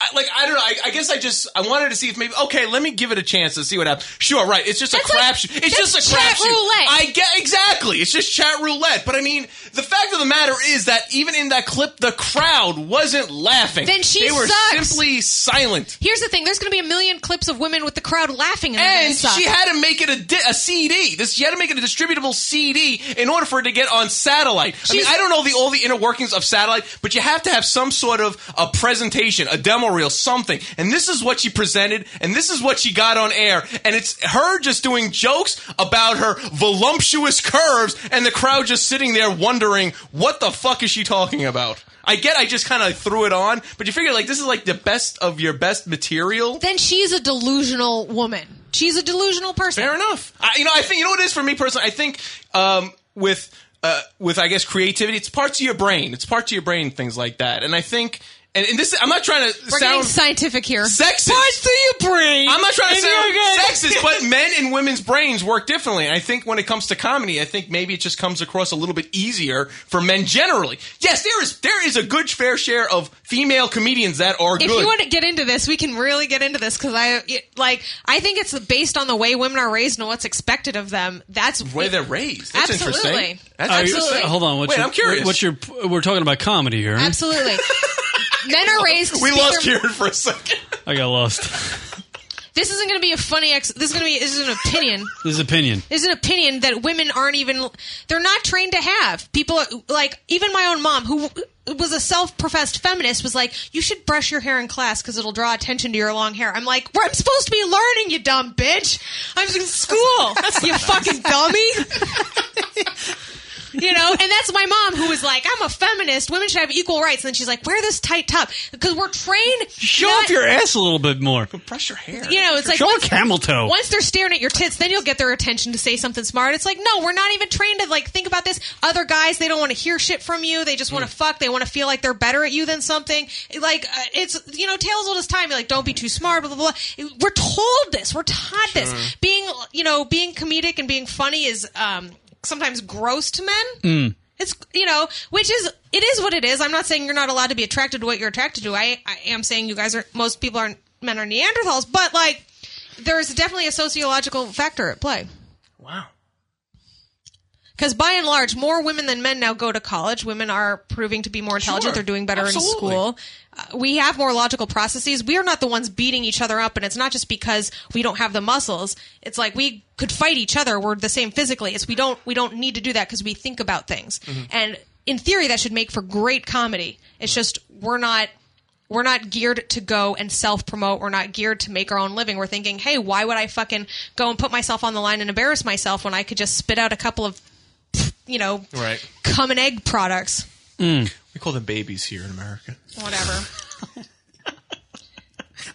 F: I- Like I don't know. I, I guess I just I wanted to see if maybe okay. Let me give it a chance to see what happens. Sure, right. It's just a
H: That's like-
F: crapshoot. it's
H: that's
F: just a
H: chat
F: crapshoot.
H: roulette.
F: I get exactly. It's just chat roulette. But I mean, the fact of the matter is that even in that clip, the crowd wasn't laughing.
H: Then she
F: they were
H: sucks.
F: simply silent.
H: Here's the thing: there's going to be a million clips of women with the crowd laughing, and, they're gonna
F: And
H: suck.
F: she had to make it a, di- a CD. This she had to make it a distributable CD in order for it to get on satellite. I mean,
H: She's-
F: I don't know the all the inner workings of satellite, but you have to have some sort of a presentation, a demo battle reel, something. And this is what she presented, and this is what she got on air. And it's her just doing jokes about her voluptuous curves, and the crowd just sitting there wondering, what the fuck is she talking about? I get I just kind of threw it on, but you figure, like, this is like the best of your best material.
H: Then she's a delusional woman. She's a delusional person.
F: Fair enough. I, you know, I think you know what it is for me personally. I think um, with uh, with I guess creativity, it's parts of your brain. It's parts of your brain, things like that. And I think, and, and this, I'm not trying to
H: We're getting
F: sound
H: scientific here.
F: sexist.
H: your brain.
F: I'm not trying to
H: and you're
F: sound
H: good.
F: sexist,
H: <laughs>
F: but men and women's brains work differently. And I think when it comes to comedy, I think maybe it just comes across a little bit easier for men generally. Yes, there is there is a good fair share of female comedians that are
H: if
F: good.
H: you want to get into this, we can really get into this because I it- like I think it's based on the way women are raised and what's expected of them. That's
F: the way they're raised. That's
H: absolutely.
F: interesting. That's
G: Are you-
F: interesting.
G: hold on. What's
F: Wait,
G: your,
F: I'm curious.
G: What's your? We're talking about comedy here. huh?
F: <laughs>
H: Absolutely. Men are raised. To
F: we
H: speak
F: lost
H: their-
F: Kieran for a second.
G: I got lost. <laughs>
H: This isn't going to be a funny. Ex- this is going to be. This is an opinion.
G: This is opinion.
H: This is an opinion that women aren't even. They're not trained to have. People are- like even my own mom, who was a self-professed feminist, was like, "You should brush your hair in class because it'll draw attention to your long hair." I'm like, well, "I'm supposed to be learning, you dumb bitch. I'm
G: <laughs>
H: in school, you fucking dummy." you know and that's my mom who was like i'm a feminist women should have equal rights and then she's like wear this tight top because we're trained
G: Show
H: not-
G: off your ass a little bit more.
F: Brush your hair.
H: you know it's like
G: show
H: once-
G: a camel toe.
H: once they're staring at your tits, then you'll get their attention to say something smart. It's like, no, we're not even trained to like think about this. Other guys, they don't want to hear shit from you. They just want to fuck. They want to feel like they're better at you than something. Like uh, it's you know, tales all this time. You're like, don't be too smart. Blah blah blah. We're told this. We're taught this. Being you know, being comedic and being funny is um, sometimes gross to men.
G: Mm.
H: It's you know, which is it is what it is. I'm not saying you're not allowed to be attracted to what you're attracted to. I, I am saying you guys are most people aren't men are Neanderthals, but like there's definitely a sociological factor at play.
F: Wow.
H: Because by and large, more women than men now go to college. Women are proving to be more intelligent.
F: Sure.
H: They're doing better
F: Absolutely.
H: in school. Uh, we have more logical processes. We are not the ones beating each other up, and it's not just because we don't have the muscles. It's like we could fight each other. We're the same physically. It's we don't we don't need to do that because we think about things.
F: Mm-hmm.
C: Mhm.
H: And in theory, that should make for great comedy. It's just we're not we're not geared to go and self promote. We're not geared to make our own living. We're thinking, hey, why would I fucking go and put myself on the line and embarrass myself when I could just spit out a couple of, you know,
F: Right.
H: cum and egg products?
F: We call them babies here in America.
H: Whatever.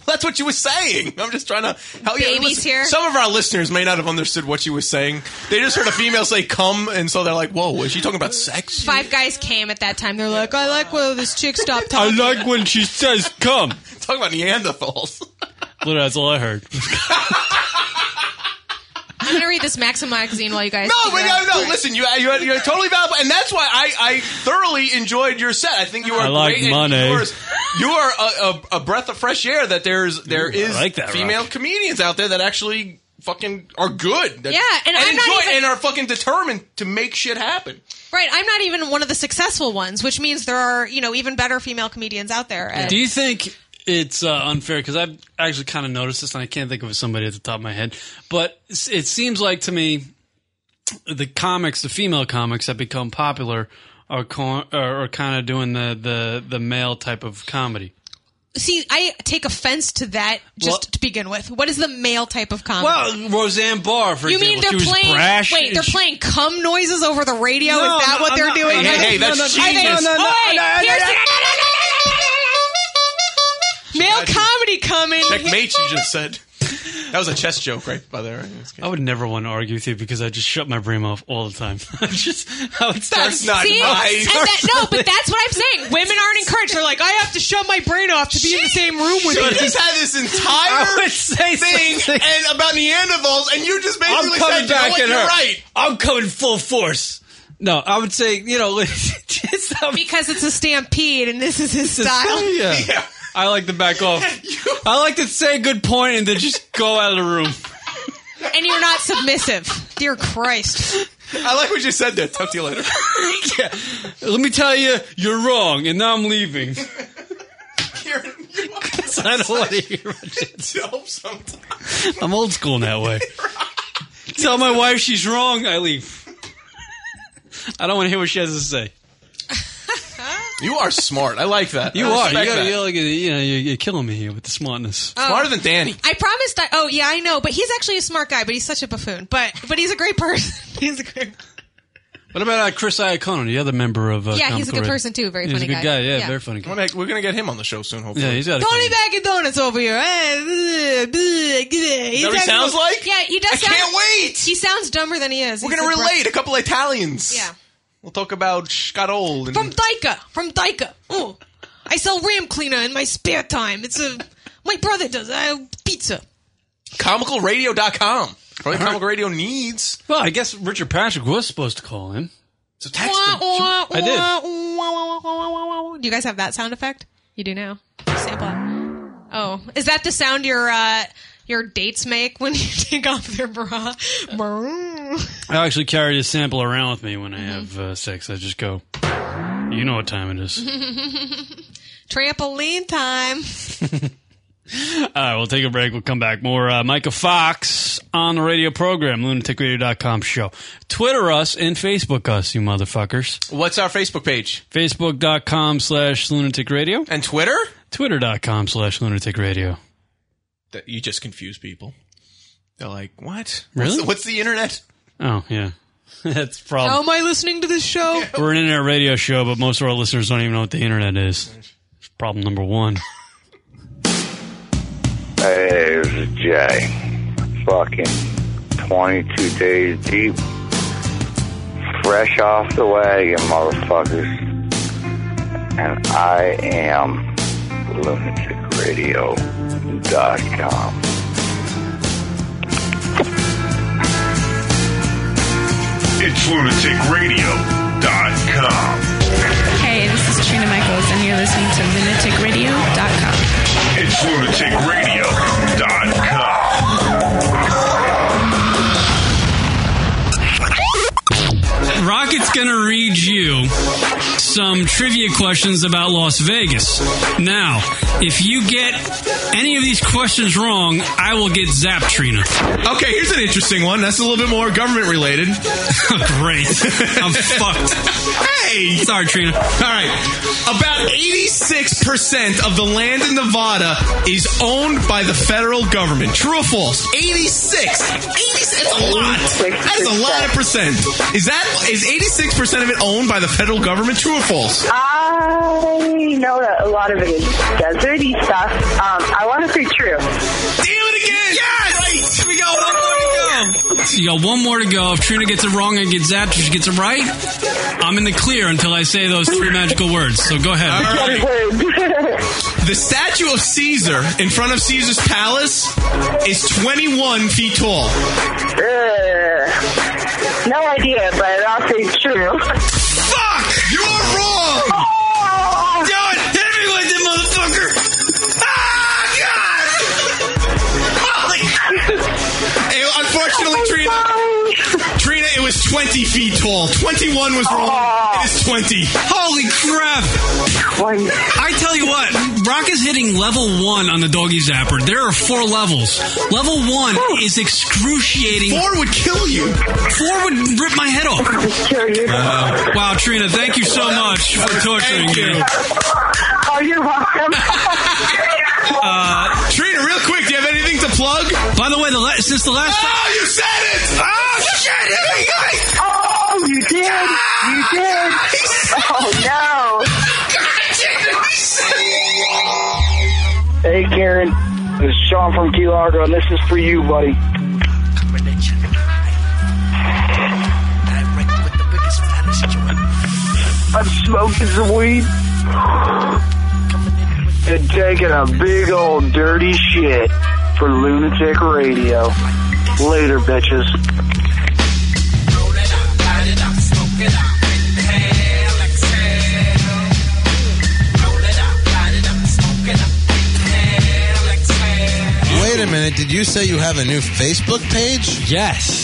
F: That's what you were saying. I'm just trying to help you.
H: Babies here.
F: Some of our listeners may not have understood what she was saying. They just heard a female say "come," and so they're like, "Whoa, is she talking about sex?" <laughs>
H: Five guys came at that time. They're like, I like when this chick stopped talking.
G: when she says "come."
F: Talking about Neanderthals. <laughs>
G: Literally, that's all I heard.
H: I'm gonna read this Maxim magazine while you guys.
F: No,
H: figure
F: but
H: out-
F: no, no. Listen, you you had- you're totally valuable, and that's why I, I thoroughly enjoyed your set. I think you were
G: I like
F: great. and
G: money.
F: yours- you are a, a, a breath of fresh air. That there's there
G: Ooh, I
F: is
G: like that,
F: female comedians out there that actually fucking are good. that-
H: Yeah, and I'm not
F: enjoy it
H: even-
F: and are fucking determined to make shit happen.
H: Right, I'm not even one of the successful ones, which means there are you know even better female comedians out there. And-
G: Do you think it's uh, unfair? Because I've actually kind of noticed this, and I can't think of somebody at the top of my head. But s- it seems like to me, the comics, the female comics that become popular, are co- are, are kind of doing the, the the male type of comedy.
H: See, I take offense to that just
G: Well-
H: to begin with. What is the male type of comedy?
G: Well, Roseanne Barr, for
H: you
G: example,
H: mean they're
G: she was
H: playing?
G: brash.
H: wait, they're
G: She-
H: playing cum noises over the radio?
G: No,
H: is that
G: no,
H: what
G: I'm
H: they're
G: not-
H: doing?
G: Hey, hey, that's
H: I think-
G: genius. No, no, no,
H: Wait,
G: no, no,
H: here's
G: no,
H: the- Male comedy coming.
F: Checkmate, you just said. That was a chess joke, right? By the way,
G: I would never want to argue with you because I just shut my brain off all the time. <laughs> I just I would start-
F: That's not
H: See?
F: nice.
H: And that- no, but that's what I'm saying. Women aren't encouraged. They're like, I have to shut my brain off to be in the same room with
F: She
H: you.
F: just had this entire thing
G: something.
F: and about Neanderthals, and you just basically
G: <laughs> I'm coming
F: said,
G: back
F: you
G: at
F: know
G: her.
F: what, You're right.
G: I'm coming full force. No, I would say you know <laughs> just,
H: because it's a stampede, and this is his style.
G: Yeah. I like to back off. I like to say a good point and then just go out of the room.
H: And you're not submissive, dear Christ.
F: I like what you said there. Talk to you later.
G: yeah. Let me tell you, you're wrong, and now I'm leaving. <laughs> So I don't want to hear about it. I'm old school in that way. Tell my wife she's wrong, I leave. I don't want to hear what she has to say.
E: You are smart. I like that. I
F: You are. You
E: respect
F: gotta,
E: that.
F: you're, like, you know, you're, you're killing me here with the smartness.
H: Oh.
E: Smarter than Danny.
H: I promised. I, oh yeah, I know. But he's actually a smart guy. But he's such a buffoon. But but he's a great person. <laughs> he's a great.
F: What about uh, Chris Iacono, the other member of? Uh,
H: Yeah, he's
F: Comical
H: a good
F: Red?
H: person, too. Very
F: he's
H: funny
F: a good
H: guy.
F: guy. Yeah,
H: Yeah.
F: very funny guy.
E: We're gonna get him on the show soon, hopefully.
F: Yeah, he's got.
H: Tony Bag and Donuts over here. Eh, bleh, bleh, bleh.
E: Is that what he
H: acting
E: sounds like?
H: Yeah, he does.
E: I
H: sound,
E: can't wait!
H: He sounds dumber than he is.
E: We're
H: He's
E: gonna
H: a bro-
E: relate a couple Italians.
H: Yeah,
E: We'll talk about Scott Old and
H: from Dyka, from Dyka. Oh, I sell ram cleaner in my spare time. It's a my brother does. I pizza.
E: comicalradio.com. Probably comical radio needs.
F: Well, I guess Richard Patrick was supposed to call in.
E: So
F: text him.
H: I
F: I did.
H: did. Do you guys have that sound effect? You do now. Sample. it. Oh, is that the sound your uh, your dates make when you <laughs> take off their bra?
F: I actually carry a sample around with me when I have uh, sex. I just go. You know what time it is.
H: Trampoline time.
F: All right, we'll take a break. We'll come back. More uh, Micah Fox on the radio program, lunaticradio.com show. Twitter us and Facebook us, you motherfuckers.
E: What's our Facebook page?
F: Facebook.com slash lunatic radio.
E: And Twitter?
F: Twitter.com slash lunatic radio.
E: That you just confuse people. They're like, what? What's
F: Really?
E: the, what's the internet?
F: Oh, yeah. <laughs> That's a problem.
H: How am I listening to this show?
F: <laughs> We're an internet radio show, but most of our listeners don't even know what the internet is. It's problem number one.
C: Hey, this is Jay. Fucking 22 days deep. Fresh off the wagon, motherfuckers. And I am lunaticradio.com.
O: It's lunaticradio.com.
P: Hey, this is Trina Michaels, and you're listening to lunaticradio.com.
O: It's lunaticradio.com.
G: <laughs> Rocket's going to read you some trivia questions about Las Vegas. Now, if you get any of these questions wrong, I will get zapped, Trina.
E: Okay, here's an interesting one. That's a little bit more government
G: <laughs>
E: related.
G: Great. I'm fucked.
E: Hey!
G: Sorry, Trina. All
E: right. About 86% of the land in Nevada is owned by the federal government. True or false? 86. 86 that's a lot. That's a lot of percent. Is that is 86% of it owned by the federal government? True or false?
A: I know that a lot of it is deserty stuff. Um, I want to say true. <laughs>
E: Yes! Here we go. One more to go.
G: So you got one more to go. If Trina gets it wrong and gets zapped, if she gets it right, I'm in the clear until I say those three magical words. So go ahead.
E: The statue of Caesar in front of Caesar's palace is 21 feet tall.
A: Uh, no idea, but I'll say true. Oh,
E: Fuck! You're wrong! Don't hit me with it, motherfucker! Ah, God! Holy It- Unfortunately,
G: Oh,
E: Trina, Trina, it was 20 feet tall. 21 was wrong. It is 20.
G: Ah. Holy crap! I tell you what, Rock is hitting level one on the doggy zapper. There are four levels. Level one is excruciating.
E: Four would kill you.
G: Four would rip my head off. Wow. Wow, Trina, thank you so much for torturing me.
A: Oh, you're welcome.
G: Uh,
E: Trina, real quick, do you have anything to plug?
G: By the way, the la- since the last
E: Oh, you said it! Oh, shit! Here we go!
A: Oh, you did. You did. Oh,
C: no. Hey, Karen. This is Sean from Key Largo, and this is for you, buddy. I'm smoking some weed and taking a big old dirty shit for Lunatic Radio. Later, bitches.
M: Wait a minute. Did you say you have a new Facebook page? Oh,
F: Yes.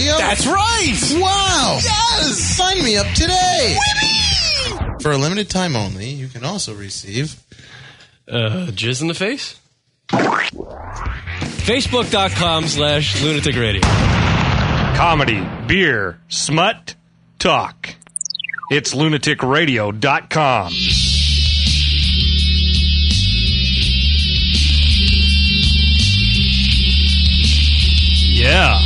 Q: That's right.
R: Wow.
Q: Yes.
R: Sign me up today. For a limited time only, you can also receive
Q: Uh, jizz in the face? Facebook.com slash lunatic radio.
S: Comedy, beer, smut, talk. It's lunaticradio.com.
G: Yeah.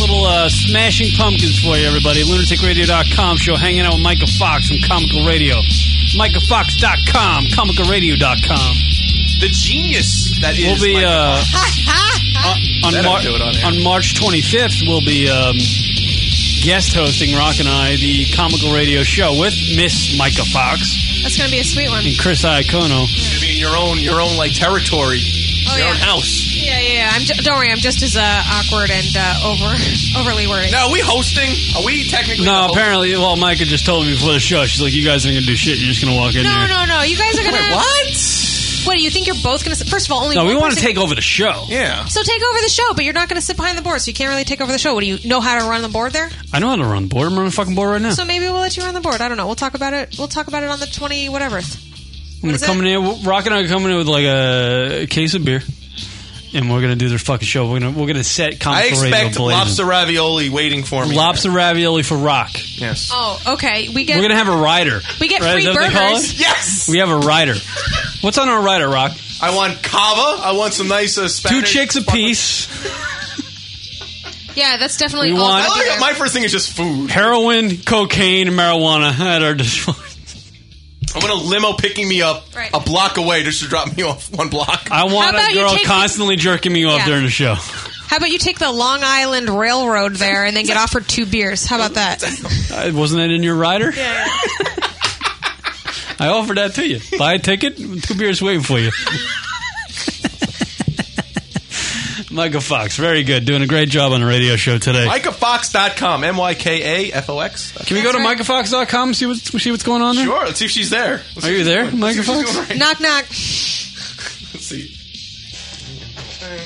G: Little uh, smashing pumpkins for you, everybody. LunaticRadio.com show hanging out with Micah Fox from Comical Radio. MicahFox.com, ComicalRadio.com.
F: The genius that
G: we'll
F: is
G: be
F: Micah
G: uh,
F: <laughs>
G: on,
F: That
G: Mar-
F: I'd do it on air.
G: on March 25th. We'll be um, guest hosting Rock and I the Comical Radio show with Miss Micah Fox
H: That's going to be a sweet one.
G: and Chris Iacono.
F: Maybe in your own your own like territory, your own house.
H: Oh, Yeah, yeah. yeah. I'm ju- don't worry, I'm just as uh, awkward and uh, over <laughs> overly worried.
F: Now, are we hosting? Are we technically? the
G: No,
F: host?
G: apparently, well, Micah just told me before the show. She's like, "You guys aren't gonna do shit. You're just gonna walk in
H: No,
G: here."
H: no, no. You guys are gonna
G: Wait, what?
H: What do you think? You're both gonna. First of all, only
G: No,
H: one
G: we want to
H: person-
G: take over the show.
F: Yeah.
H: So take over the show, but you're not going to sit behind the board, so you can't really take over the show. What do you know how to run the board there?
G: I know how to run the board. I'm running the fucking board right now.
H: So maybe we'll let you run the board. I don't know. We'll talk about it. We'll talk about it on the twenty whatever.
G: I'm gonna come in here. Rock and I are coming in with like a case of beer, and we're gonna do their fucking show. We're gonna we're gonna set.
F: I
G: comic
F: expect
G: radio
F: lobster ravioli waiting for me.
G: Lobster ravioli for Rock.
F: Yes.
H: Oh, okay. We get
G: We're gonna have a rider.
H: We get
G: Right,
H: free
G: is that what they call
H: burgers.
G: it?
F: Yes.
G: We have a rider. What's on our rider, Rock?
F: I want cava. I want some nice uh, Spanish.
G: Two chicks apiece.
H: Yeah, that's definitely.
G: We
H: all
G: want-
H: gotta be there.
F: My first thing is just food.
G: Heroin, cocaine, and marijuana <laughs> at our disposal.
F: I want a limo picking me up
H: Right.
F: a block away just to drop me <laughs> off one block.
G: I want
H: about
G: a
H: you
G: girl
H: take-
G: constantly jerking me off
H: Yeah.
G: during the show.
H: How about you take the Long Island Railroad there and then get offered two beers? How
G: <laughs>
H: about that?
G: Uh, wasn't that in your rider? Yeah. <laughs> I offered that to you. Buy a ticket, two beers waiting for you. <laughs> Michael Fox, very good. Doing a great job on the radio show today.
F: MicahFox.com. M Y K A F O X.
G: Can we go to MicahFox.com and see what's, see what's going on there?
F: Sure. Let's see if she's there. Let's
G: Are
F: see
G: you
F: if
G: there,
F: she's-
G: Micah
F: let's see
G: Fox?
F: if she's doing
H: Knock knock.
F: right. Let's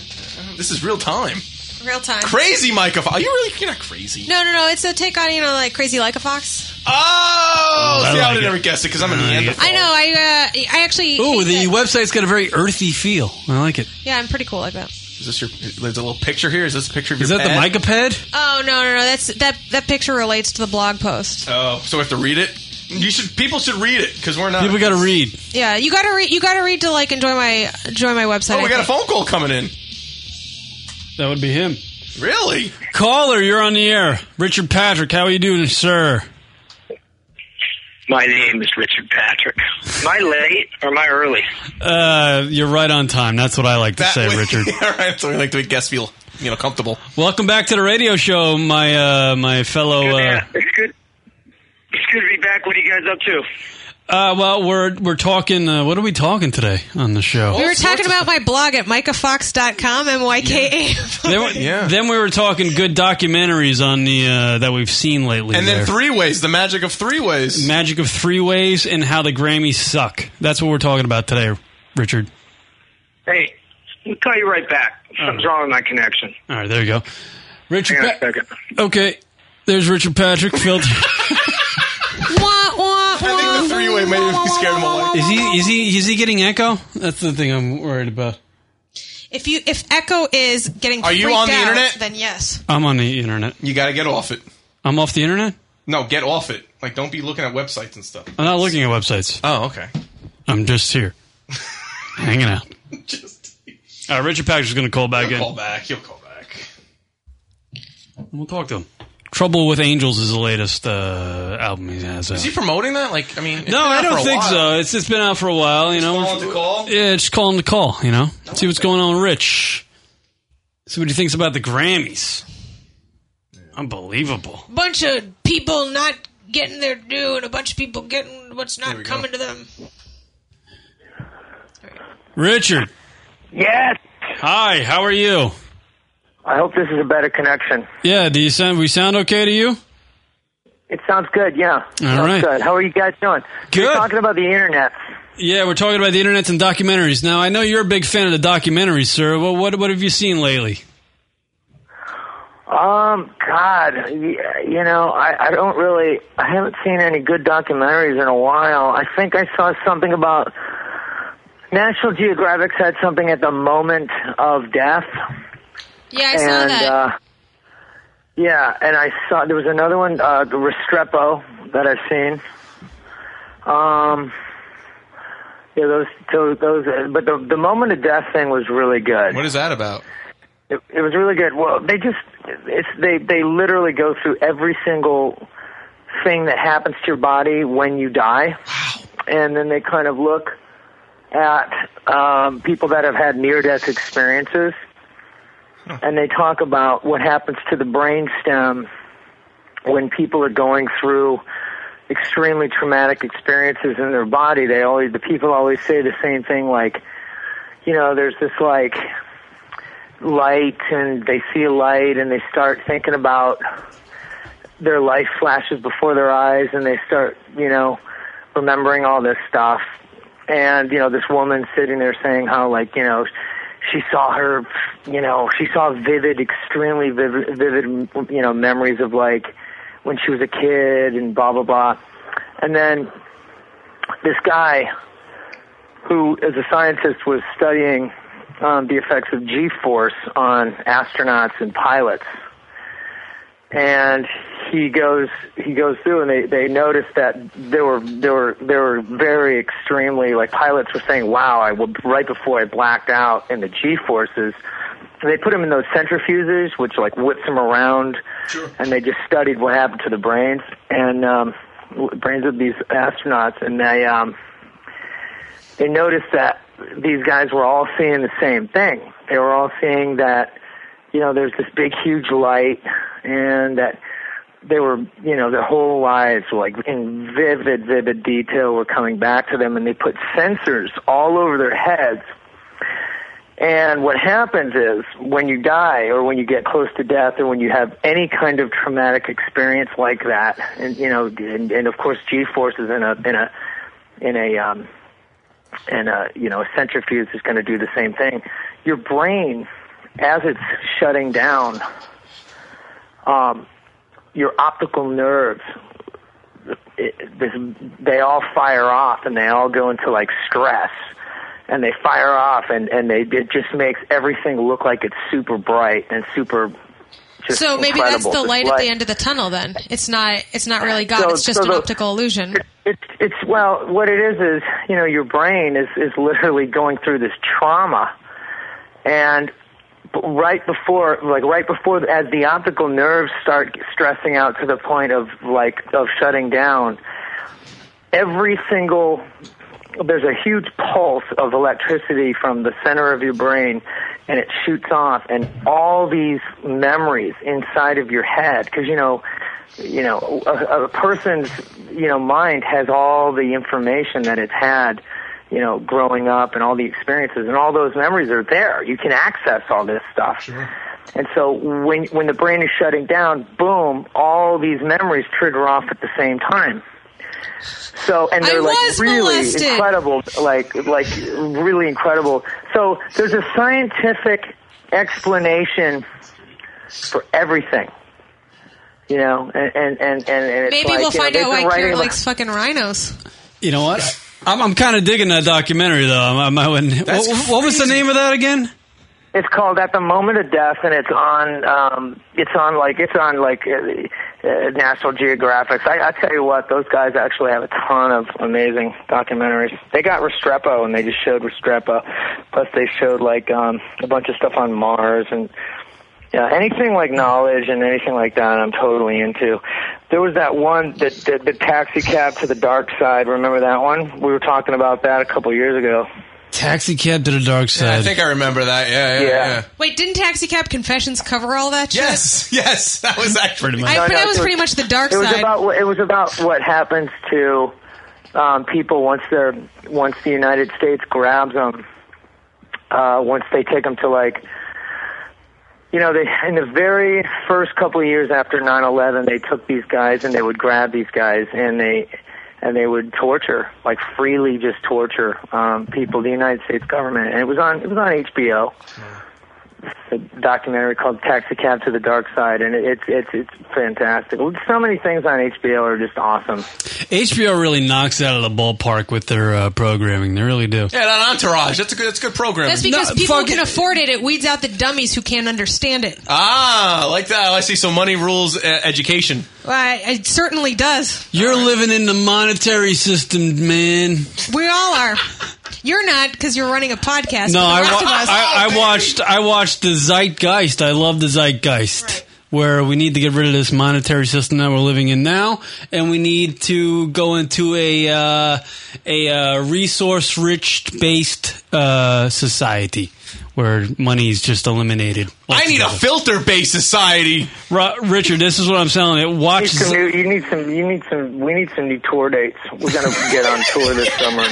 F: see. This is real time.
H: Real time.
F: Crazy Micah Fox. Are you really? You're not crazy.
H: No, no, no. It's a take on you know like crazy like a fox.
F: Oh,
G: I
F: see, I
G: like
F: would
G: it.
F: never guess it because I'm a Neanderthal.
H: I know. I uh, I actually.
G: Ooh,
H: hate
G: the
H: that.
G: website's got a very earthy feel. I like it.
H: Yeah, I'm pretty cool like that.
F: Is this your? There's a little picture here. Is this a picture of
G: Is
F: your
G: that the
F: pad?
G: Micah pad?
H: Oh no, no, no. That's that. That picture relates to the blog post.
F: Oh, so we have to read it. You should. People should read it because we're not.
G: People got to read.
H: Yeah, you gotta read. You gotta read to like enjoy my enjoy my website.
F: Oh,
H: I
F: we got a
H: think.
F: phone call coming in.
G: That would be him.
F: Really?
G: Caller, you're on the air. Richard Patrick, how are you doing, sir?
T: My name is Richard Patrick. Am I late or am I early?
G: Uh, you're right on time. That's what I like to say,
F: <laughs>
G: Richard.
F: All right, so we like to make guests feel you know comfortable.
G: Welcome back to the radio show, my uh, my fellow. Uh,
T: <laughs> It's good. It's good to be back. What are you guys up to?
G: uh, well, we're we're talking. Uh, what are we talking today on the show?
H: We were talking about my blog at micahfox.com, <laughs> M-Y-K-A.
G: Then, we- then we were talking good documentaries on the uh, that we've seen lately.
F: And then
G: there.
F: three ways, the magic of three ways.
G: magic of three ways and how the Grammys suck. That's what we're talking about today, Richard.
T: Hey, we'll call you right back. Something's wrong with my connection.
G: All right, there you go, Richard.
T: Hang on a
G: Pa-
T: second.
G: okay, there's Richard Patrick. <laughs> Filter.
F: I think the three way made me scared him away.
H: <laughs>
G: is he is he is he getting echo? That's the thing I'm worried about.
H: if you if Echo is getting
F: Are you
H: freaked
F: on the
H: out,
F: internet?
H: Then yes.
G: I'm on the internet.
F: You got to get off it.
G: I'm off the internet.
F: No, get off it. Like, don't be looking at websites and stuff.
G: I'm not looking at websites.
F: Oh, okay.
G: I'm just <laughs> here, hanging out. All right, Richard Patrick's going to call back in.
F: Call back. He'll call back.
G: We'll talk to him. Trouble with Angels is the latest uh, album he has.
F: Is
G: out.
F: he promoting that? Like, I mean, it's
G: no,
F: been
G: I
F: out for
G: don't
F: a
G: think
F: while.
G: so. It's just been out for a while. You know,
F: Calling to call?
G: yeah, just call him to call. You know, see what's going on, with Rich. See what he thinks about the Grammys. Unbelievable.
H: bunch of people not getting their due and a bunch of people getting what's not coming to them.
G: Richard.
M: Yes.
G: Hi, how are you?
M: I hope this is a better connection.
G: Yeah, do you sound we sound okay to you?
M: It sounds good, yeah. sounds
G: right.
M: good. How are you guys doing? Good. You're talking about the internet.
G: Yeah, we're talking about the internet and documentaries. Now, I know you're a big fan of the documentaries, sir. Well, what what have you seen lately?
M: Um, God, y- you know, I, I don't really, I haven't seen any good documentaries in a while. I think I saw something about National Geographic had something at the moment of death.
H: Yeah, I
M: and,
H: saw that.
M: Uh, yeah, and I saw there was another one, uh, the Restrepo that I've seen. Um, yeah, those, those, those uh, but the the moment of death thing was really good.
F: What is that about?
M: It, it was really good. Well, they just it's they they literally go through every single thing that happens to your body when you die, and then they kind of look at um, people that have had near death experiences, and they talk about what happens to the brain stem when people are going through extremely traumatic experiences in their body. They always the people always say the same thing like, you know, there's this like light and they see a light and they start thinking about their life flashes before their eyes and they start, you know, remembering all this stuff. And, you know, this woman sitting there saying how like, you know, she saw her, you know, she saw vivid, extremely vivid, vivid, you know, memories of like when she was a kid and blah, blah, blah. And then this guy who, as a scientist, was studying um, the effects of G force on astronauts and pilots. And he goes he goes through and they, they noticed that there were there were there were very extremely like pilots were saying, Wow, I will right before I blacked out in the G forces and they put him in those centrifuges which like whips him around and they just studied what happened to the brains and um brains of these astronauts and they um they noticed that these guys were all seeing the same thing. They were all seeing that, you know, there's this big, huge light, and that they were, you know, their whole lives, like in vivid, vivid detail, were coming back to them, and they put sensors all over their heads. And what happens is when you die or when you get close to death or when you have any kind of traumatic experience like that, and you know, and, and of course G forces in a in a in a um, and uh, you know a centrifuge is going to do the same thing. Your brain, as it's shutting down, um, your optical nerves, it, this, they all fire off and they all go into like stress, and they fire off and and they it just makes everything look like it's super bright and super. Just
H: so maybe that's
M: incredible.
H: the
M: This
H: light, at the end of the tunnel. Then it's not. It's not really God.
M: So-
H: it's just
M: so
H: an
M: the-
H: optical illusion.
M: it's it's well what it is is you know your brain is is literally going through this trauma and b- right before like right before as the optical nerves start stressing out to the point of like of shutting down every single there's a huge pulse of electricity from the center of your brain and it shoots off and all these memories inside of your head because you know you know a, a person's you know mind has all the information that it's had you know growing up and all the experiences and all those memories are there you can access all this stuff and so when when the brain is shutting down boom all these memories trigger off at the same time so and they're like really incredible, like like really incredible. So there's a scientific explanation for everything, you know, and and and, and it's
H: Maybe we'll
M: like, you know,
H: find
M: they've
H: out
M: been
H: why
M: writing
H: Kira
M: about-
H: likes fucking rhinos.
G: You know what? I'm, I'm kind of digging that documentary though. I'm, I'm, I'm,
M: That's
G: what, what was the name of that again?
M: It's called At the Moment of Death, and it's on. Um, it's on like it's on like uh, uh, National Geographic. I, I tell you what, those guys actually have a ton of amazing documentaries. They got Restrepo, and they just showed Restrepo. Plus, they showed like um, a bunch of stuff on Mars and yeah, anything like knowledge and anything like that, I'm totally into. There was that one, the, the, the taxi cab to the dark side. Remember that one? We were talking about that a couple years ago.
G: Taxi cab to the dark side.
F: I think I remember that. Yeah, yeah, yeah.
H: Wait, didn't Taxicab Confessions cover all that shit?
F: Yes, <laughs> yes, that was actually.
H: I, but that was pretty much the dark
M: it was
H: side.
M: about it was about what happens to um, people once they're once the United States grabs them, uh, once they take them to like, you know, they in the very first couple of years after 9/11, they took these guys and they would grab these guys and they and they would torture like freely just torture um, people the United States government and it was on it was on HBO a documentary called Taxicab to the Dark Side, and it, it's it's it's fantastic. So many things on HBO are just awesome.
G: HBO really knocks it out of the ballpark with their uh, programming. They really do.
F: Yeah, that entourage. That's a good. That's a good program.
H: That's because people who can afford it. It weeds out the dummies who can't understand it.
F: Ah, I like that. I see. So money rules uh, education.
H: Well, it certainly does.
G: You're living in the monetary system, man.
H: We all are. You're not because you're running a podcast.
G: No, I,
H: but the
G: wa-
H: rest of us- Oh,
G: I, I watched. I watched the Zeitgeist. I love the Zeitgeist, where we need to get rid of this monetary system that we're living in now, and we need to go into a uh, a uh, resource rich based uh, society where money is just eliminated.
F: I need a filter based society.
G: Ro- Richard, this is what I'm selling. It
M: You need,
G: watch. <laughs>
M: some new, you need some. You need some. We need some new tour dates. We're gonna get on tour this summer.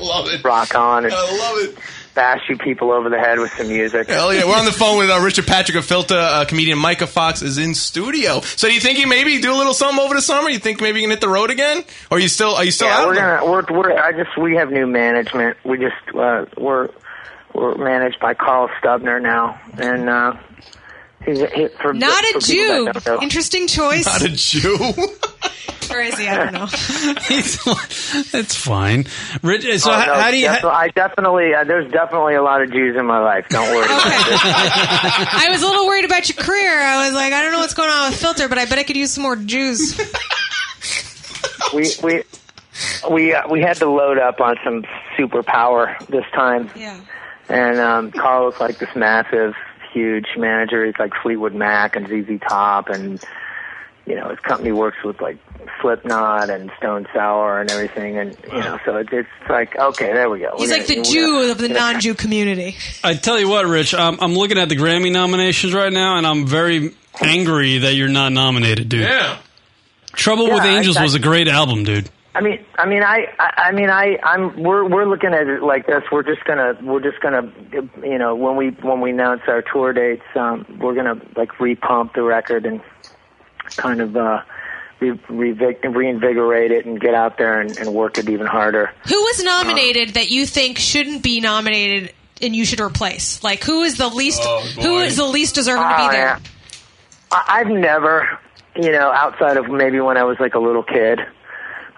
F: love it.
M: Rock on. And I
F: love it.
M: Bash you people over the head with some music.
F: Hell yeah! We're on the phone with uh, Richard Patrick of Filta. Uh, comedian Micah Fox is in studio. So, do you think you maybe do a little something over the summer? You think maybe you can hit the road again? Or are you still? Are you still
M: yeah,
F: out?
M: we're
F: there?
M: gonna. We're, we're. I just. We have new management. We just. Uh, we're. We're managed by Carl Stubner now, and uh, he's a hit for
H: Not
M: for
H: a
M: people
H: Jew.
M: that don't know.
H: Interesting choice.
M: Not
F: a Jew.
H: or is he? I don't know.
G: That's fine. Rich, so
M: Oh,
G: how,
M: no,
G: how do you?
M: defi- I definitely. Uh, there's definitely a lot of Jews in my life. Don't
G: Oh.
M: worry.
G: <laughs>
H: I was a little worried about your career. I was like, I don't know what's going on with Filter, but I bet I could use some more Jews.
M: we we we uh, we had to load up on some superpower this time.
H: Yeah.
M: And um, Carl was like this massive, huge manager. He's like Fleetwood Mac and ZZ Top, and you know his company works with like Slipknot and Stone Sour and everything. And you know, so it, it's like okay, there we go.
H: He's
M: We're
H: like the
M: gonna-
H: Jew of the non-Jew community.
G: I tell you what, Rich, um, I'm looking at the Grammy nominations right now, and I'm very angry that you're not nominated, dude.
F: <laughs> Yeah.
G: Trouble
M: Yeah,
G: with
M: I-
G: Angels
M: I-
G: was a great album, dude.
M: I mean, I mean, I, I, I mean, I, I'm, we're, we're looking at it like this. We're just gonna, we're just gonna, you know, when we, when we announce our tour dates, um, we're gonna like repump the record and kind of, uh, re- revig- reinvigorate it and get out there and, and work it even harder.
H: Who was nominated that you think shouldn't be nominated and you should replace? Like, who is the least? who is the least deserving to
M: Oh,
H: be there?
M: yeah. I, I've never, you know, outside of maybe when I was like a little kid,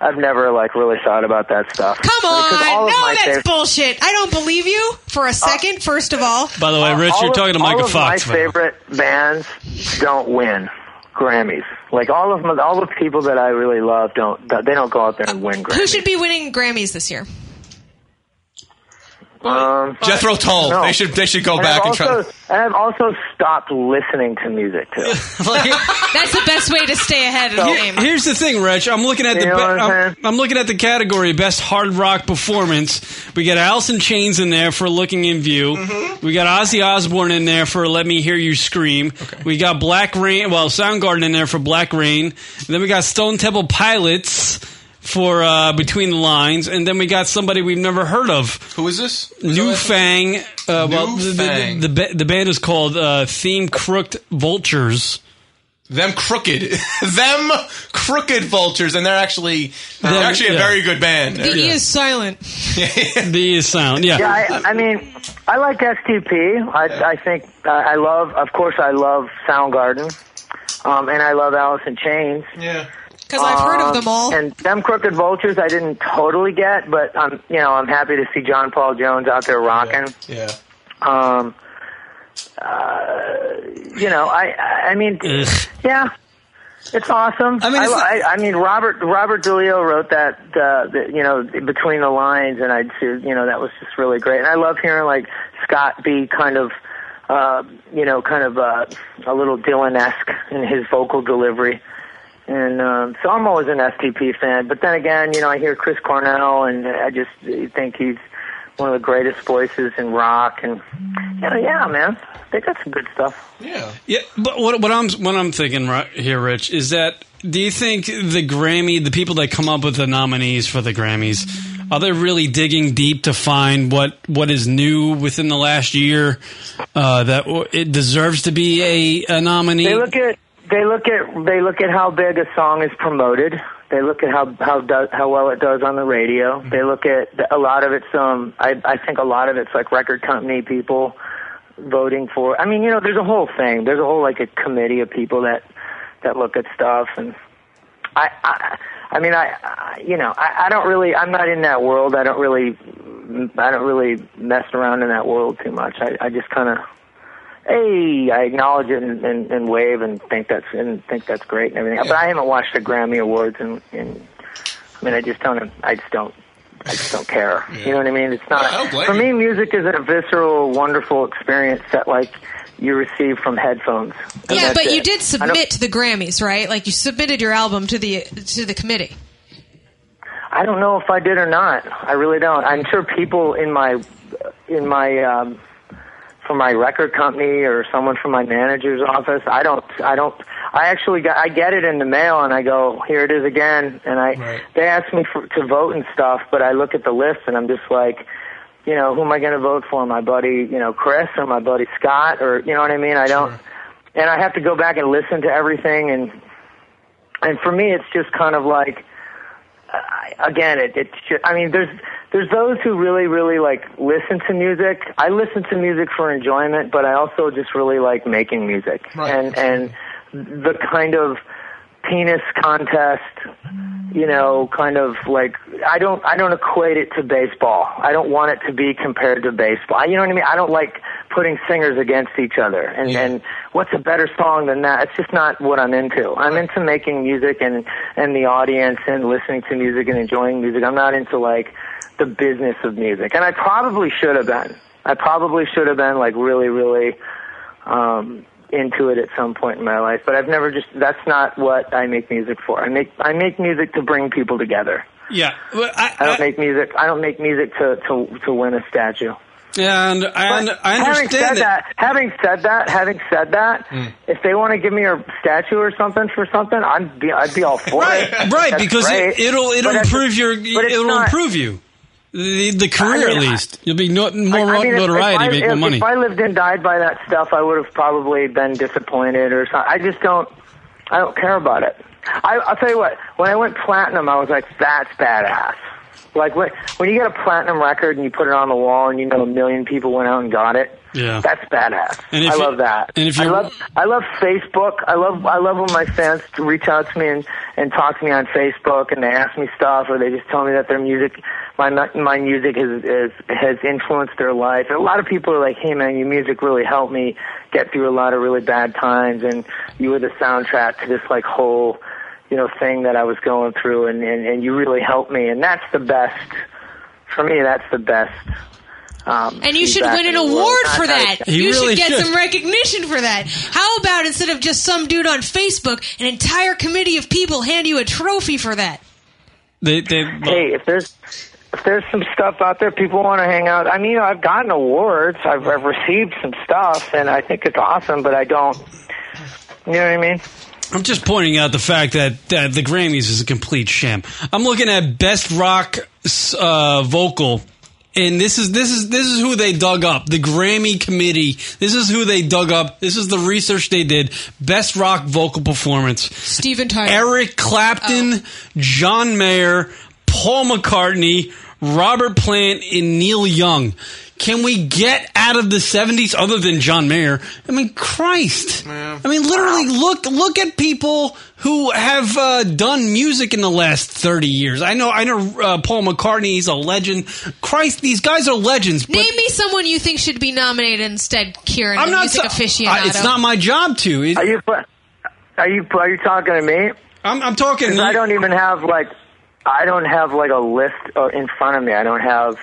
M: I've never like really thought about that stuff.
H: Come on, no,
M: my Oh.
H: that's
M: favorite-
H: bullshit. I don't believe you for a second. first of all,
G: By the way, Rich,
M: all
G: you're
M: of-
G: talking to
M: all
G: Micah
M: of
G: Fox.
M: My favorite bands don't win Grammys. Like all of my, all the people that I really love don't they don't go out there and win
H: who
M: Grammys.
H: should be winning Grammys this year?
M: Um,
F: Jethro Tull. They should. They should go
M: and
F: back
M: I've
F: and try.
M: also, and I've also stopped listening to music
H: <laughs>
M: too.
H: That's the best way to stay ahead of the game.
G: Here's the thing, Rich. I'm looking at the
H: You know
G: be-
H: what I'm
G: I'm, I'm looking at the category best hard rock performance. We got Allison Chains in there for "Looking in View." We got Ozzy Osbourne in there for "Let Me Hear You Scream." We got Black Rain, well Soundgarden in there for "Black Rain." And then we got Stone Temple Pilots for uh, "Between the Lines," and then we got somebody we've never heard of.
F: Who is this?
G: New Fang. Uh, well, the, the,
F: Fang.
G: the, ba- the band is called uh, Theme Crooked Vultures.
F: Them crooked, <laughs> them crooked vultures, and they're actually they're
G: Them-
F: actually a
G: yeah.
F: very good band.
H: The E is silent.
G: the sound, yeah.
M: I, I mean, I like STP. I, I think uh, I love, of course, I love Soundgarden, um, and I love Alice in Chains.
F: Yeah,
H: 'Cause I've heard of them all.
M: Um, And them crooked vultures, I didn't totally get, but I'm, you know, I'm happy to see John Paul Jones out there rocking.
F: Yeah.
M: Um, uh, you know, I, I- I mean, yeah, it's awesome. I mean, I, I, mean, Robert Robert DeLeo wrote that, uh, the, you know, between the lines, and I, you know, that was just really great. And I love hearing like Scott be kind of, uh, you know, kind of uh, a little Dylan esque in his vocal delivery. And um, so I'm always an STP fan, but then again, you know, I hear Chris Cornell, and I just think he's one of the greatest voices in rock, and yeah, yeah, man, they got some good stuff.
F: Yeah.
G: Yeah, but what, what I'm what I'm thinking right here, Rich, is that do you think the Grammy, the people that come up with the nominees for the Grammys, are they really digging deep to find what what is new within the last year uh, that w- it deserves to be a, a nominee?
M: They look at they look at they look at how big a song is promoted. They look at how how does how well it does on the radio. They look at the, a lot of it's um I I think a lot of it's like record company people voting for. I mean, you know, there's a whole thing. There's a whole like a committee of people that that look at stuff and I I I mean I, I you know I, I don't really I'm not in that world. I don't really I don't really mess around in that world too much. I I just kind of hey, I acknowledge it and, and, and wave and think that's and think that's great and everything. But I haven't watched the Grammy Awards and, and I mean I just don't I just don't I just don't care. You know what I mean? It's not for me. Music is a visceral, wonderful experience that like you receive from headphones. And
H: Yeah,
M: that's
H: but you
M: it.
H: did
M: I don't-
H: submit to the Grammys, right? Like you submitted your album to the to the committee.
M: I don't know if I did or not. I really don't. I'm sure people in my in my um, from my record company or someone from my manager's office. I don't. I don't. I actually got. I get it in the mail and I go, here it is again. And I they ask me for, to vote and stuff, but I look at the list and I'm just like. You know, who am I going to vote for? My buddy, you know, Chris or my buddy Scott or, you know what I mean? I don't, and I have to go back and listen to everything and, and for me it's just kind of like, again, it, it's ju- I mean, there's there's those who really, really like listen to music. I listen to music for enjoyment, but I also just really like making music and and the kind of penis contest, you know, kind of like I don't I don't equate it to baseball. I don't want it to be compared to baseball. You know what I mean? I don't like putting singers against each other and and what's a better song than that? It's just not what I'm into. I'm into making music and and the audience and listening to music and enjoying music. I'm not into like the business of music. And I probably should have been. I probably should have been like really really um, into it at some point in my life, but I've never just. That's not what I make music for. I make I make music to bring people together.
G: Yeah, well, I,
M: I don't make music. I don't make music to to to win a statue.
G: and I, und- I
M: Having said
G: understand Hmm.
M: that, having said that, having said that, if they want to give me a statue or something for something, I'd be I'd be all
G: <laughs>
M: for it.
G: right
M: That's
G: because
M: great.
G: it, it'll
M: But
G: it'll
M: that's-
G: improve your
M: but it's
G: it'll
M: not-
G: improve you the, the career
M: mean,
G: at
M: I-
G: least you'll be no, more
M: I mean, if-
G: notoriety,
M: if, I,
G: make
M: if,
G: more money.
M: If I lived and died by that stuff, I would have probably been disappointed or something. I just don't. I don't care about it. I, I'll tell you what. When I went platinum, I was like, "That's badass." Like when when you get a platinum record and you put it on the wall and you know a million people went out and got it.
G: Yeah.
M: That's badass.
G: And if
M: I
G: you-
M: love that.
G: and if
M: I
G: you're-
M: love I love Facebook. I love I love when my fans reach out to me and, and talk to me on Facebook and they ask me stuff or they just tell me that their music my mu- my music has has, has influenced their life. And a lot of people are like, "Hey man, your music really helped me get through a lot of really bad times and you were the soundtrack to this like whole, you know, thing that I was going through and and, and you really helped me." And that's the best for me, that's the best. Um,
H: And you should
M: feedback
H: win an
M: in the world.
H: award
M: Not-
H: for that.
M: I-
H: you should get some recognition for that. How about instead of just some dude on Facebook, an entire committee of people hand you a trophy for that?
G: They, they,
M: hey, if there's if there's some stuff out there people want to hang out, I mean, I've gotten awards, I've, I've received some stuff, and I think it's awesome, but I don't. You know what I mean?
G: I'm just pointing out the fact that, that the Grammys is a complete sham. I'm looking at best rock uh, vocal, and this is this is this is who they dug up. The Grammy committee. This is who they dug up. This is the research they did. Best rock vocal performance.
H: Steven Tyler,
G: Eric Clapton,
H: Oh.
G: John Mayer, Paul McCartney, Robert Plant, and Neil Young. Can we get out of the 70s other than John Mayer? I mean, Christ. I mean, literally, look look at people who have uh, done music in the last 30 years. I know I know uh, Paul McCartney, he's a legend. Christ, these guys are legends. But
H: Name me someone you think should be nominated instead, Kieran.
G: I'm
H: the
G: not
H: music
G: so-
H: aficionado.
G: I- it's not my job to. It-
M: Are you are you are you talking to me?
G: I'm I'm talking.
M: Because I don't even have like I don't have like a list uh, in front of me. I don't have.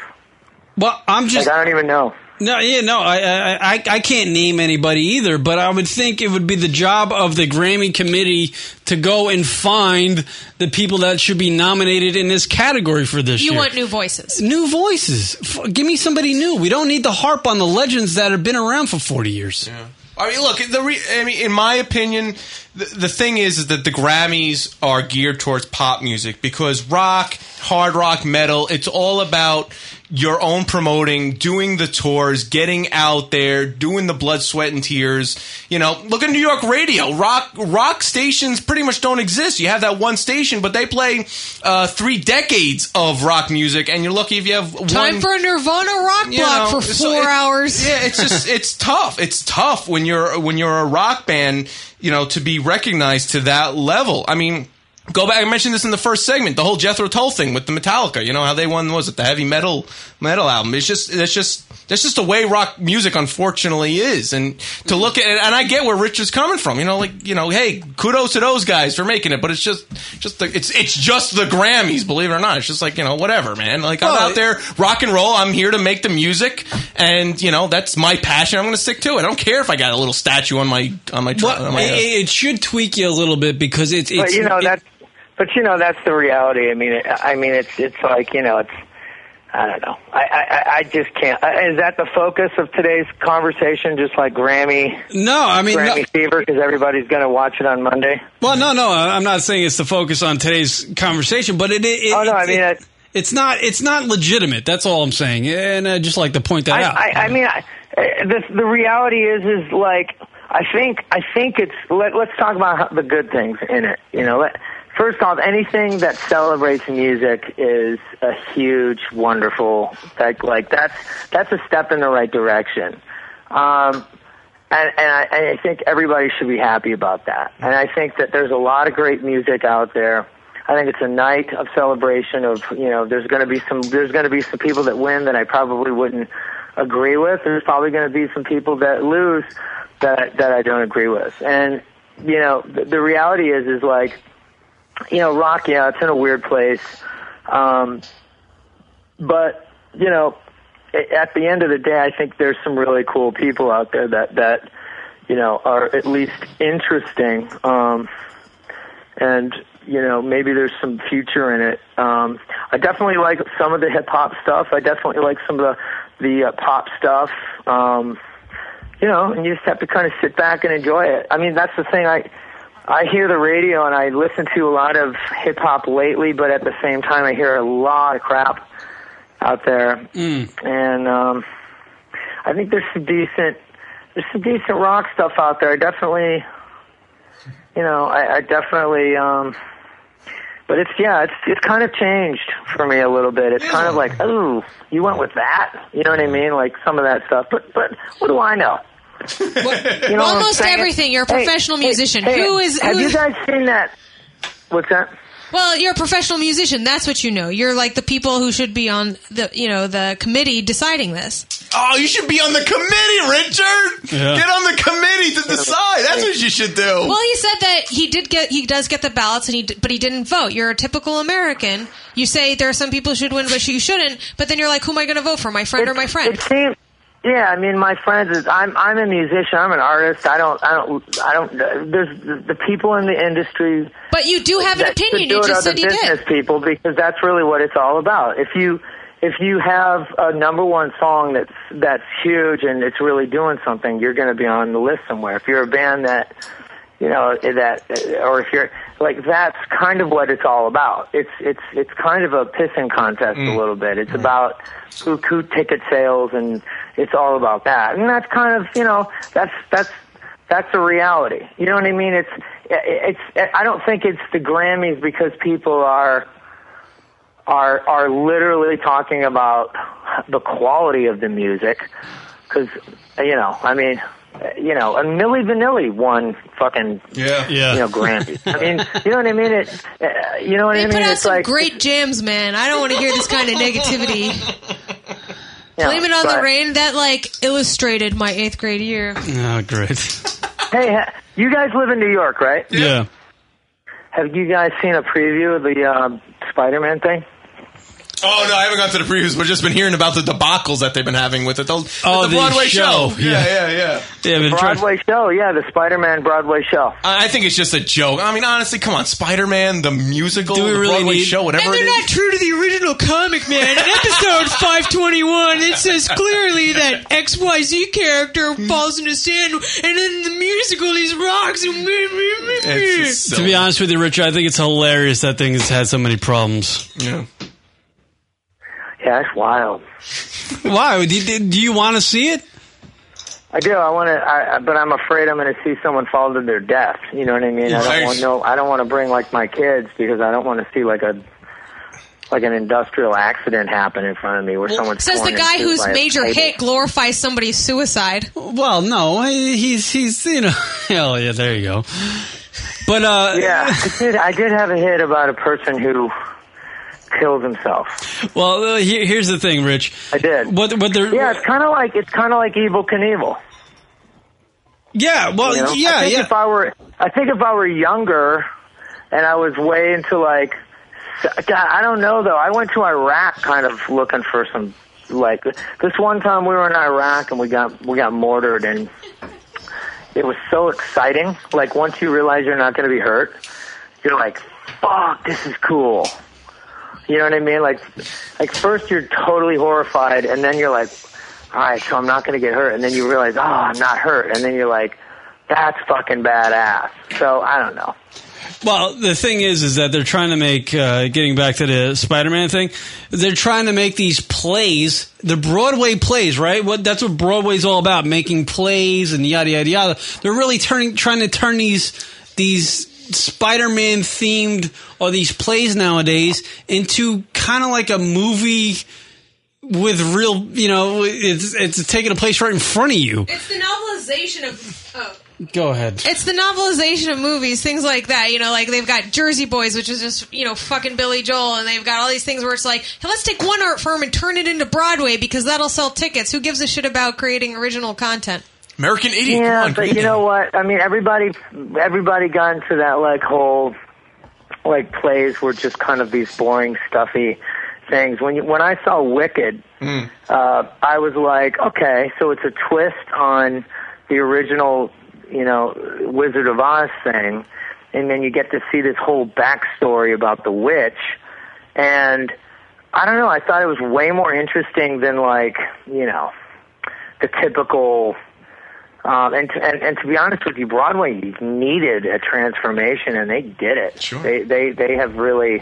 G: Well, I'm just.
M: I don't even know.
U: No, yeah, no, I, I, I- I can't name anybody either, but I would think it would be the job of the Grammy committee to go and find the people that should be nominated in this category for this
H: you
U: year.
H: want new voices.
U: new voices. F- give me somebody new. We don't need to harp on the legends that have been around for forty years.
F: I mean, look. The re- I mean, in my opinion, the, the thing is, is that the Grammys are geared towards pop music because rock, hard rock, metal. It's all about your own promoting, doing the tours, getting out there, doing the blood, sweat, and tears. You know, look at New York radio. Rock rock stations pretty much don't exist. You have that one station, but they play uh, three decades of rock music, and you're lucky if you have
H: Time
F: one
H: for a Nirvana rock block
F: you know,
H: for four
F: so it-
H: hours.
F: Yeah, it's just it's tough. It's tough when you're when you're a rock band, you know, to be recognized to that level. I mean, go back. I mentioned this in the first segment. The whole Jethro Tull thing with the Metallica. You know how they won what was it the heavy metal metal album? It's just it's just that's just the way rock music unfortunately is. And to
U: Mm-hmm.
F: look at it, and I get where Rich is coming from. You know, like you know, hey, kudos to those guys for making it. But it's just just the, it's it's just the Grammys. Believe it or not, it's just like you know whatever, man. Like I'm
U: Well,
F: out there there, rock and roll. I'm here to make the music, and you know that's my passion. I'm going to stick to it. I don't care if I got a little statue on my on my. Well, on my
U: It, it- it should tweak you a little bit because it's, it's
M: but you know that's but you know that's the reality. I mean, it, I mean it's it's like you know it's I don't know. I I, I- I just can't. I- Is that the focus of today's conversation? Just like Grammy.
U: No, I mean,
M: Grammy fever because everybody's going to watch it on Monday.
U: Well, no, no, I- I'm not saying it's the focus on today's conversation, but it. it oh no, I mean, it's not. It's not legitimate. That's all I'm saying, and I just like to point that
M: I,
U: out.
M: I, I mean, I, uh, the the reality is is like I think I think it's let, let's talk about how, the good things in it. You know, let, first off, anything that celebrates music is a huge, wonderful like like that's that's a step in the right direction. Um, and, and, I, and I think everybody should be happy about that. And I think that there's a lot of great music out there. I think it's a night of celebration of you know there's going to be some there's going to be some people that win that I probably wouldn't agree with. There's probably going to be some people that lose that that I don't agree with. And you know the, the reality is is like you know rock yeah it's in a weird place, um, but you know a- at the end of the day, I think there's some really cool people out there that that you know are at least interesting, um, and you know maybe there's some future in it. Um, I definitely like some of the hip hop stuff. I definitely like some of the the uh, pop stuff. Um, you know, and you just have to kind of sit back and enjoy it. I mean, that's the thing. I I hear the radio and I listen to a lot of hip hop lately, but at the same time, I hear a lot of crap out there and um, I think there's some decent there's some decent rock stuff out there. I definitely, you know, I, I definitely. Um, but it's yeah, it's it's kind of changed for me a little bit. It's kind of like, ooh, you went with that. You know what I mean? Like some of that stuff. But but what do I know? You know what I'm
H: Almost
M: saying?
H: everything. You're a
M: Hey,
H: professional
M: hey,
H: musician.
M: hey,
H: who is?
M: Have
H: who-
M: you guys seen that? What's that?
H: Well, you're a professional musician. That's what you know. You're like the people who should be on the you know the committee deciding this.
F: Oh, you should be on the committee, Richard.
T: Yeah.
F: Get on the committee to decide. That's what you should do.
H: Well, he said that he did get he does get the ballots and he d- but he didn't vote. You're a typical American. You say there are some people who should win, but you shouldn't. But then you're like, who am I going to vote for? My friend or my friend?
M: It seems, yeah, I mean, my friends. Is, I'm I'm a musician. I'm an artist. I don't I don't I don't. There's the, the people in the industry.
H: But you do have an
M: that should
H: opinion.
M: Do
H: You
M: it
H: just
M: are
H: said
M: the
H: you did.
M: business people because that's really what it's all about. If you if you have a number one song that's that's huge and it's really doing something, you're going to be on the list somewhere. If you're a band that you know that or if you're like that's kind of what it's all about it's it's it's kind of a pissing contest a little bit it's about who who ticket sales and it's all about that and that's kind of you know that's that's that's the reality you know what i mean it's it's i don't think it's the grammys because people are are are literally talking about the quality of the music because you know i mean you know and millie vanilli won fucking
F: yeah
M: yeah you know grammy i mean you know what i mean it uh, you know what
H: They
M: i mean
H: put out
M: it's
H: some
M: like
H: great jams, man. I don't want to hear this
M: <laughs>
H: kind of negativity.
M: Yeah,
H: Blame it on the
M: but-
H: rain. That like illustrated my eighth grade year.
U: Oh, great.
M: hey ha- you guys live in new york right
U: Yeah.
M: have you guys seen a preview of the um, spider-man thing
F: Oh no, I haven't gone to the previews, but just been hearing about the debacles that they've been having with it. Those,
M: Oh,
F: with the
M: the
F: Broadway
M: show.
F: show. Yeah, yeah, yeah.
M: the Broadway show, yeah, the Spider-Man Broadway show.
F: I I think it's just a joke. I mean, honestly, come on, Spider-Man, the musical,
M: Do we
F: the
M: really
F: Broadway
M: need-
F: show, whatever
M: And
F: it
M: they're
F: is.
M: not
V: True to the original comic, man. In episode 521, it says clearly that XYZ character falls into sand, and in the musical, he's rocks and.
G: to be honest with you, Richard, I think it's hilarious that thing has had so many problems.
F: Yeah.
M: Yeah, that's wild.
G: Why? Do you, do you want to see it?
M: I do. I want to, but I'm afraid I'm going to see someone fall to their death. You know what I mean? I don't
F: Nice.
M: want no. I don't want to bring like my kids because I don't want to see like a like an industrial accident happen in front of me where someone's
H: Says the
M: torn in
H: guy
M: two
H: whose
M: by a
H: major
M: table.
H: hit glorifies somebody's suicide.
G: Well, no, he's he's you know. <laughs> Hell yeah, there you go. But uh,
M: yeah, I did. I did have a hit about a person who killed himself.
G: Well, uh, here, here's the thing, Rich. I did. What? What? The,
M: yeah, it's kind of like it's kind of like Evil Knievel.
G: yeah. Well,
M: you know? I
G: yeah,
M: think
G: yeah.
M: If I were, I think if I were younger, and I was way into like, God, I don't know though. I went to Iraq, kind of looking for some. Like this one time, we were in Iraq and we got we got mortared, and it was so exciting. Like once you realize you're not going to be hurt, you're like, "Fuck, this is cool." You know what I mean? Like, like first you're totally horrified, and then you're like, "All right, so I'm not going to get hurt," and then you realize, "Oh, I'm not hurt," and then you're like, "That's fucking badass." So I don't know.
G: Well, the thing is, is that they're trying to make. Uh, getting back to the Spider-Man thing, they're trying to make these plays, the Broadway plays, right? What that's what Broadway's all about, making plays and yada yada yada. They're really turning, trying to turn these these Spider-Man themed or these plays nowadays into kind of like a movie with real, you know, it's it's taking a place right in front of you.
H: It's the novelization of. of
G: Go ahead.
H: It's the novelization of movies, things like that. You know, like they've got Jersey Boys, which is just you know fucking Billy Joel, and they've got all these things where it's like, hey, let's take one art form and turn it into Broadway because that'll sell tickets. Who gives a shit about creating original content?
F: American Idiot.
M: Yeah,
F: come on,
M: but you know what? I mean, everybody, everybody got into that like whole, like plays were just kind of these boring, stuffy things. When you, when I saw Wicked,
F: Mm.
M: uh, I was like, okay, so it's a twist on the original, you know, Wizard of Oz thing, and then you get to see this whole backstory about the witch, and I don't know, I thought it was way more interesting than like, you know, the typical. Um, and, to, and and to be honest with you, Broadway needed a transformation, and they did it. Sure. They they they have really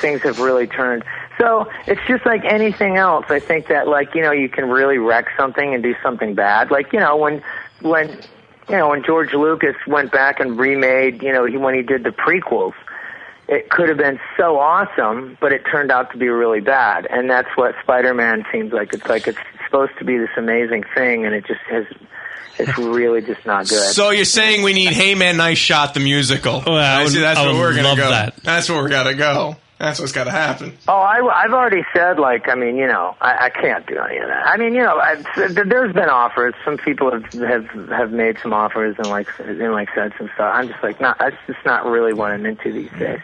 M: things have really turned. So it's just like anything else. I think that like you know you can really wreck something and do something bad. Like you know when when you know when George Lucas went back and remade you know he, when he did the prequels, it could have been so awesome, but it turned out to be really bad. And that's what Spider-Man seems like. It's like it's supposed to be this amazing thing, and it just has. It's really just not good.
F: So you're saying we need "Hey Man, Nice Shot" the musical? I, see.
M: would-
F: That's
M: I
F: where
M: would
F: we're gonna
M: love
F: go.
M: that.
F: That's where we gotta go. That's what's gotta happen.
M: Oh, I, I've already said, like, I mean, you know, I, I can't do any of that. I mean, you know, I, there's been offers. Some people have, have have made some offers and like and like said some stuff. I'm just like, not. That's just not really what I'm into these days.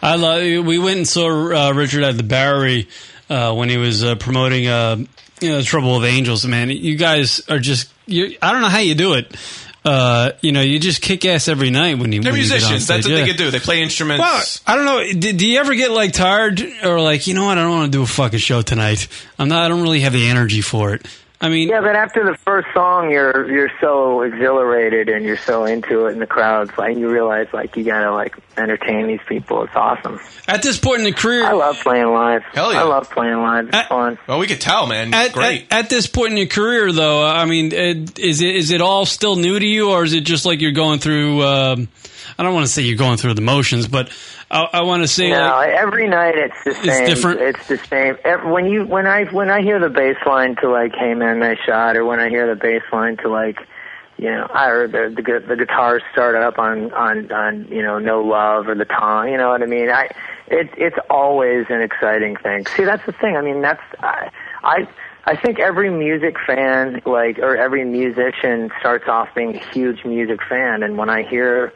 G: I love. We went and saw uh, Richard at the Bowery uh, when he was uh, promoting, uh, you know, the Trouble with Angels. Man, you guys are just. You, I don't know how you do it. Uh, you know, you just kick ass every night when you.
F: They're
G: when you get on
F: musicians.
G: stage,
F: That's what
G: yeah.
F: they could do. They play instruments.
G: Well, I don't know. Do, do you ever get like tired or like you know what? I don't want to do a fucking show tonight. I'm not. I don't really have the energy for it. I mean,
M: yeah, but after the first song, you're you're so exhilarated and you're so into it, and the crowd's like, you realize like you gotta like entertain these people. It's awesome.
G: At this point in the career,
M: I love playing live.
G: Hell yeah.
M: I love playing live. It's fun.
F: Well, we could tell, man.
G: At,
F: Great.
G: At, at this point in your career, though, I mean, it, is it is it all still new to you, or is it just like you're going through? Um, I don't want to say you're going through the motions, but I, I want to say
M: no,
G: like,
M: every night it's the
G: It's
M: same.
G: different.
M: It's the same. Ev- When you when I when I hear the bass line to like "Hey Man, Nice Shot," or when I hear the bass line to like, you know, I or the the, gu- the guitar start up on on on you know "No Love" or the tom, you know what I mean? I it it's always an exciting thing. See, that's the thing. I mean, that's I I, I think every music fan like or every musician starts off being a huge music fan, and when I hear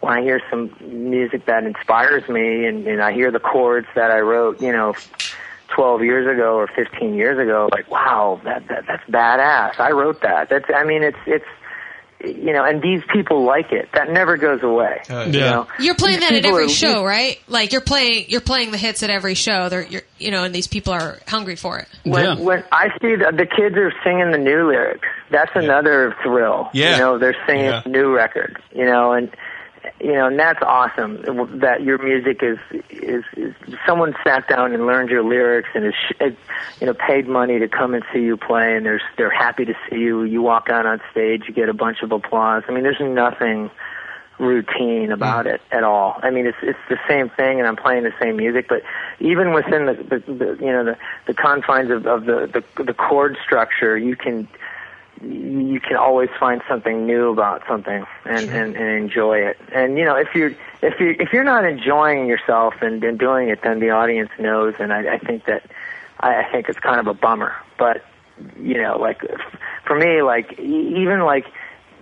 M: when I hear some music that inspires me and, and I hear the chords that I wrote, you know, 12 years ago or 15 years ago, like, wow, that, that that's badass. I wrote that. That's, I mean, it's, it's, you know, and these people like it. That never goes away.
G: Uh,
M: You know?
H: You're playing
M: These
H: that at
M: people
H: every
M: are-
H: show, right? Like you're playing you're playing the hits at every show. They're you're, you know, and these people are hungry for it.
M: When when I see the, the kids are singing the new lyrics, that's another thrill.
H: Yeah.
M: You know, they're singing the new record. You know, and you know, and that's awesome that your music is is, is someone sat down and learned your lyrics and is sh- you know paid money to come and see you play, and they're they're happy to see you. You walk out on stage, you get a bunch of applause. I mean, there's nothing routine about it at all. I mean, it's it's the same thing, and I'm playing the same music, but even within the, the, the you know the the confines of, of the, the the chord structure, you can you can always find something new about something and, and, and enjoy it. And you know, if you're if you if you're not enjoying yourself and, and doing it, then the audience knows. And I, I think that I, I think it's kind of a bummer. But you know, like f- for me, like e- even like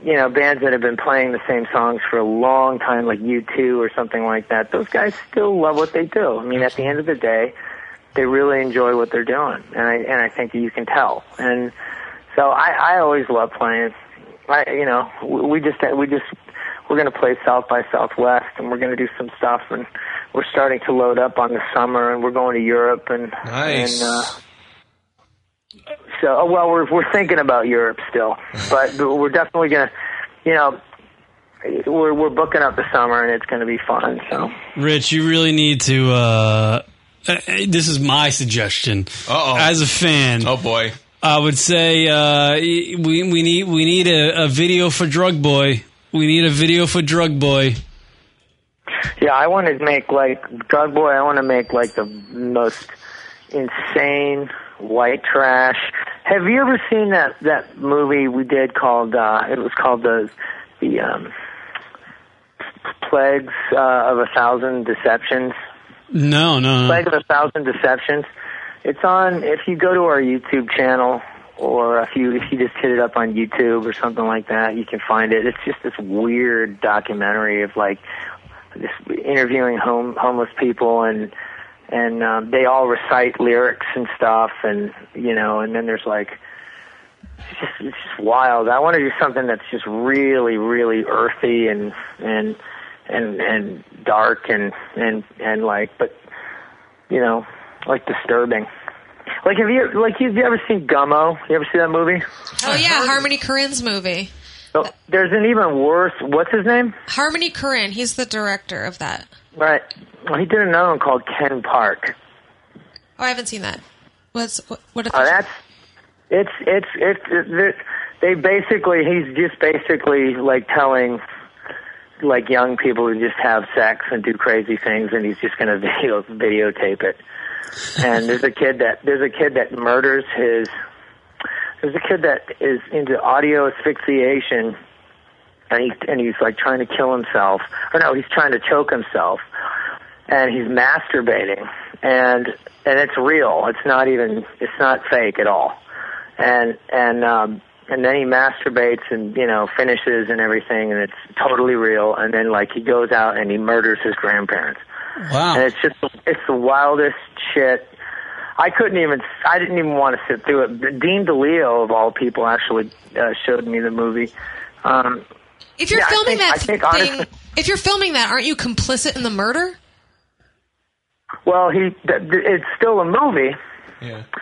M: you know bands that have been playing the same songs for a long time, like U two or something like that. Those guys still love what they do. I mean, at the end of the day, they really enjoy what they're doing, and I and I think that you can tell. And so I, I always love playing. I, you know, we we just we just we're going to play South by Southwest, and we're going to do some stuff, and we're starting to load up on the summer, and we're going to Europe, and
F: Nice.
M: And, uh, so, oh, well, we're we're thinking about Europe still, but <laughs> we're definitely going to, you know, we're we're booking up the summer, and it's going to be fun. So.
U: Rich, you really need to. Uh, uh, this is my suggestion.
F: Uh-oh.
U: As a fan,
F: Oh boy.
U: I would say uh, we we need we need a, a video for Drug Boy. We need a video for Drug Boy.
M: Yeah, I want to make like Drug Boy. I want to make like the most insane white trash. Have you ever seen that that movie we did called? uh It was called the the um, Plagues uh, of a Thousand Deceptions.
U: No, no, no.
M: Plague of a Thousand Deceptions. It's on. If you go to our YouTube channel, or if you if you just hit it up on YouTube or something like that, you can find it. It's just this weird documentary of like just interviewing home homeless people and and um, they all recite lyrics and stuff and you know and then there's like it's just it's just wild. I want to do something that's just really really earthy and and and and dark and and and like but you know like disturbing. Like have you like have you ever seen Gummo? You ever see that movie?
H: Oh yeah, Harmony Korine's movie.
M: Oh, There's an even worse. What's his name?
H: Harmony Korine, he's the director of that.
M: Right. Well, he did another one called Ken Park.
H: Oh, I haven't seen that. What's what? what
M: Oh, that's it's it's it's it, they basically he's just basically like telling like young people who just have sex and do crazy things, and he's just going to <laughs> video videotape it. And there's a kid that there's a kid that murders his there's a kid that is into audio asphyxiation, and he and he's like trying to kill himself, or no, he's trying to choke himself, and he's masturbating, and and it's real. It's not even it's not fake at all, and and um, and then he masturbates and you know finishes and everything, and it's totally real. And then like he goes out and he murders his grandparents.
U: Wow.
M: And it's just it's the wildest shit. I couldn't even. I didn't even want to sit through it. Dean DeLeo, of all people, actually uh, showed me the movie. Um,
H: If you're
M: yeah, I
H: filming
M: think-
H: that
M: I think
H: thing,
M: honestly-
H: if you're filming that, aren't you complicit in the murder?
M: well, he. Th- th- it's still a movie.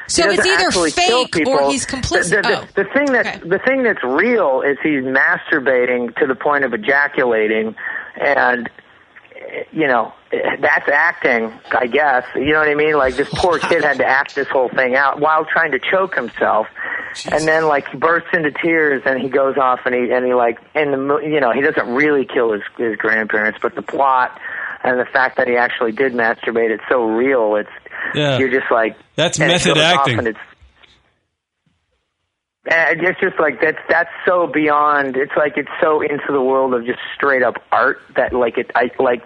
H: So
M: He
H: it's
M: doesn't
H: either
M: actually kill
H: fake or
M: people.
H: he's complicit.
M: The, the-
H: oh.
M: the thing that the thing that's real is he's masturbating to the point of ejaculating, and eh, you know eh, that's acting, I guess. You know what I mean? Like this poor kid had to act this whole thing out while trying to choke himself, and then like he bursts into tears and he goes off and he and he like in the mo- you know he doesn't really kill his his grandparents, but the plot and the fact that he actually did masturbate it's so real. It's
U: Yeah.
M: you're just like
U: That's
M: and it
U: method
M: goes off
U: acting.
M: and it's and it's just like that's that's so beyond. It's like it's so into the world of just straight up art that like it, I like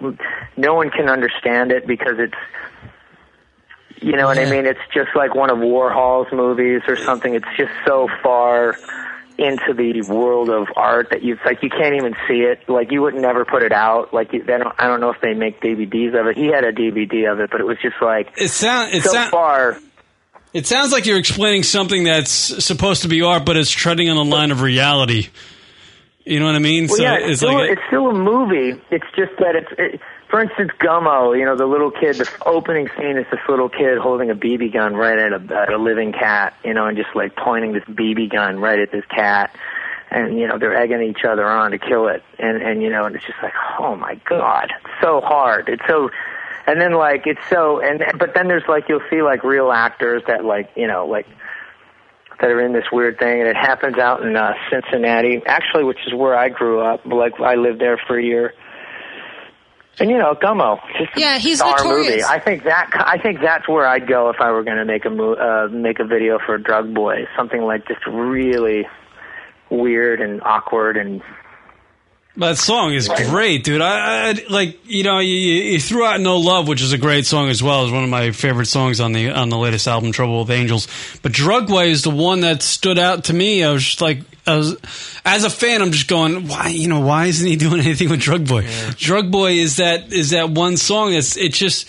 M: no one can understand it because it's, you know what I mean. It's just like one of Warhol's movies or something. It's just so far into the world of art that you it's like you can't even see it. Like you would never put it out. Like you, they don't, I don't know if they make DVDs of it. He had a DVD of it, but it was just like
U: It sound it
M: so
U: sound
M: far.
G: It sounds like you're explaining something that's supposed to be art, but it's treading on the line of reality. You know what I mean?
M: Well, yeah, it's,
G: it's
M: still,
G: like
M: it's still a movie. It's just that it's, it, for instance, Gummo. You know, the little kid. The opening scene is this little kid holding a BB gun right at a, at a living cat. You know, and just like pointing this BB gun right at this cat, and you know they're egging each other on to kill it. And and you know, and it's just like, oh my god, it's so hard. It's so. And then like it's so and but then there's like you'll see like real actors that like you know like that are in this weird thing, and it happens out in uh, Cincinnati, actually, which is where I grew up. Like I lived there for a year, and you know, Gummo, just a
H: Yeah, he's
M: star
H: notorious.
M: movie. I think that I think that's where I'd go if I were going to make a mo- uh, make a video for Drug Boy, something like just really weird and awkward and
G: That song is great, dude. I, I like you know you, you threw out "No Love," which is a great song as well. It's one of my favorite songs on the on the latest album, "Trouble with Angels." But "Drugway" is the one that stood out to me. I was just like, I was, as a fan, I'm just going, why you know why isn't he <laughs> doing anything with Drug Boy? Drug Boy is that is that one song that's it just.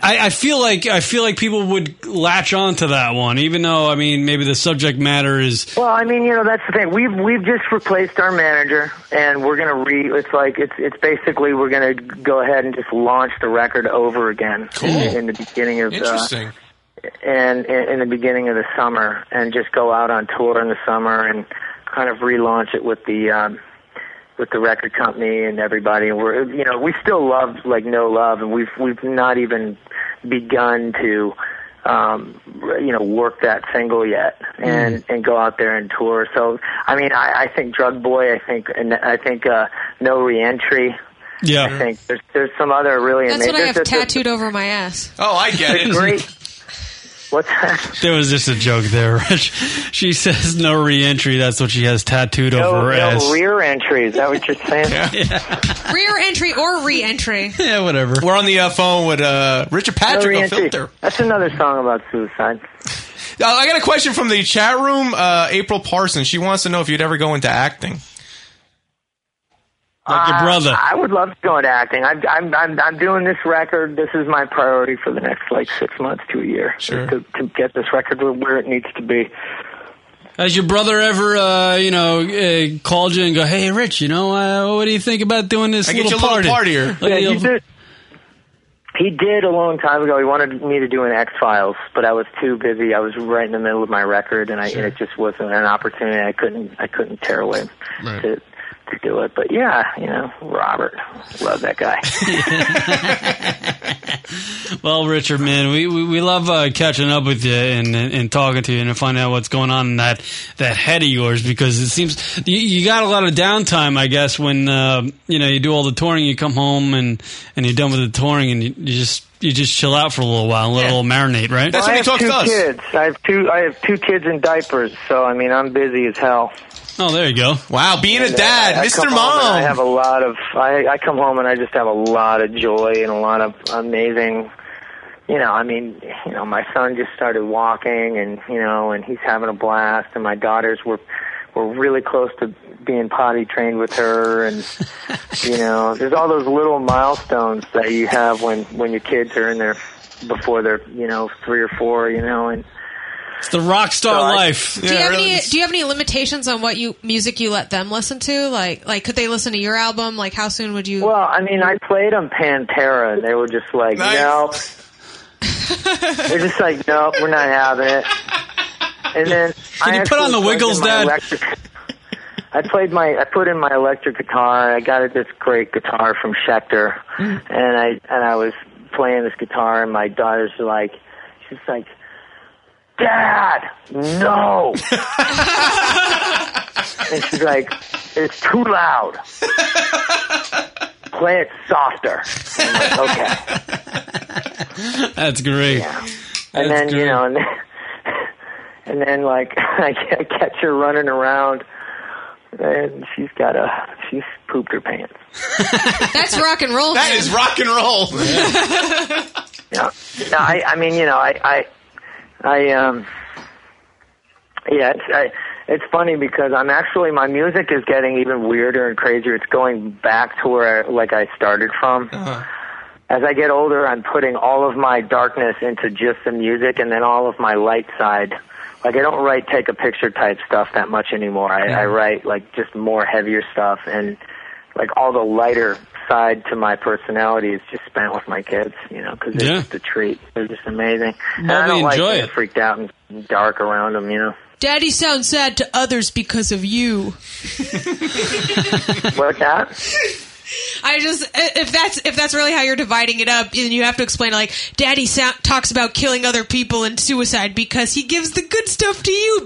G: I, I feel like I feel like people would latch on to that one, even though I mean maybe the subject matter is
M: Well, I mean, you know, that's the thing. We've we've just replaced our manager, and we're gonna re. It's like it's it's basically we're gonna go ahead and just launch the record over again in, in the beginning of
F: Interesting.
M: Uh, and in, in the beginning of the summer, and just go out on tour in the summer and kind of relaunch it with the um, with the record company and everybody. And we're you know we still love like no love, and we've we've not even begun to um you know work that single yet
H: Mm.
M: and and go out there and tour so i mean i i think drug boy i think and i think uh no reentry
G: Yeah.
M: i think there's there's some other really
H: Mm. That's
M: amazing
H: what I
M: there's,
H: have
M: there's-
H: tattooed over my ass.
F: Oh, I get
M: there's great what's that
G: There was just a joke there, <laughs> Rich. She says no reentry. That's what she has tattooed over her
M: no,
G: ass.
M: rear entry is that what you're
F: <laughs>
M: saying
H: <laughs> Rear entry or <laughs> re-entry.
G: <laughs> yeah, whatever.
F: We're on the uh, phone with uh, Richard
M: no
F: Patrick on
M: reentry.
F: Filter.
M: that's another song about suicide
F: Uh, I got a question from the chat room. Uh, April Parsons. She wants to know if you'd ever go into acting.
M: like
F: your Uh, brother.
M: i would love to go into acting i'm i'm i'm, I'm doing this record this is my priority for the next like six months to a year sure. to, to get this record where it needs to be
G: Has your brother ever, uh, you know, uh, called you and go, "Hey, Rich, you know, uh, what do you think about doing this
M: I get
G: little
M: you a little
G: party?"
M: partier. Yeah, you did. He did a long time ago. He wanted me to do an X Files, but I was too busy. I was right in the middle of my record, and I and it just wasn't an opportunity. I couldn't I couldn't tear away to to do it. But yeah, you know, Robert, love that guy.
G: Well, Richard, man, we, we, we love uh, catching up with you and, and, and talking to you and find out what's going on in that, that head of yours because it seems you, you got a lot of downtime, I guess, when uh, you know you do all the touring, you come home and, and you're done with the touring and you, you just you just chill out for a little while, and let it all marinate, right?
M: Well, I have two kids. I have two. I have two kids in diapers. So I mean, I'm busy as hell.
G: Oh, there you go.
F: Wow, being a
M: And, uh,
F: dad,
M: I
F: Mr.
M: come home and
F: Mom.
M: I have a lot of. I, I come home and I just have a lot of joy and a lot of amazing. You know, I mean, you know, my son just started walking, and you know, and he's having a blast, and my daughters were were really close to being potty trained with
F: <laughs>
M: her, and you know, there's all those little milestones that you have when when your kids are in their before they're you know three or four, you know, and
G: It's the rock star life.
H: do you have any Do you have any limitations on what you music you let them listen to? Like, like could they listen to your album? Like, how soon would you?
M: Well, I mean, I played them Pantera, and they were just like, nope.
G: <laughs>
M: They're just like, nope, we're not having it. And then
G: Can
M: I
G: you put on the
M: actually plugged
G: Wiggles,
M: in my
G: Dad?
M: electric- <laughs> I played my, I put in my electric guitar. I got this great guitar from Schecter,
G: Hmm.
M: and I and I was playing this guitar, and my daughter's like, she's like, Dad,
G: <laughs>
M: no. and she's like, it's
G: <laughs>
M: too loud. Play it softer. And I'm like, okay.
G: That's great.
M: and then you know, and then, <laughs> and then like <laughs> I ca- catch her running around, and she's got a she's pooped her pants.
H: <laughs> That's rock and roll.
F: That
H: man.
F: is rock
G: <laughs>
F: and roll.
M: No, no, I, I mean, you know, I, I, I, um, yeah, it's, I, it's funny because I'm actually my music is getting even weirder and crazier. It's going back to where I, like I started from. as I get older, I'm putting all of my darkness into just the music and then all of my light side. Like I don't write take a picture type stuff that much anymore. I, I write like just more heavier stuff and like all the lighter side to my personality is just spent with my kids, you know, because it's
Q: Yeah.
M: just a treat. They're just amazing. and
Q: Well,
M: I
Q: they
M: don't
Q: enjoy
M: like being
Q: it.
M: freaked out and dark around them, you know.
V: Daddy sounds sad to others because of you.
M: What's that?
H: I just if that's if that's really how you're dividing it up, then you have to explain like Daddy sa- talks about killing other people and suicide because he gives the good stuff to you,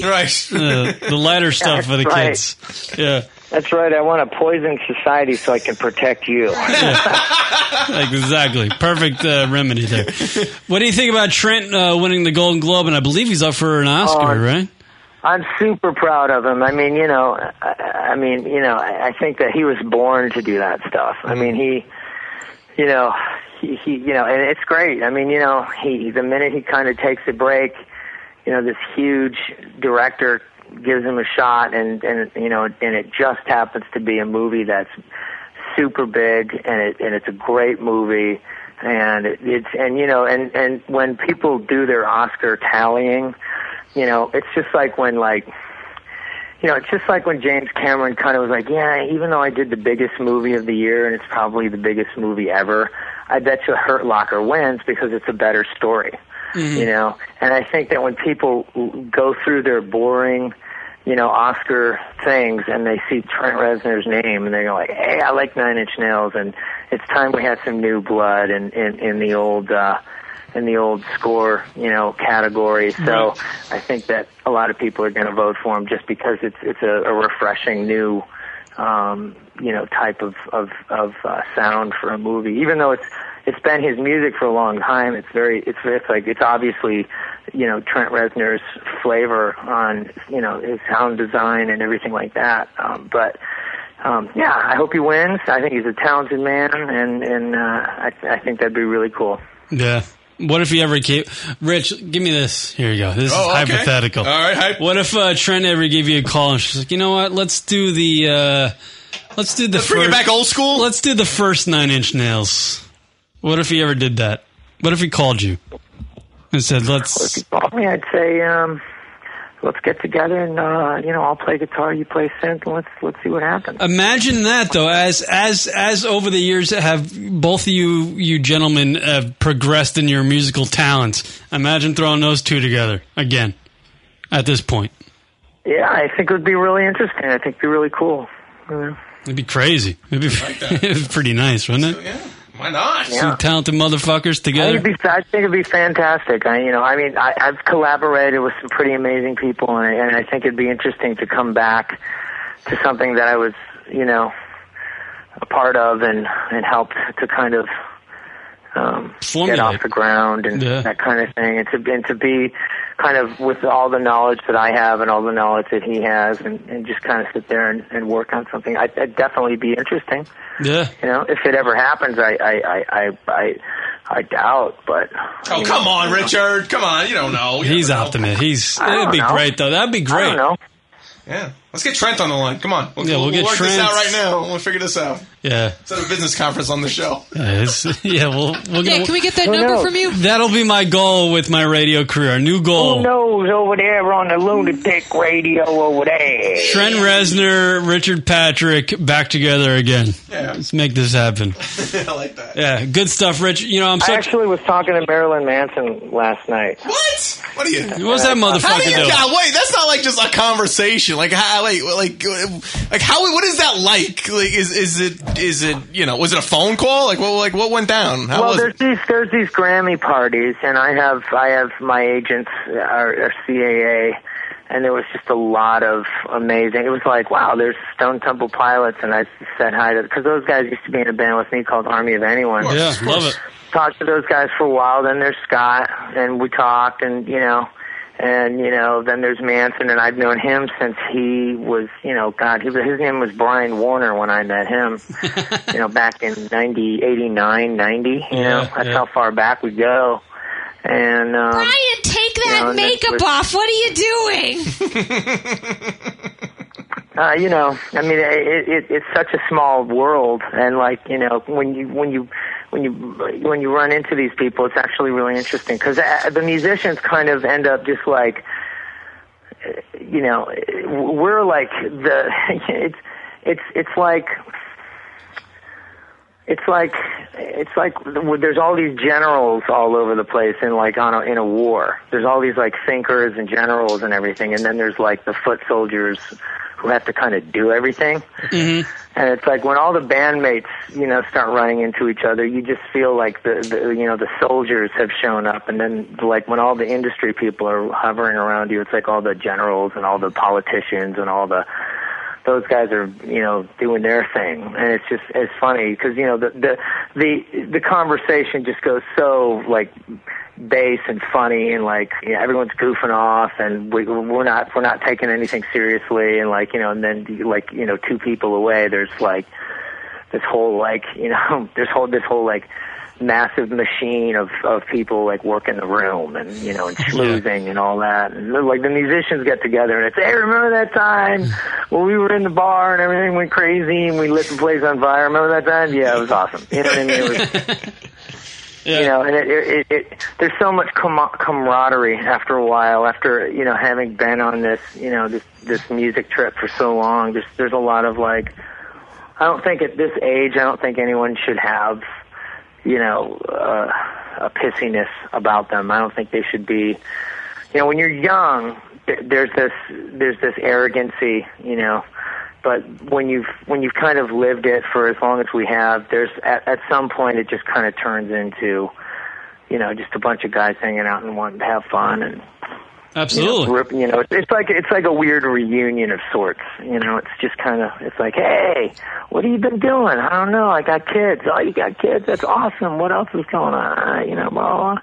F: <laughs> Right.
G: Uh, the
M: <laughs>
G: lighter stuff for the
M: That's right.
G: kids. Yeah,
M: <laughs> That's right. I want to poison society so I can protect
Q: <laughs>
M: you.
G: exactly. Perfect uh, remedy there. What do you think about Trent uh, winning the Golden Globe? And I believe he's up for an Oscar, right?
M: I'm super proud of him. I mean, you know, I, I mean, you know, I, I think that he was born to do that stuff. I mean, he, you know, he, he, you know, and it's great. I mean, you know, he the minute he kind of takes a break, you know, this huge director gives him a shot, and and you know, and it just happens to be a movie that's super big, and it and it's a great movie, and it, it's and you know, and and when people do their Oscar tallying you know, it's just like when like you know, it's just like when James Cameron kind of was like, yeah, even though I did the biggest movie of the year and it's probably the biggest movie ever, I bet you Hurt Locker wins because it's a better story. You know, and I think that when people go through their boring, you know, Oscar things and they see Trent Reznor's name and they go like, hey, I like Nine Inch Nails and it's time we had some new blood and in, in the old, uh, in the old score, you know, category. So I think that a lot of people are going to vote for him just because it's it's a, a refreshing new, um, you know, type of of, of uh, sound for a movie. Even though it's it's been his music for a long time, it's very it's it's like it's obviously, you know, Trent Reznor's flavor on you know his sound design and everything like that. Um, but um, yeah, I hope he wins. I think he's a talented man, and and uh, I, I think that'd be really cool.
G: Yeah. What if he ever gave Rich? Give me this. Here you go. This
F: Oh,
G: is
F: okay.
G: hypothetical.
F: All right, hype.
G: What if uh, Trent ever gave you a call and she's like, you know what? Let's do the. Uh, let's do the.
F: Let's bring it back old school.
G: Let's do the first Nine Inch Nails. What if he ever did that? What if he called you and said, "Let's"?
M: Probably, I'd say, um, let's get together and uh, you know, I'll play guitar, you play synth, and let's let's see what happens.
G: Uh, Imagine that though. As as as over the years have both of you you gentlemen have progressed in your musical talents. Imagine throwing those two together again at this point.
M: Yeah, I think it would be really interesting. I think it'd be really cool. you know.
G: It'd be crazy. It'd be, <laughs> it'd be pretty nice, wouldn't it? yeah.
F: Why not?
G: Two talented motherfuckers
M: I
G: together.
M: think, it'd be, I think it'd be fantastic. I, you know, I mean, I, I've collaborated with some pretty amazing people, and I, and I think it'd be interesting to come back to something that I was, you know, a part of and and helped to kind of um, get off the ground and that kind of thing, and to and to be kind of with all the knowledge that I have and all the knowledge that he has, and, and just kind of sit there and, and work on something. I, it'd definitely be interesting.
G: Yeah.
M: You know, if it ever happens, I I I I I, I doubt. But I
F: Oh,
M: mean,
F: come on, Richard. Come on. You don't know. You
G: He's
F: never know.
G: optimistic. He's
F: I don't
G: that'd be
F: know.
G: great though. That'd be great.
F: I don't know. Yeah. Let's get Trent on the line. Come on. We'll,
G: Yeah, we'll
F: we'll
G: get
F: work this
G: Trent.
F: out right now. We'll figure this out.
G: Yeah.
F: Set up a business conference on the show.
G: Yeah, it's- <laughs> yeah, we'll, we'll
V: Yeah, can we get that Who number knows? from you?
G: That'll be my goal with my radio career. A new goal.
L: Who knows over there on the lunatic radio over there?
G: Trent Reznor, Richard Patrick, back together again.
M: Yeah.
G: Let's make this happen.
F: I like that.
G: Yeah, good stuff, Rich. You know, I'm
M: I
G: so.
M: actually was talking to Marilyn Manson last night.
F: What? What are you?
G: What's that motherfucker
F: How do you?
G: doing?
F: God, wait, that's not like just a conversation. Like, how, like, like, like, how? What is that like? Like, is is it is it you know? Was it a phone call? Like, what like what went down? How
M: well,
F: was
M: there's
F: it?
M: these there's these Grammy parties, and I have I have my agents our, our CAA, and there was just a lot of amazing. It was like wow, there's Stone Temple Pilots, and I said hi to because those guys used to be in a band with me called Army of Anyone.
G: Yeah, love it.
M: Talked to those guys for a while. Then there's Scott, and we talked, and you know. And you know, then there's Manson, and I've known him since he was, you know, God, he, was- his name was Brian Warner when I met him, you know, back in ninety, eighty nine, ninety. You know,
B: Yeah,
M: that's
B: yeah.
M: how far back we go. And um,
B: Brian, take that
M: know, and that's
B: makeup
M: what-
B: off. What are you doing?
M: uh, you know, I mean, it, it, it's such a small world, and like you know, when you when you when you when you run into these people, it's actually really interesting because the musicians kind of end up just like, uh, you know, uh, we're like the <laughs> it's it's it's like it's like it's like there's all these generals all over the place in like on a, in a war. There's all these like thinkers and generals and everything, and then there's like the foot soldiers who have to kind of do everything. And it's like when all the bandmates, you know, start running into each other, you just feel like the, the you know the soldiers have shown up, and then like when all the industry people are hovering around you, it's like all the generals and all the politicians and all the those guys are you know doing their thing, and it's just it's funny because you know the the the the conversation just goes so like base and funny and like you know, everyone's goofing off and we, we're not we're not taking anything seriously and like you know and then like you know two people away there's like this whole like <laughs> you know this whole this whole like massive machine of of people like working the room and you know and schmoozing and all that and then, like the musicians get together and it's hey remember that time when we were in the bar and everything went crazy and we lit the place on fire remember that time yeah it was awesome you know what I mean it was you know, and it, it, it, it there's so much com- camaraderie after a while. After you know, having been on this, you know, this this music trip for so long, there's there's a lot of like, I don't think at this age, I don't think anyone should have, you know, uh, a pissiness about them. I don't think they should be, you know, when you're young, th- there's this there's this arrogancy, you know, but when you've when you've kind of lived it for as long as we have, there's at, at some point it just kind of turns into, you know, just a bunch of guys hanging out and wanting to have fun and
G: Absolutely.
M: you know, rip- you know, it's like it's like a weird reunion of sorts. You know, it's just kind of it's like, hey, what have you been doing? I don't know. I got kids. Oh, you got kids? That's awesome. What else is going on? Uh, You know, blah blah. blah.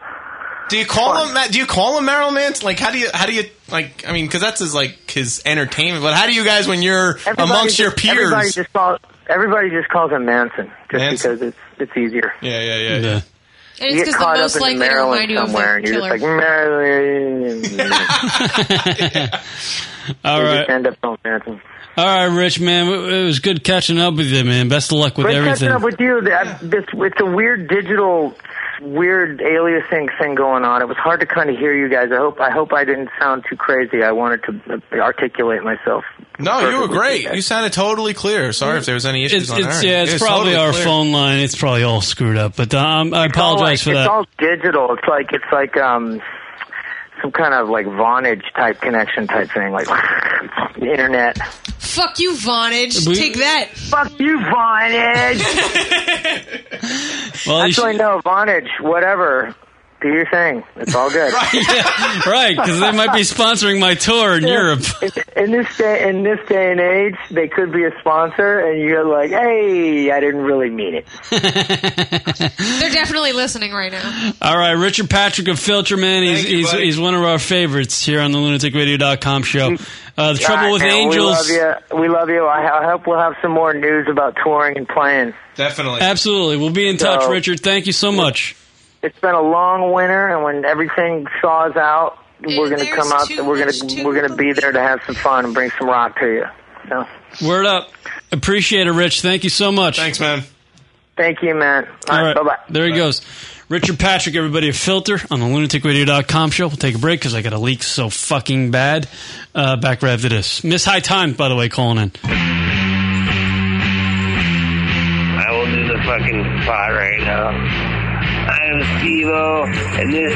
F: Do you call him? that? Do you call him Marilyn Manson? Like, how do you? How do you? Like, I mean, because that's his like his entertainment. But how do you guys when you're
M: Everybody
F: amongst
M: just-
F: your peers?
M: everybody just calls everybody just calls him Manson just because it's it's easier.
F: yeah, yeah, yeah, yeah.
H: And
M: you
H: it's because
M: get
H: the
M: caught
H: most
M: up in
H: likely to
M: Maryland
H: remind you of
M: somewhere,
H: the
M: and you're
H: killer.
M: just like
F: <laughs>
M: Maryland.
G: All
M: You
G: right.
M: just end up on Manson.
G: All right, Rich, man. It was good catching up with you, man. Best of luck with
M: Great
G: everything.
M: catching up with you. I- This it's a weird digital, weird aliasing thing going on. It was hard to kind of hear you guys. I hope I hope I didn't sound too crazy. I wanted to uh, articulate myself.
F: No, you were
M: perfectly.
F: great. You sounded totally clear. Sorry if there was any
G: It's,
F: issues on
G: it's-
F: our
G: yeah,
F: end.
G: it's, probably
F: totally
G: our
F: clear.
G: phone line. It's probably all screwed up, but um, I
M: It's all
G: apologize
M: like-
G: for that.
M: It's all digital. It's like it's like um, some kind of like Vonage type connection type thing, like <laughs> the internet.
H: Fuck you, Vonage.
M: We-
H: Take that.
M: Fuck you, Vonage.
G: Well, you
M: Actually, no, Vonage, whatever. Do your thing. It's all <laughs>
G: <laughs>
M: good.
G: right, because they might be sponsoring my tour in
M: Yeah.
G: Europe.
M: In this day, in this day and age, they could be a sponsor, and you're like, "Hey, I didn't really mean it."
H: They're definitely listening right now.
G: All right, Richard Patrick of Filter Man. He's he's, he's one of our favorites here on the lunaticradio.com show. Uh, the trouble
M: God,
G: with
M: man,
G: angels.
M: We love you. We love you. I, I hope we'll have some more news about touring and playing.
F: Definitely.
G: Absolutely. We'll be in touch,
M: So-
G: Richard. Thank you so much.
M: It's been a long winter, and when everything thaws out, we're going to come out. We're going to we're going to be there to have some fun and bring some rock to you. So,
G: Word up. Appreciate it, Rich. Thank you so much. Thanks,
F: man.
M: thank you, man.
G: All right. Bye-bye. There he goes. Richard Patrick, everybody, a filter on the lunaticradio.com show. We'll take a break because I got a leak so fucking bad. Uh, back right after this. Miss High Times, by the way, calling in.
W: I will do the fucking spot right now. I'm Steve and this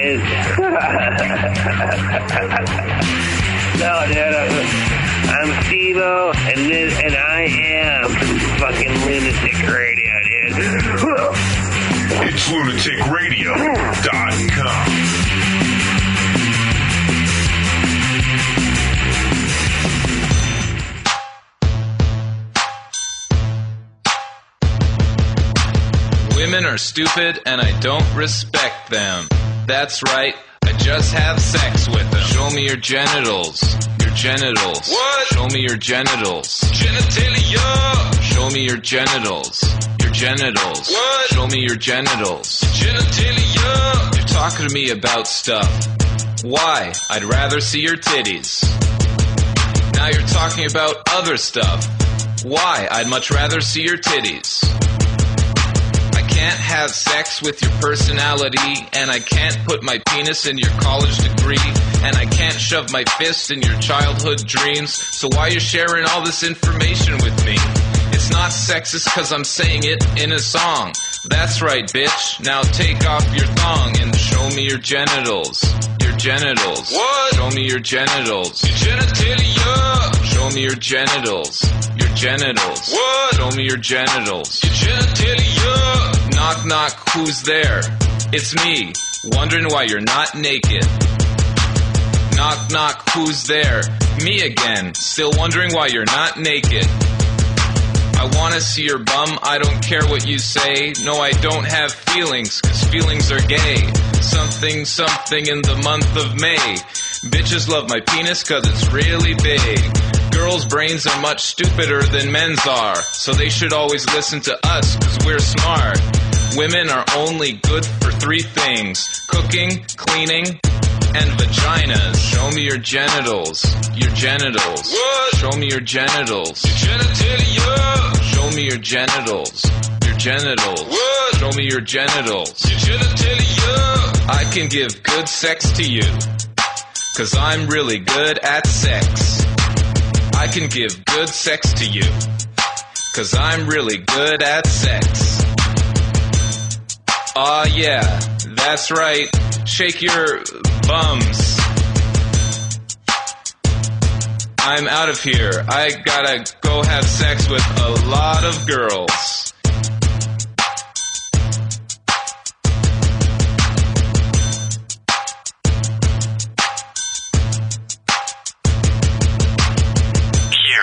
W: is. <laughs> no, dude, I'm, I'm Steve and this, and I am fucking Lunatic Radio, dude. <laughs>
C: It's lunaticradio.com.
E: Women are stupid and I don't respect them. That's right, I just have sex with them. Show me your genitals. Your genitals. What? Show me your genitals. Genitalia! Show me your genitals. Your genitals. What? Show me your genitals. Genitalia! You're talking to me about stuff. Why? I'd rather see your titties. Now you're talking about other stuff. Why? I'd much rather see your titties. I can't have sex with your personality, and I can't put my penis in your college degree, and I can't shove my fist in your childhood dreams. So why you sharing all this information with me? It's not sexist cause I'm saying it in a song. That's right, bitch. Now take off your thong and show me your genitals. Your genitals. What? Show me your genitals. Your genitalia. Show me your genitals. Your genitals. What? Show me your genitals. Your genitalia. Knock knock, who's there? It's me. Wondering why you're not naked. Knock knock, who's there? Me again. Still wondering why you're not naked. I wanna see your bum, I don't care what you say. No, I don't have feelings, cause feelings are gay. Something, something in the month of May. Bitches love my penis cause it's really big. Girls' brains are much stupider than men's are, so they should always listen to us cause we're smart. Women are only good for three things cooking, cleaning, and vaginas. Show me your genitals. Your genitals. What? Show me your genitals. Your genitalia. Show me your genitals. Your genitals. What? Show me your genitals. Your genitalia. I can give good sex to you. Cause I'm really good at sex. I can give good sex to you. Cause I'm really good at sex. Aw, Ah, yeah, that's right. Shake your bums. I'm out of here. I gotta go have sex with a lot of girls.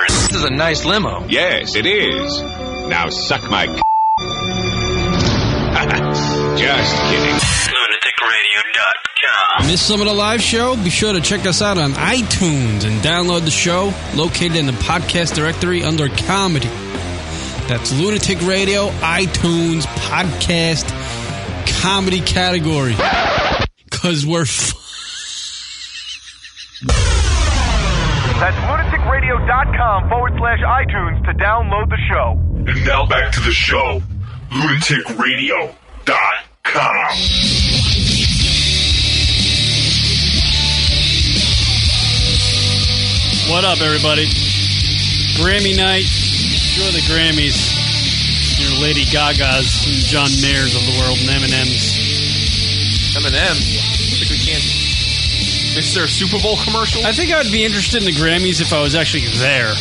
D: This is a nice limo. Yes, it is. Now suck my. C- Just kidding. LunaticRadio.com.
X: Miss some of the live show? Be sure to check us out on iTunes and download the show located in the podcast directory under comedy. That's Lunatic Radio, iTunes, podcast, comedy category. Because we're f-
J: That's lunaticradio.com forward slash iTunes to download the show.
Y: And now back to the show. LunaticRadio.com.
G: What up, everybody? Grammy night. Enjoy the Grammys. Your Lady Gaga's and John Mayer's of the world and M&M's.
F: M&M? Like we can't... Is there a Super Bowl commercial?
G: I think I would be interested in the Grammys if I was actually there.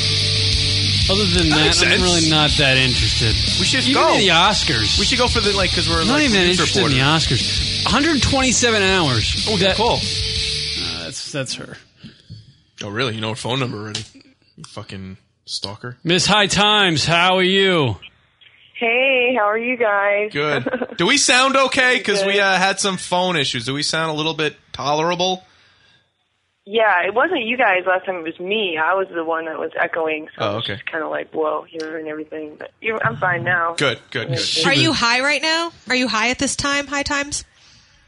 G: Other than
F: That
G: that,
F: makes sense.
G: I'm really not that interested.
F: We should
G: Even
F: go.
G: in the Oscars.
F: We should go for the, like, because we're
G: I'm not
F: like,
G: even
F: news
G: interested in the
F: reporters.
G: Oscars. 127 hours. Oh, that,
F: call.
G: Uh, that's that's her.
F: Oh, really? You know her phone number already? You fucking stalker.
G: Miss High Times, how are you?
A: Hey, how are you guys?
H: <laughs>
F: Good. Do we sound okay? Because we uh, had some phone issues. Do we sound a little bit tolerable?
A: yeah, it wasn't you guys last time. It was me. I was the one that was echoing. So
F: Oh, okay.
A: kind of like, whoa, here and everything. But you I'm fine now.
F: Good, good.
A: Stupid.
H: Are you high right now? Are you high at this time? High times?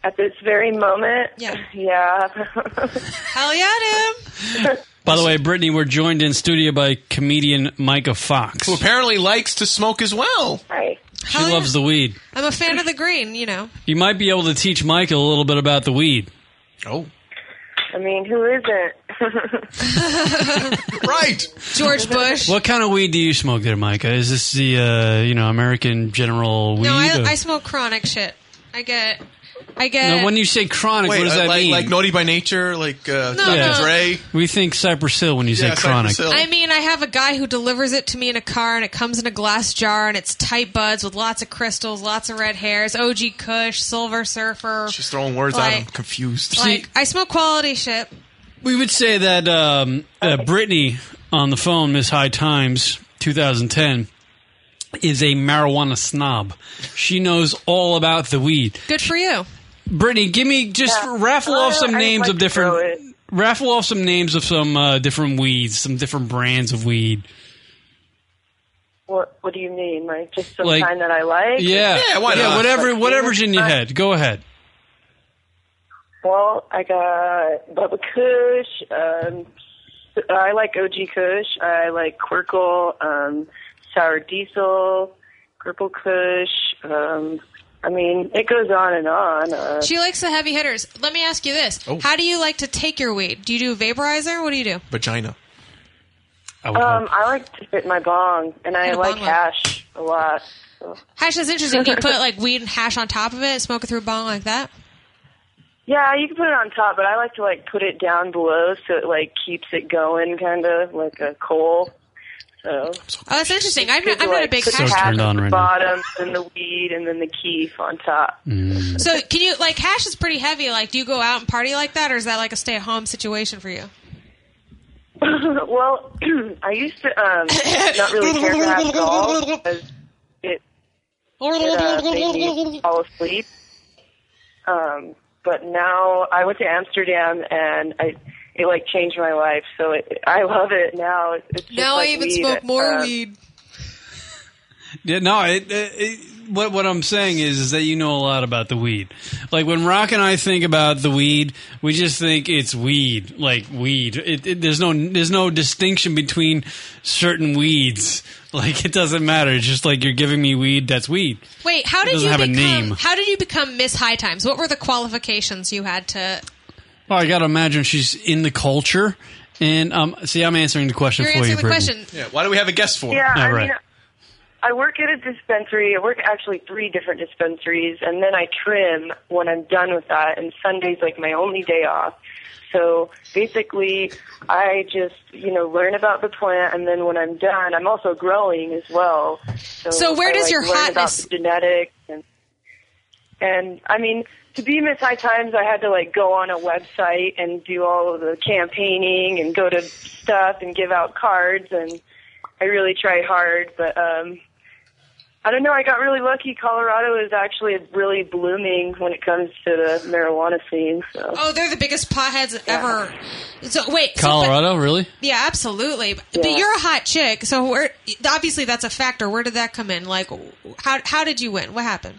A: At this very moment?
H: Yeah.
A: <laughs> Yeah.
H: Hell yeah, dude.
G: By the way, Brittany, we're joined in studio by comedian Micah Fox.
F: Who apparently likes to smoke as well.
A: Right.
G: She loves the weed.
H: I'm a fan of the green, you know.
G: You might be able to teach Micah a little bit about the weed.
F: Oh.
A: I mean, who isn't?
F: <laughs> right.
H: <laughs> George Bush.
G: What kind of weed do you smoke there, Micah? Is this the uh, you know American general weed?
H: No, I,
G: or-
H: I smoke chronic shit. I get, I get.
G: Now, when you say chronic,
F: Wait,
G: what does
F: uh,
G: that
F: like,
G: mean?
F: Like naughty by nature, like uh,
H: No,
F: Dr.
H: no.
F: Dre.
G: We think Cypress Hill when you say
F: Yeah,
G: chronic.
F: Cypress Hill.
H: I mean, I have a guy who delivers it to me in a car, and it comes in a glass jar, and it's tight buds with lots of crystals, lots of red hairs, OG Kush, Silver Surfer.
F: She's throwing words
H: like,
F: at him. Confused.
H: Like I smoke quality shit.
G: We would say that um, uh, Brittany on the phone, Miss High Times 2010, is a marijuana snob. She knows all about the weed.
H: Good for you.
G: Brittany, give me just raffle off some names of different. Raffle off some names of some uh, different weeds, some different brands of weed.
A: <laughs> what, what do you mean? Like, just some
G: Like-
A: kind that I like?
G: yeah, yeah, whatever, whatever's in your head. Go ahead.
A: Well, I got Bubba Kush. Um, I like OG Kush. I like Quirkle, um, Sour Diesel, Purple Kush. Um, I mean, it goes on and on. Uh,
H: She likes the heavy hitters. Let me ask you this:
F: Oh.
H: How do you like to take your weed? Do you do vaporizer? What do you do?
F: Vagina.
A: um, I like to fit my bong, and I
H: Hit a
A: like
H: bong with-
A: hash a lot. So.
H: Hash is interesting. Do you put like weed and hash on top of it, and smoke it through a bong like that?
A: Yeah, you can put it on top, but I like to like put it down below so it like keeps it going, kind of like a coal. So
H: Oh, that's interesting. I'm not,
A: People,
H: I'm not a
A: like,
H: big
A: put
H: hash.
A: the hash
G: turned
A: at
G: on
A: the
G: right now.
A: bottom, then the weed, and then the keef on top.
H: So can you like hash is pretty heavy. Like, do you go out and party like that, or is that like a stay at home situation for you?
A: <laughs> well, <clears throat> I used to um, not really care for alcohol because it, it uh, made me fall asleep. Um, but now I went to Amsterdam and I it like changed my life. So it, I love it now. It's just
H: Now
A: like
H: I even
A: weed.
H: smoke more
A: Um,
H: weed.
G: Yeah, no. It, it, it, what what I'm saying is, is that you know a lot about the weed. Like when Rock and I think about the weed, we just think it's weed, like weed. It, it, there's no there's no distinction between certain weeds. <laughs> Like it doesn't matter. It's just like you're giving me weed. That's weed.
H: Wait, how
G: It
H: did
G: doesn't
H: you
G: have a
H: become?
G: name.
H: How did you become Miss High Times? What were the qualifications you had to?
G: Well, I gotta imagine she's in the culture. And um, see, I'm answering the question
H: You're
G: for you.
H: answering the
G: Brittany.
H: question.
F: Yeah. Why do we have a guest for?
A: Yeah,
G: Yeah,
A: I
G: right.
A: mean, I work at a dispensary. I work actually three different dispensaries, and then I trim when I'm done with that. And Sunday's like my only day off. So basically, I just you know learn about the plant, and then when I'm done, I'm also growing as well. So,
H: So where
A: I,
H: does
A: like,
H: your
A: learn
H: hotness-
A: about the genetics and and I mean, to be Miss High Times, I had to like go on a website and do all of the campaigning and go to stuff and give out cards, and I really try hard. But um, I don't know. I got really lucky. Colorado is actually really blooming when it comes to the marijuana scene. So.
H: Oh, they're the biggest potheads ever. So wait, so-
G: Colorado, really?
H: Yeah, absolutely. But, but you're a hot chick, so where obviously that's a factor. Where did that come in? Like, how how did you win? What happened?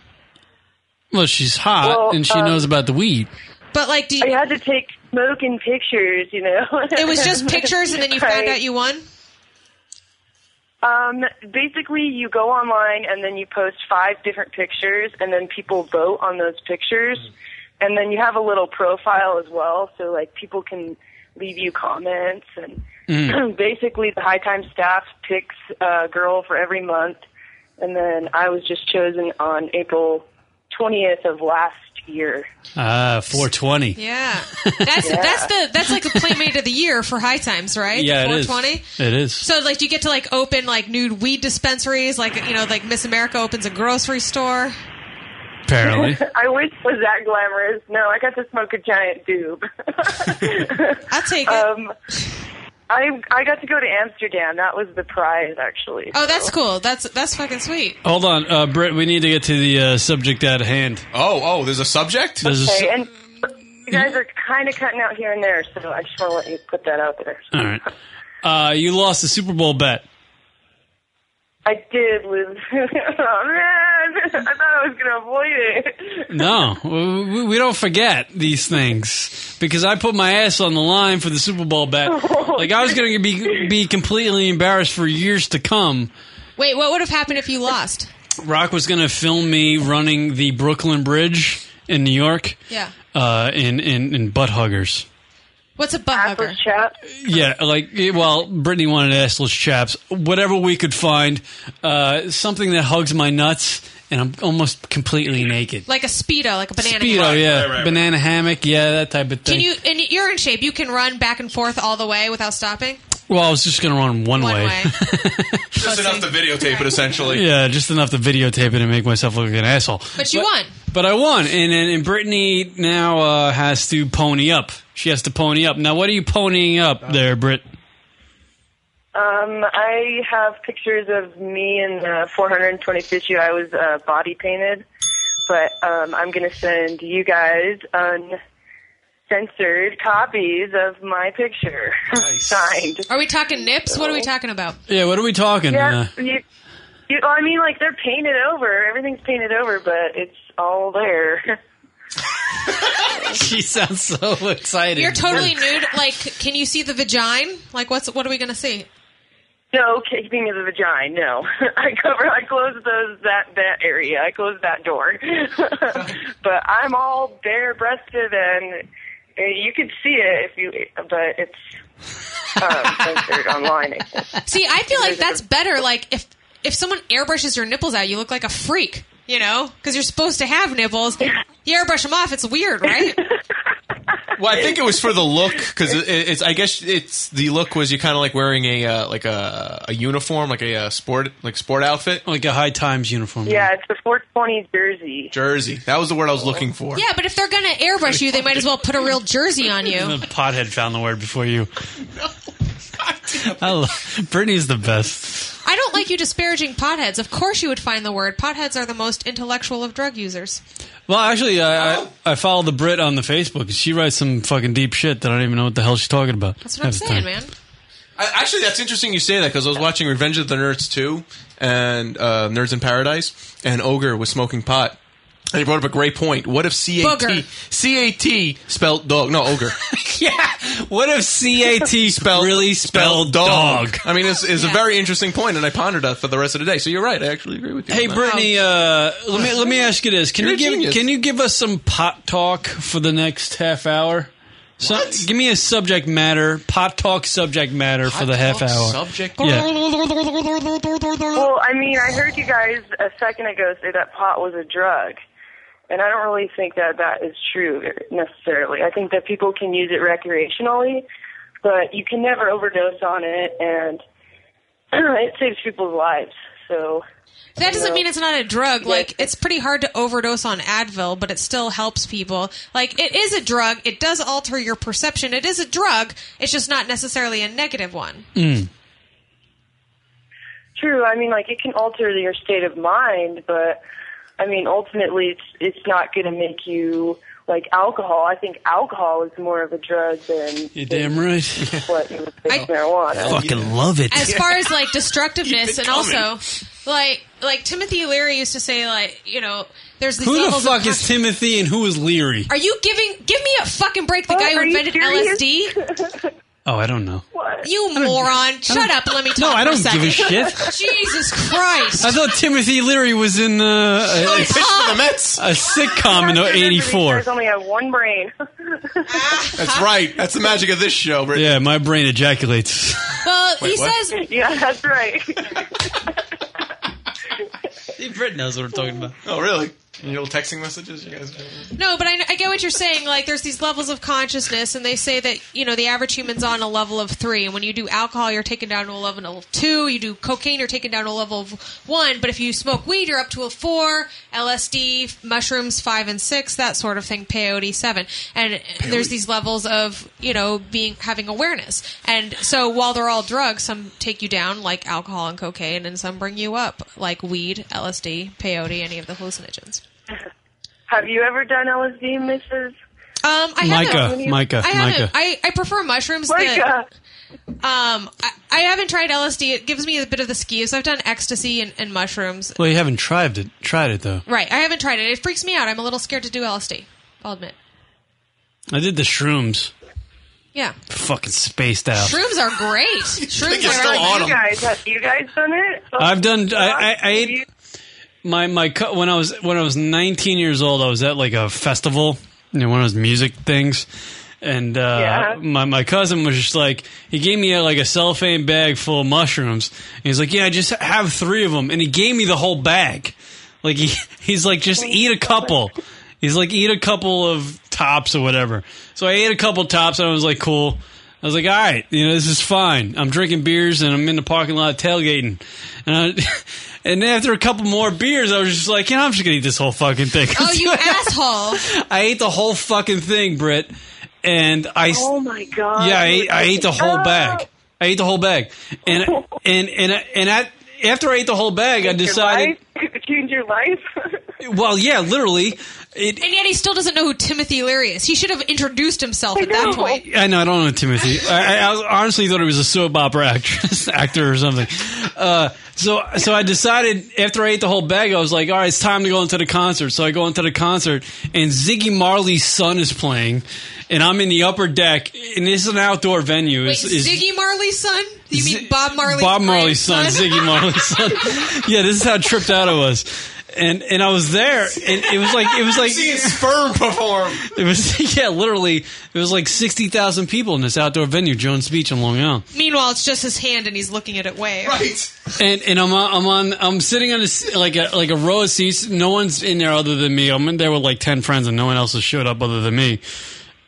G: Well, she's hot
A: Well,
G: and she
H: uh,
A: um,
G: knows about the weed.
H: But like, do you,
A: I had to take smoking pictures. You know,
H: It
A: <laughs>
H: was just pictures, and then you found
A: Right.
H: out you won.
A: Um, basically, you go online and then you post five different pictures, and then people vote on those pictures, and then you have a little profile as well, so like people can leave you comments, and
Z: Mm.
A: <clears throat> basically the High Time staff picks a girl for every month, and then I was just chosen on April twentieth of last year.
G: Ah, 420.
A: <laughs>
H: Yeah, that's
A: Yeah.
H: that's the that's like the playmate of the year for High Times, right?
G: Yeah, it is.
H: 420?
G: It is.
H: So like, do you get to like open like nude weed dispensaries? Like you know, like Miss America opens a grocery store. <laughs>
G: Apparently.
A: I wish it was that glamorous. No, I got to smoke a giant doob. <laughs>
H: I'll take
A: it. Um, I I got to go to Amsterdam. That was the prize, actually.
H: Oh, that's cool. That's that's fucking sweet.
G: Hold on, uh, Britt. We need to get to the uh, subject at hand.
F: Oh, oh, there's a subject.
G: There's a
A: Okay,
G: su-
A: and you guys are kind of cutting out here and there, so I just want to let you put that out there.
G: All right. Uh, you lost the Super Bowl bet.
A: I did lose. <laughs> oh man, I thought I was gonna avoid it.
G: No, we, we don't forget these things because I put my ass on the line for the Super Bowl bet. Like I was going to be be completely embarrassed for years to come.
H: Wait, what would have happened if you lost?
G: Rock was going to film me running the Brooklyn Bridge in New York.
H: Yeah.
G: Uh, in in in butt huggers.
H: What's a butt hugger?
G: Yeah, like eh, well, Brittany wanted assless chaps. Whatever we could find, uh, something that hugs my nuts, and I'm almost completely naked.
H: Like a speedo, like a banana.
G: Speedo,
H: hammock.
G: yeah, banana hammock, yeah, that type of
H: Can
G: thing.
H: you? And you're in shape. You can run back and forth all the way without stopping.
G: well, I was just gonna run one,
H: One way.
F: Just enough to videotape it, essentially.
G: <laughs> yeah, just enough to videotape it and make myself look like an asshole.
H: But you won.
G: But I won, and and, and Brittany now uh, has to pony up. She has to pony up. Now, what are you ponying up there, Britt?
A: Um, I have pictures of me in the 425th year. I was uh, body painted, but um, I'm going to send you guys uncensored copies of my picture <laughs> signed.
H: Are we talking nips? What are we talking about?
G: Yeah, what are we talking?
A: Yeah,
G: uh,
A: you, you, I mean, like they're painted over. Everything's painted over, but it's all there. <laughs>
G: <laughs> she sounds so excited.
H: You're totally nude. Like, can you see the vagina? Like, what's what are we gonna see?
A: No keeping of the vagina. No, <laughs> I cover. I close those that that area. I close that door. <laughs> but I'm all bare breasted, and uh, you could see it if you. But it's um, <laughs> censored online. I guess.
H: See, I feel like that's better. Like if if someone airbrushes your nipples out, you look like a freak. You know, because you're supposed to have nipples. You airbrush them off. It's weird, right?
F: Well, I think it was for the look because it, it's. I guess it's the look was you kind of like wearing a uh, like a, a uniform, like a, uh sport like sport outfit,
G: like a high times uniform.
A: Yeah, it's the 420 jersey.
F: jersey. That was the word I was looking for.
H: yeah, but if they're gonna airbrush you, they might as well put a real jersey on
G: <laughs>
H: you.
G: The pothead found the word before you. I love, Brittany's the best.
H: I don't like you disparaging potheads. Of course, you would find the word. Potheads are the most intellectual of drug users.
G: Well, actually, I, I, I follow the Brit on the Facebook. She writes some fucking deep shit that I don't even know what the hell she's talking about.
H: That's what I'm
G: half the
H: saying,
G: time.
H: man.
F: I, actually, that's interesting you say that because I was watching Revenge of the Nerds 2 and uh, Nerds in Paradise, and Ogre was smoking pot. And he brought up a great point. What if CAT,
G: Booger.
F: CAT spelled dog? No,
G: <laughs>
F: ogre.
G: <laughs> yeah. What if CAT
F: spelled, really spelled
G: dog?
F: I mean, it's, it's a very interesting point, and I pondered that for the rest of the day. So you're right. I actually agree with you.
G: Hey
F: on that.
G: Brittany, uh, let me let me ask you this: Can
F: Um, You're a
G: you give
F: genius.
G: can you give us some pot talk for the next half hour? So, give me a subject matter, pot talk subject matter for the half
F: talk
G: hour.
F: subject
G: yeah.
A: Well, I mean, I heard you guys a second ago say that pot was a drug, and I don't really think that that is true necessarily. I think that people can use it recreationally, but you can never overdose on it, and <clears throat> it saves people's lives. So
H: That doesn't
A: Well,
H: mean it's not a drug. Like it's pretty hard to overdose on Advil, but it still helps people. Like it is a drug. It does alter your perception. It is a drug. It's just not necessarily a negative one.
A: True. I mean, like it can alter your state of mind, but I mean, ultimately, it's it's not going to make you like alcohol. I think alcohol is more of a drug than
G: You're damn <laughs> right.
A: what you would think marijuana.
G: Fucking love it.
H: As far as like destructiveness and
G: coming.
H: also like like Timothy Leary used to say like, you know, there's these
G: who the
H: levels of
G: fuck is
H: con-
G: Timothy and who is Leary?
H: Are you giving give me a fucking break the guy who
A: Oh, are you
H: invented
A: serious?
H: LSD?
G: Oh, I don't know.
H: You moron. Shut up and let me talk.
G: No, I
H: for
G: don't give a
H: second.
G: shit.
H: Jesus Christ.
G: I thought Timothy Leary was in uh, a, a,
H: Shut up.
G: a sitcom in
A: You
G: '84.
A: guys only have one brain. <laughs>
F: That's right. That's the magic of this show, Brittany.
G: Yeah, my brain ejaculates.
H: Well,
F: Wait,
H: he
F: what?
H: says.
A: Yeah, that's right. <laughs>
G: Britt knows what I'm talking about.
F: Oh, really? Any little texting messages you guys?
H: No, but I, I get what you're saying. Like, there's these levels of consciousness, and they say that you know the average human's on a level of three. And when you do alcohol, you're taken down to a level of two. You do cocaine, you're taken down to a level of one. But if you smoke weed, you're up to a four. LSD, mushrooms, five and six, that sort of thing. Peyote, seven. And there's these levels of you know being having awareness. And so while they're all drugs, some take you down like alcohol and cocaine, and some bring you up like weed, LSD, peyote, any of the hallucinogens.
A: have you ever done LSD, Mrs.
H: Um, I
G: Micah,
H: haven't.
G: Micah,
H: I haven't.
G: Micah.
H: I, I prefer mushrooms.
A: Micah.
H: That, um, I, I haven't tried LSD. It gives me a bit of the skews. I've done ecstasy and, and mushrooms.
G: <laughs> Well, you haven't tried it. Tried it though.
H: Right. I haven't tried it. It freaks me out. I'm a little scared to do LSD. I'll admit.
G: I did the shrooms.
H: Yeah.
G: Fucking spaced out.
H: Shrooms are
G: <laughs>
H: great. Shrooms are
A: Have
H: great.
A: you guys have you guys done it?
G: I've done. I, I, I ate my my cu- when I was when I was 19 years old. I was at like a festival, you know, one of those music things, and
Z: Yeah.
G: uh, my my cousin was just like he gave me a, like a cellophane bag full of mushrooms. And he's like, yeah, just have three of them, and he gave me the whole bag. Like he <laughs> he's like just eat a couple. He's like eat a couple of tops or whatever. So I ate a couple tops and I was like cool. I was like, all right, you know, this is fine. I'm drinking beers and I'm in the parking lot tailgating. And I, <laughs> and then after a couple more beers, I was just like, you know, I'm just gonna eat this whole fucking thing. <laughs>
H: Oh, you asshole!
G: I ate the whole fucking thing, Britt, and I. s-
A: Oh my god!
G: yeah, I ate, I ate the whole bag. I ate the whole bag,
A: <laughs>
G: and and and I- and I, after I ate the whole bag,
A: <laughs>
G: I
A: Change your
G: decided.
A: life? <laughs> Change your life.
G: Well, yeah, literally, It,
H: and yet he still doesn't know who Timothy Leary is. He should have introduced himself at that point.
G: I know I don't
A: <laughs>
G: know Timothy. I, I- I was- honestly thought he was a soap opera actress, <laughs> actor or something. Uh, so so I decided after I ate the whole bag, I was like, all right, it's time to go into the concert. So I go into the concert, and Ziggy Marley's son is playing, and I'm in the upper deck, and this is an outdoor venue.
H: Wait,
G: It's- it's-
H: Ziggy Marley's son? You mean Bob Marley?
G: Bob Marley's son,
H: <laughs>
G: Ziggy Marley's son. yeah, this is how tripped out I was. And and I was there, and it was like it was like
F: seeing <laughs> sperm perform.
G: It was <laughs> yeah, literally, it was like sixty thousand people in this outdoor venue, Jones Beach in Long Island.
H: Meanwhile, it's just his hand and he's looking at it wave.
F: Right.
G: And and I'm on, I'm on I'm sitting on this like a like a row of seats. No one's in there other than me. I'm in there with like ten friends, and no one else has showed up other than me.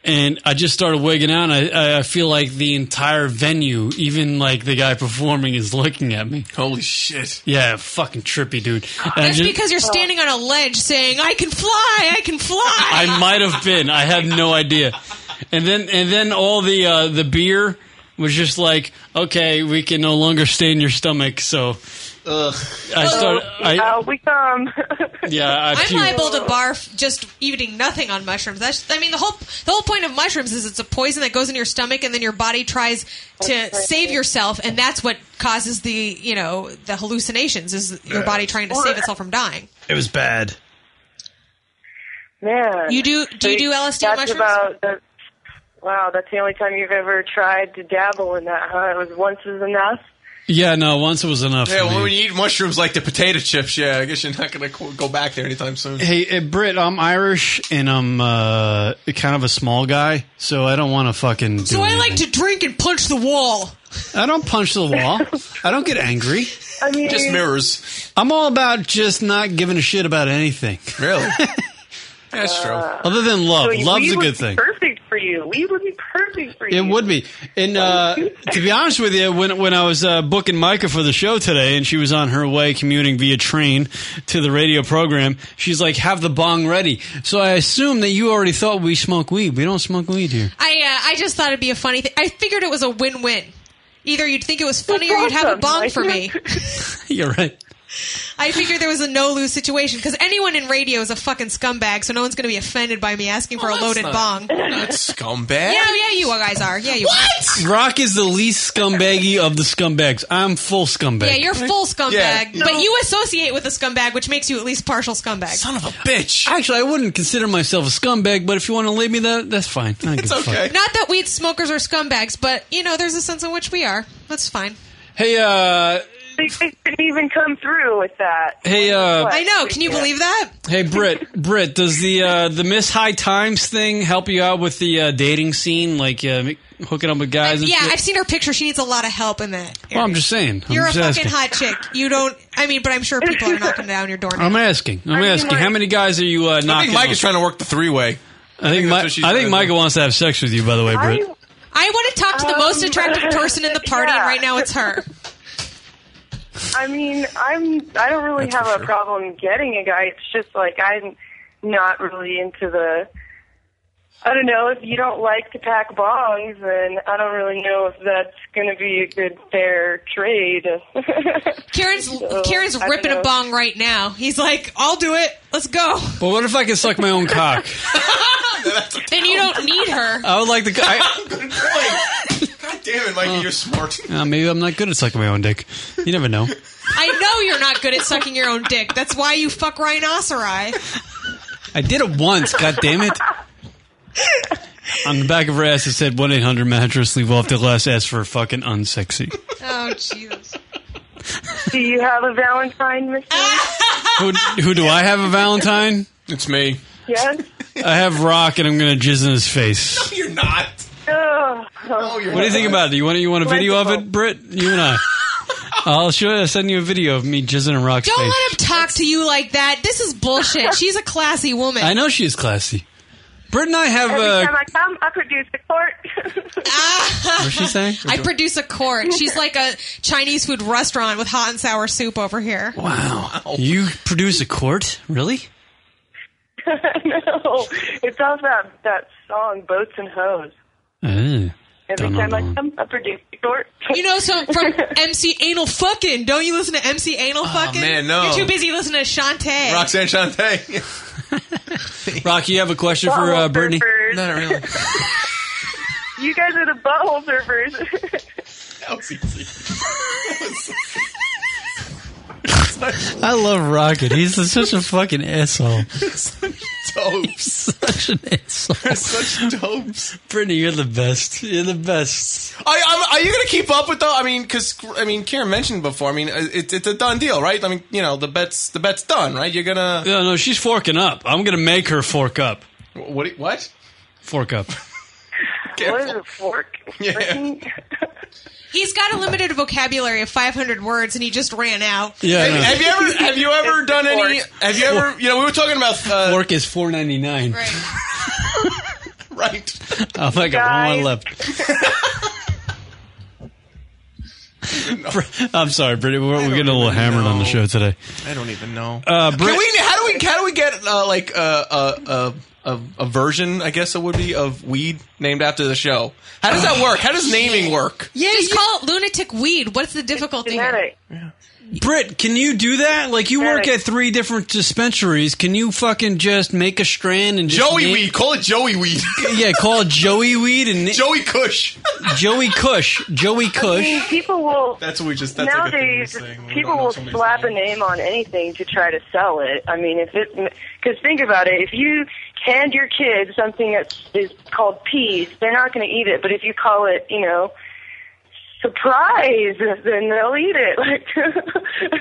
G: And I just started wigging out, and I, I- I feel like the entire venue, even like the guy performing, is looking at me.
F: Holy shit!
G: Yeah, fucking trippy, dude. And I
H: That's
G: just-
H: because you're
A: Oh.
H: standing on a ledge saying, I can fly, I can fly.
G: I might have been. I have no idea. And then and then all the uh, the beer was just like, okay, we can no longer stay in your stomach. So
F: Ugh.
G: I started. I,
A: Uh, we um, come.
G: yeah, I
H: I'm
G: puked.
H: liable to barf just eating nothing on mushrooms. That's I mean the whole the whole point of mushrooms is it's a poison that goes in your stomach and then your body tries to save yourself and that's what causes the you know the hallucinations is your
Z: Yeah.
H: body trying to save itself from dying.
Z: It was bad.
A: <laughs> Man.
H: You do- do you do LSD
A: that's
H: mushrooms?
A: About the, wow, that's the only time you've ever tried to dabble in that, huh? It was once is enough.
G: Yeah, no, once it was enough.
F: Yeah,
G: for me.
F: well, when you eat mushrooms like the potato chips, yeah, I guess you're not gonna qu- go back there anytime <laughs> soon.
G: Hey, uh, Britt, I'm Irish and I'm uh, kind of a small guy, so I don't want to fucking. Do
H: So I like to drink and punch the wall.
G: I don't punch the wall. I don't get angry.
A: I mean,
F: Just mirrors.
G: I'm all about just not giving a shit about anything.
F: <laughs> Really? That's true.
G: Other than love,
A: So
G: love's
A: weed
G: a
A: would
G: good
A: be
G: thing.
A: Perfect for you. We would be perfect for
G: It
A: you.
G: would be. And uh, to be honest with you, when when I was uh, booking Micah for the show today, and she was on her way commuting via train to the radio program, she's like, "Have the bong ready." So I assume that you already thought we smoke weed. We don't smoke weed here.
H: I uh, I just thought it'd be a funny thing. I figured it was a win-win. Either you'd think it was funny or you'd have a
A: awesome.
H: bong
A: I
H: for me.
G: You're right.
H: I figured there was a no lose situation because anyone in radio is a fucking scumbag, so no one's going to be offended by me asking for a loaded bong.
F: That's scumbag.
H: Yeah, yeah, you guys are. Yeah, you. What?
G: Rock is the least scumbaggy of the scumbags. I'm full scumbag.
H: Yeah, you're full scumbag,
G: Yeah.
H: but you associate with a scumbag, which makes you at least partial scumbag. Son
G: of a bitch. Actually, I wouldn't consider myself a scumbag, but if you want to label me that, that's fine. I don't give a fuck.
H: Not that weed smokers are scumbags, but you know, there's a sense in which we are. That's fine.
G: Hey, uh,
A: They they couldn't even come through with that.
G: hey, uh,
H: I know. Can you believe that?
G: Hey Britt, Britt, does the uh, the Miss High Times thing help you out with the uh, dating scene, like uh, m- hooking up with guys? and
H: Yeah,
G: shit?
H: I've seen her picture. She needs a lot of help in that.
G: well, I'm just saying. I'm
H: You're a
G: just
H: fucking
G: asking.
H: hot chick. You don't. I mean, but I'm sure people are knocking down your door.
G: <laughs> I'm asking. I'm asking. How many guys are you uh, knocking?
F: I think Mike is
G: on?
F: trying to work the three way.
G: I think Mi-
F: she's
G: I
F: trying
G: think
F: to
G: Michael wants to have sex with you. By the way, Britt.
H: I want to talk to the most
A: Um,
H: attractive person in
G: <laughs>
H: the party, and right now it's her.
A: I mean, I'm. I don't really have a problem getting a guy. It's just like I'm not really into the. I don't know if you don't like to pack bongs, then I don't really know if that's going to be a good fair trade. <laughs>
H: Karen's Karen's
A: I don't
H: ripping a
A: know.
H: bong right now. He's like, "I'll do it. Let's go."
G: But what if I can suck my own
H: <laughs>
G: cock?
H: And you don't need her.
G: I would like to. I,
F: God damn it, Mikey, you're smart.
G: uh, maybe I'm not good at sucking my own dick. You never know.
H: I know you're not good at sucking your own dick. That's why you fuck rhinoceri.
G: I did it once. God damn it. On the back of her ass, it said one eight hundred mattress. Leave off the last S for fucking unsexy.
A: Oh Jesus! Do you have a Valentine, Mister?
G: Who, who do I have a Valentine?
F: It's me.
A: yes.
G: I have Rock, and I'm gonna jizz in his face.
F: You're not.
A: Oh,
G: What do you think about it? You want you want a video of it, Britt? You and I. I'll show. I'll send you a video of me jizzing in Rock's
H: Don't
G: face.
H: let him talk to you like that. This is bullshit. She's a classy woman.
G: I know she is classy. Britt and I have.
A: Every
G: Uh,
A: time I come, I produce a court.
G: What's she saying?
H: I produce a court. She's like a Chinese food restaurant with hot and sour soup over here.
G: wow. You produce a court? Really?
A: <laughs> no, it's off that that song, Boats and Hoes.
G: Eh.
A: Every
G: Don't know
A: time
G: that
A: I
G: one.
A: come, I produce a court.
H: You know, so from MC Anal Fucking. Don't you listen to MC Anal Fucking?
F: man, no.
H: You're too busy listening to
F: <laughs>
H: Shantae.
F: Roxanne Shante.
Q: Rocky, you have a question for uh,
A: Butthole
Q: Brittany?
A: surfers.
Q: really.
A: You guys are the butthole
H: <laughs>
A: surfers.
G: I love Rocket. He's such a fucking asshole. <laughs>
F: Dopes.
G: Such an asshole.
F: such dopes.
G: <laughs> Brittany, you're the best. You're the best.
F: I, I'm, are you going to keep up with though? I mean, because I mean, Karen mentioned before. I mean, uh, it's it's a done deal, right? I mean, you know, the bet's the bet's done, right? You're gonna
G: No, no, she's forking up. I'm gonna make her fork up.
F: what? What?
G: Fork up.
A: What is a fork? Brittany?
H: He's got a limited vocabulary of 500 words, and he just ran out.
G: Yeah.
F: Have, have you ever have you ever done any? Have you ever? You know, we were talking about uh,
G: fork is four ninety nine.
F: right.
G: Oh my god, one more
F: Guys.
G: left.
F: <laughs>
G: Br- I'm sorry, Brittany. We're, we're getting a little hammered on the show today.
F: I don't even know.
G: Uh, Brit-
F: Can we? How do we? How do we get uh, like uh, uh, uh, a a version? I guess it would be of weed named after the show. How does that work? How does naming work?
H: Yeah, just call it lunatic weed. What's the
A: <laughs>
H: difficulty? Here?
G: Britt, can you do that? Like you work at three different dispensaries. Can you fucking just make a strand and just
F: Joey
G: name-
F: weed. Call it Joey weed.
G: <laughs> Yeah, call it Joey weed and
F: <laughs> Joey Kush.
G: <laughs> Joey Kush. Joey
A: I mean,
F: <laughs>
G: Kush.
A: people will
F: That's what we just. That's like a thing
A: nowadays people will slap a name on anything to try to sell it. I mean, if it because think about it, if you hand your kids something that is called peas, they're not going to eat it. But if you call it, you know, surprise, <laughs> then they'll eat it. <laughs>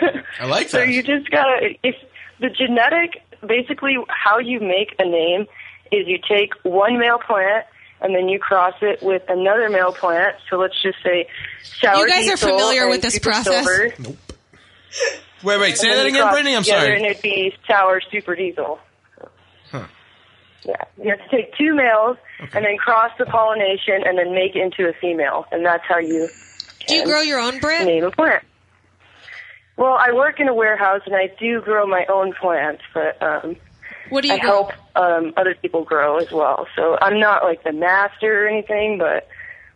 A: Like,
F: I like
A: so
F: that.
A: you just gotta if the genetic basically how you make a name is you take one male plant. And then you cross it with another male plant. So let's just say, sour
H: You guys are
A: diesel
H: familiar
A: and
H: with this
A: super
H: process?
A: silver.
F: Wait, wait. Say
A: And
F: that
A: then you
F: again,
A: cross
F: Brittany. I'm
A: together
F: sorry.
A: And it'd be sour super diesel.
F: Huh.
A: Yeah, you have to take two males and then cross the pollination and then make into a female, and that's how you.
H: Do you
A: can
H: grow your own bread?
A: Name a plant. Well, I work in a warehouse and I do grow my own plants, but um,
H: What do you
A: I
H: grow?
A: help um, other people grow as well. So I'm not like the master or anything, but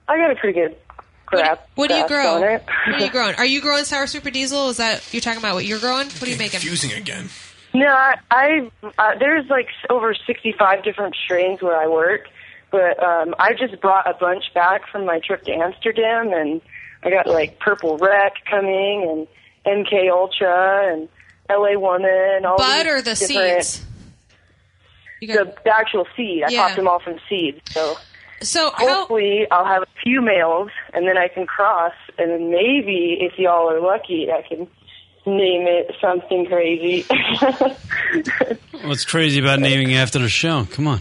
A: I got a pretty good grasp.
H: What do you
A: grasp
H: grow?
A: on it. <laughs>
H: What are you growing? Are you growing sour super diesel? Is that you're talking about? What you're growing? What are you making?
F: Confusing again.
A: No, I, I uh, there's like s- over 65 different strains where I work, but um, I just brought a bunch back from my trip to Amsterdam, and I got like Purple Wreck coming, and MK Ultra, and LA Woman, all
H: Bud
A: these
H: or the
A: different-
H: seeds?
A: The, the actual seed. I
H: Yeah.
A: popped them all from seed. So,
H: so
A: hopefully I'll have a few males, and then I can cross, and then maybe if y'all are lucky, I can name it something crazy. <laughs>
G: What's crazy about naming after the show? Come on.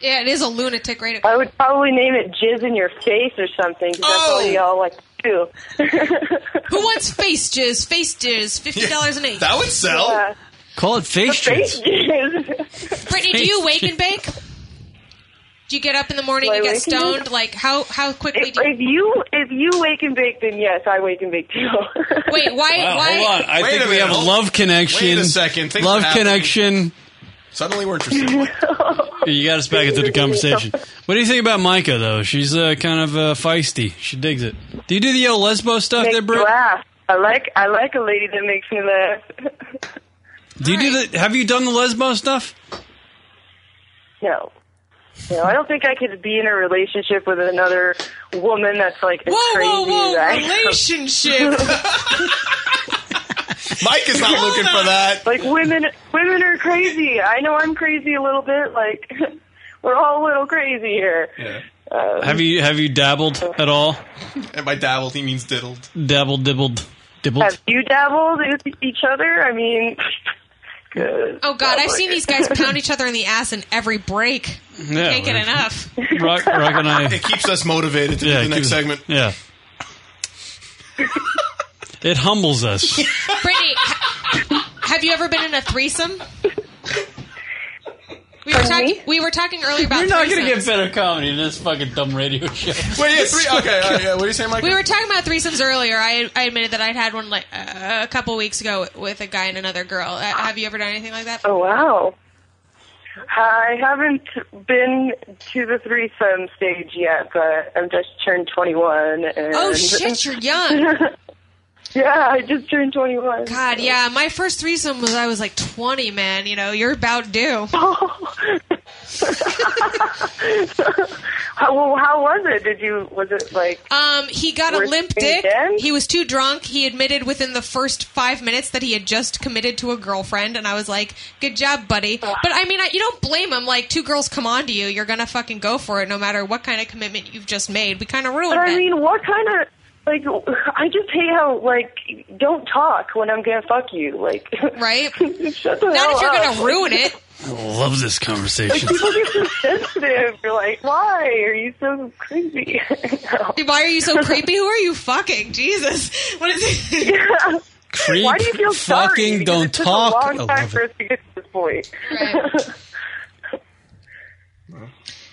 H: Yeah, it is a lunatic radio.
A: I would probably name it Jizz in Your Face or something. 'cause That's all y'all like to do.
H: Oh. <laughs>
A: <laughs>
H: Who wants face jizz?
G: <laughs>
H: Face jizz, fifty dollars an eight.
A: that would sell. Yeah.
G: Call it face
A: Face
G: juice.
A: Uh,
H: <laughs>
A: jizz.
H: Brittany, do you wake and bake? Do you get up in the morning
A: Do I
H: and get
A: wake and
H: stoned? Like how how quickly? do
A: If you if you wake and bake, then yes, I wake and bake too. <laughs>
H: Wait, why?
G: Wow,
H: why?
G: hold on. I
F: Wait
G: think
F: a
G: we have
F: minute.
G: a love connection.
F: Wait a second. Things
G: love
F: are happening.
G: connection.
F: Suddenly
A: <laughs>
F: we're interested.
G: You got us back into
F: <laughs>
G: the conversation. What do you think about Micah though? She's uh, kind of uh, feisty. She digs it. Do you do the old lesbo stuff there,
A: Makes me
G: Britt?
A: laugh. I like I like a lady that makes me laugh. <laughs>
G: Do you do the? Have you done the lesbo stuff?
A: No. No, I don't think I could be in a relationship with another woman that's like as
H: Whoa,
A: crazy
H: whoa, whoa!
A: as I am.
H: Relationship.
F: Mike is not looking for that.
A: <laughs> Like women, women are crazy. I know I'm crazy a little bit. Like <laughs> we're all a little crazy here. Um,
G: Have you have you dabbled at all?
F: And by dabbled, he means diddled.
G: Dabbled, dibbled, dibbled.
A: have you dabbled with each other? I mean, good.
H: Oh God, I've
A: Oh,
H: seen
A: my
H: these guys
G: <laughs>
H: pound each other in the ass in every break.
G: Yeah,
H: Can't get
G: well,
H: enough.
G: Rock, Rock and I.
F: It keeps us motivated to
G: Yeah,
F: do the next
G: keep-
F: segment.
G: Yeah. It humbles us.
H: Brittany, ha- have you ever been in a threesome? We were, talking. we were talking earlier about
G: You're not
H: threesomes.
G: gonna get better comedy in this fucking dumb radio show.
F: Wait, yeah, three. Okay, all right, yeah, what are you saying, Mike?
H: We were talking about threesomes earlier. I, I admitted that I'd had one like uh, a couple weeks ago with a guy and another girl. Uh, have you ever done anything like that?
A: Oh wow. I haven't been to the threesome stage yet, but I've just turned 21. And
G: <laughs>
H: Oh shit, you're Oh, young.
A: <laughs> Yeah, I just turned 21.
H: God, yeah. My first threesome was I was like 20, man. You know, you're about due.
A: How, well, how was it? Did you? Was it like?
H: Um, he got a
A: Worst
H: limp
A: thing
H: dick.
A: again?
H: He was too drunk. He admitted within the first five minutes that he had just committed to a girlfriend, and I was like, "Good job, buddy." But I mean, I, you don't blame him. Like, two girls come on to you, you're gonna fucking go for it, no matter what kind of commitment you've just made. We kind of ruined
A: But I
H: it.
A: mean, what kind of like? I just hate how like don't talk when I'm gonna fuck you. Like, <laughs>
H: right?
A: Shut the
H: Not
A: hell
H: if you're
A: up.
H: gonna
A: <laughs>
H: ruin it.
G: I love this
A: Like <laughs>
G: conversation.
A: people get so sensitive. You're like, why are you so <laughs> creepy?
H: Why are you so creepy? Who are you fucking? Jesus, <laughs> what is
A: <laughs>
H: it?
X: Creep,
A: Why do you feel sorry?
X: fucking,
A: Because
X: don't
A: it took
X: talk.
A: A
G: Oh,
X: I
A: long time
X: love
A: for us to get to this point.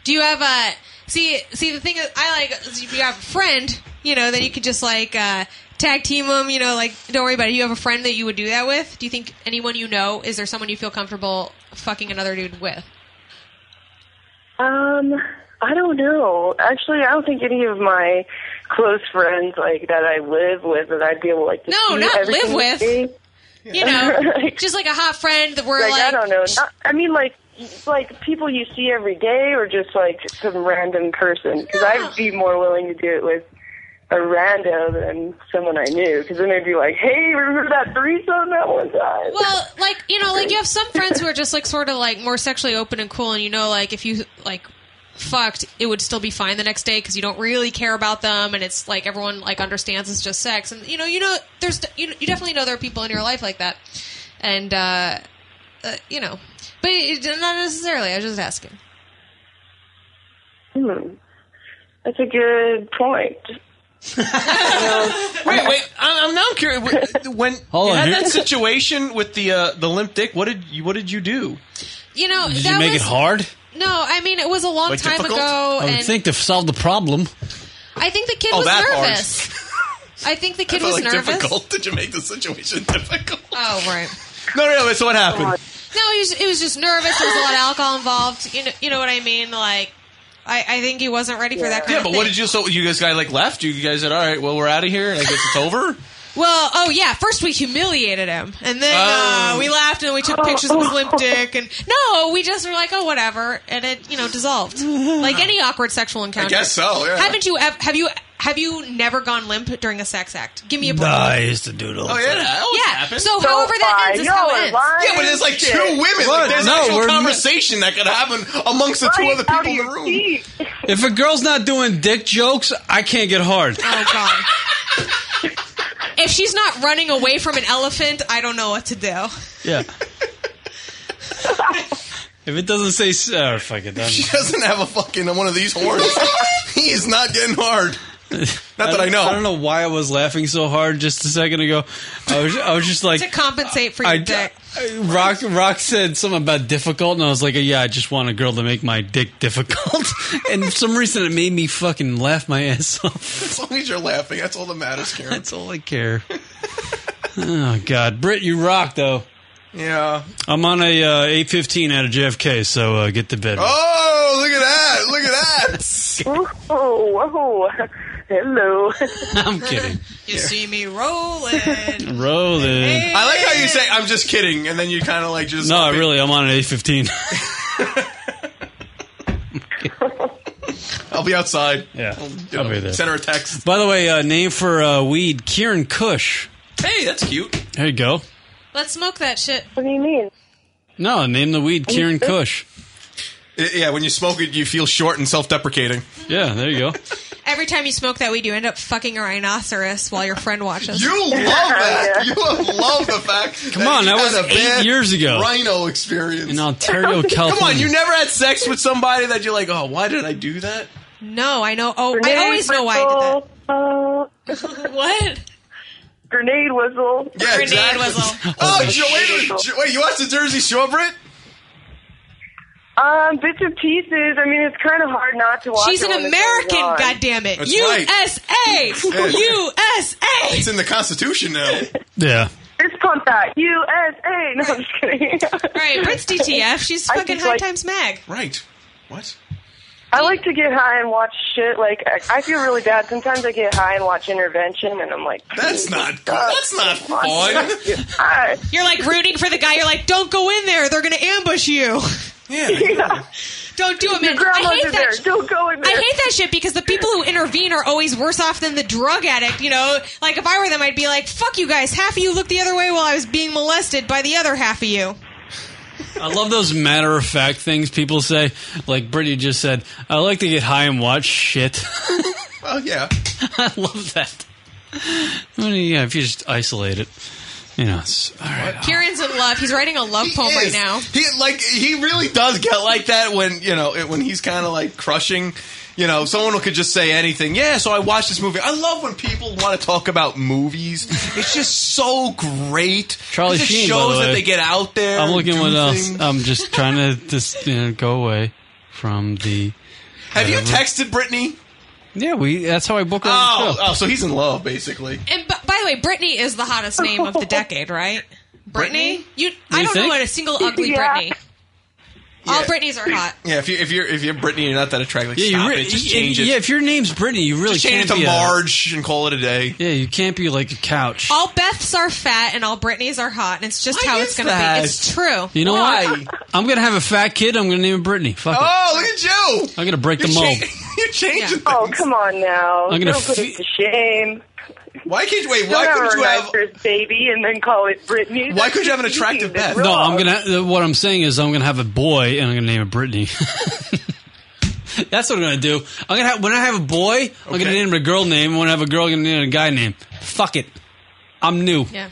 H: Do you have a see? See, the thing is, I like is if you have a friend, you know, that you could just like uh, tag team them. You know, like don't worry about it. You have a friend that you would do that with. Do you think anyone you know is there someone you feel comfortable fucking another dude with?
A: Um, I don't know. Actually, I don't think any of my close friends like that I live with that I'd be able like to
H: No,
A: see
H: not
A: everything
H: live with.
A: they <laughs>
H: You know, just like a hot friend that we're
A: like,
H: like.
A: I don't know. Not, I mean, like like people you see every day, or just like some random person. Because I'd be more willing to do it with a rando than someone I knew. Because then they'd be like, "Hey, remember that threesome that one time?"
H: Well, like you know, like you have some friends who are just like sort of like more sexually open and cool, and you know, like if you like fucked, it would still be fine the next day because you don't really care about them, and it's like everyone like understands it's just sex, and you know, you know, there's you, you definitely know there are people in your life like that, and uh, uh you know, but it, not necessarily. I was just asking.
A: Hmm. That's a good point.
F: Wait, wait. I'm, I'm now curious. When
A: Hold
F: you
A: on,
F: had
A: here-
F: that situation with the uh, the limp dick, what did you what did you do?
H: You know, that was,
F: hard?
H: No, I mean it was a long
F: Like,
H: time
F: difficult?
H: ago,
G: I would
H: and
G: think they've solved the problem.
H: I think the kid
G: Oh,
H: was
G: that hard.
F: <laughs>
H: nervous. I think the kid
F: felt
H: was
F: like
H: nervous.
F: difficult. Did you make the situation <laughs> difficult?
A: Uh,
H: Oh right.
F: No, no, no. So what happened?
H: No, he was, he was just nervous. There was a lot of alcohol involved. You know, you know what I mean? Like, I, I think he wasn't ready for that kind
F: Yeah,
H: of
F: but
H: thing.
F: what did you? So you guys guy like left? You guys said, all right, well, we're out of here. and I guess it's over.
H: well, oh yeah, first we humiliated him, and then
F: Oh.
H: uh, we laughed and we took pictures of
F: <laughs>
H: his limp dick, and no, we just were like, oh whatever, and it you know dissolved like any awkward sexual
F: <laughs>
H: encounter.
F: guess so, yeah.
H: Haven't you? ev- Have you? Have you never gone limp during a sex act? Give me a break.
G: Nah, Ah, I used to do those.
H: Oh,
F: yeah, that always
H: Yeah,
F: happens.
H: so however that ends is how it ends.
F: Yeah, but there's like two women. Like,
X: What?
F: there's
X: No,
F: actual
X: we're not-
F: conversation that could happen amongst the two other people in the room.
X: If a girl's not doing dick jokes, I can't get hard.
H: Oh god. if she's not running away from an elephant, I don't know what to do.
G: Yeah.
A: <laughs>
G: if it doesn't say, s- oh, fuck <laughs> it, then.
F: She doesn't have a fucking one of these horns. he is not getting hard. Not that I know.
G: I don't know why I was laughing so hard just a second ago. I was, I was just like,
H: to compensate for your
G: I,
H: dick.
G: I- Rock Rock said something about difficult, and I was like, yeah, I just want a girl to make my dick difficult. <laughs> and for some reason, it made me fucking laugh my <laughs> ass off.
F: <laughs> As long as you're laughing, that's all that matters, Karen. That's
G: all I
F: <laughs>
G: care. Oh God, Britt, you rock though.
F: Yeah.
G: I'm on a uh, 8:15 out of JFK, so uh, get to bed.
F: Oh, look at that! Look at that!
A: whoa, Oh, <laughs> whoa, hello.
G: I'm kidding.
H: You see me rolling.
G: Rolling.
F: I like how you say "I'm just kidding," and then you kind of like just
G: No, really, I'm on an
F: <laughs>
G: 8:15.
F: I'll be outside.
G: Yeah,
F: you
G: I'll
F: know,
G: be there.
F: Send her a text.
G: By the way, uh, name for uh, weed: Kieran Kush.
F: Hey, that's cute.
G: There you go.
H: Let's smoke that shit.
A: What do you mean?
G: No, name the weed Kieran Kush.
F: Yeah, when you smoke it, you feel short and self-deprecating.
G: Yeah, there you
F: <laughs>
G: go.
H: Every time you smoke that weed, you end up fucking a rhinoceros while your friend watches.
F: You love that. You love the fact.
G: Come on,
F: you
G: that
F: had
G: was
F: a
G: eight
F: bad
G: years ago.
F: Rhino experience
G: in Ontario, California.
F: Come on, you never had sex with somebody that you're like, oh, why did I do that?
H: No, I know. Oh, I always know why I did that. what?
A: Grenade whistle.
F: Yeah,
A: Grenade
F: exactly.
A: whistle.
F: Oh, Jo- wait, a- Jo- wait, you watched the Jersey Shore, Britt?
A: Um, bits and pieces. I mean, it's kind of hard not to watch.
H: She's
A: it
H: an
A: when it's going
H: American,
A: on.
H: goddammit.
F: That's right.
H: USA!
F: <laughs> Yeah.
H: USA!
F: It's in the Constitution now.
G: Yeah.
A: It's pump that USA. No, I'm just
H: <laughs>
A: kidding.
H: Right, Prince DTF. She's
A: I
H: fucking
A: just
H: High
A: like-
H: Times Mag.
F: Right. What?
A: I like to get high and watch shit. Like I, I feel really bad sometimes. I get high and watch Intervention, and I'm like,
F: that's not that's not
A: You're
H: like rooting for the guy. You're like, don't go in there. They're gonna ambush you.
F: <laughs> Yeah.
H: Don't do it, man.
A: grandma's
H: I hate
A: in
H: that.
A: there. Don't go in
H: I
A: there.
H: hate that shit because the people who intervene are always worse off than the drug addict. You know, like if I were them, I'd be like, "Fuck you guys! Half of you looked the other way while I was being molested by the other half of you."
G: I love those matter of fact things people say. Like Brittany just said, I like to get high and watch shit. <laughs>
F: Well, yeah. <laughs>
G: I love that. I mean, yeah, if you just isolate it, you know, it's all right.
H: Kieran's in love. He's writing a love poem right
F: is.
H: now.
F: He like he really does get like that when you know it, when he's kind of like crushing. You know, someone could just say anything. Yeah, so I watched this movie. I love when people want to talk about movies. It's just so great.
G: Charlie
F: it just
G: Sheen, by
F: shows
G: the
F: that
G: way.
F: they get out there.
G: I'm looking
F: and
G: what
F: do
G: else. Oh.
F: things.
G: I'm just trying to just you know, go away from the.
F: Have you
G: whatever.
F: texted Brittany?
G: Yeah, we. That's how I book. her on the
F: Oh,
G: show.
F: oh, so he's in love basically.
H: And b- by the way, Brittany is the hottest name of the decade, right? Brittany, you. I
F: You
H: don't
F: think?
H: know a single ugly
A: Yeah.
H: Brittany. All Britneys are hot.
F: Yeah, if you if you're if you're Brittany, you're not that attractive. Like,
G: Yeah, you
F: stop
G: re-
F: it. Just
G: y-
F: change it.
G: yeah, if your name's Brittany, you really
F: Just change
G: can't be
F: it to
G: a-
F: Marge and call it a day.
G: Yeah, you can't be like a couch.
F: Oh,
H: All Beths are fat and all Britneys are hot, and it's just how it's going to
G: that?
H: be. It's true.
G: You know what? I'm gonna have a fat kid. I'm gonna name him Brittany. Fuck it.
F: Oh, look at you!
G: I'm gonna break the
F: <laughs>
G: mold.
F: You're changing.
A: Oh come on now!
G: I'm gonna
A: Don't put us to shame.
F: Why can't you wait?
A: Don't
F: Why
A: have
F: couldn't
A: a
F: you have?
A: nice baby and then call it Brittany?
F: Why
A: That's
F: couldn't you have an
A: just
F: attractive
A: cheating.
F: Beth?
A: That's
G: No,
A: wrong.
G: I'm gonna. uh, What I'm saying is, I'm gonna have a boy, and I'm gonna name it Brittany. <laughs> That's what I'm gonna do. I'm gonna have, when I have a boy, I'm gonna name it a girl name. When I have a girl, I'm gonna name it a guy name. Fuck it, I'm new.
H: Yeah.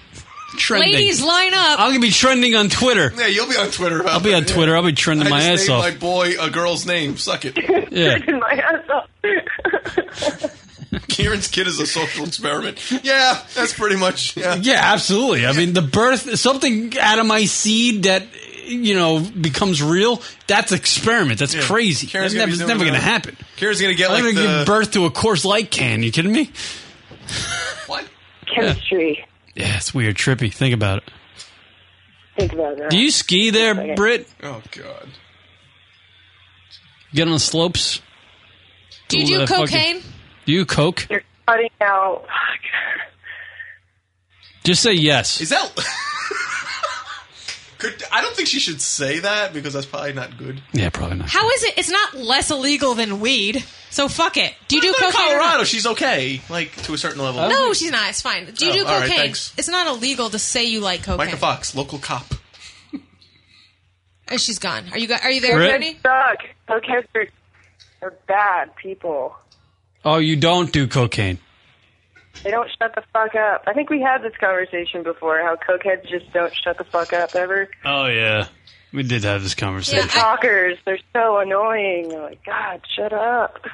G: Trending.
H: Ladies, line up.
G: I'm gonna be trending on Twitter.
F: Yeah, you'll be on Twitter. About
G: I'll be
F: that,
G: on
F: yeah.
G: Twitter. I'll be trending
F: I
G: my ass
F: just named
G: off.
F: My boy, a girl's name. Suck
H: <laughs>
F: it. <laughs>
G: Yeah.
A: <laughs> my ass off.
F: Kieran's kid is a social experiment. Yeah, that's pretty much. Yeah.
G: Yeah, absolutely. I mean, the birth something out of my seed that you know becomes real. That's experiment. That's
F: Yeah.
G: crazy. That's
F: Karen's gonna
G: never,
F: be
G: it's
F: doing
G: never going to happen.
F: that. Kira's gonna get
G: I'm
F: like
G: gonna
F: the
G: give birth to a Coors Light can. You kidding me?
A: Chemistry.
G: Yeah, it's weird, trippy. Think about it.
A: Think about that.
G: Do you ski there,
A: Okay.
G: Britt?
F: Oh God.
G: Get on the slopes.
A: Do you
G: Little,
A: do
G: uh, fucking-
A: cocaine?
G: do you coke?
A: You're cutting out.
G: Just say yes.
F: Is that? <laughs> Could, I don't think she should say that because that's probably not good.
G: Yeah, probably not.
H: How is it? It's not less illegal than weed. So fuck it. Do you do
F: In
H: cocaine? or not?
F: Colorado, she's okay, like to a certain level.
H: No, she's not. It's fine. Do you
F: Oh,
H: do
F: all right,
H: cocaine?
F: thanks.
H: it's not illegal to say you like cocaine.
F: Micah Fox, local cop.
H: And she's gone. Are you go- are you there,
G: Brit?
H: Brittany?
A: Suck. Cokeheads are, are bad people.
G: Oh, you don't do cocaine.
A: They don't shut the fuck up. I think we had this conversation before. How cokeheads just don't shut the fuck up ever.
G: Oh yeah, we did have this conversation.
A: They're talkers. They're so annoying. They're like, God, shut up. <laughs>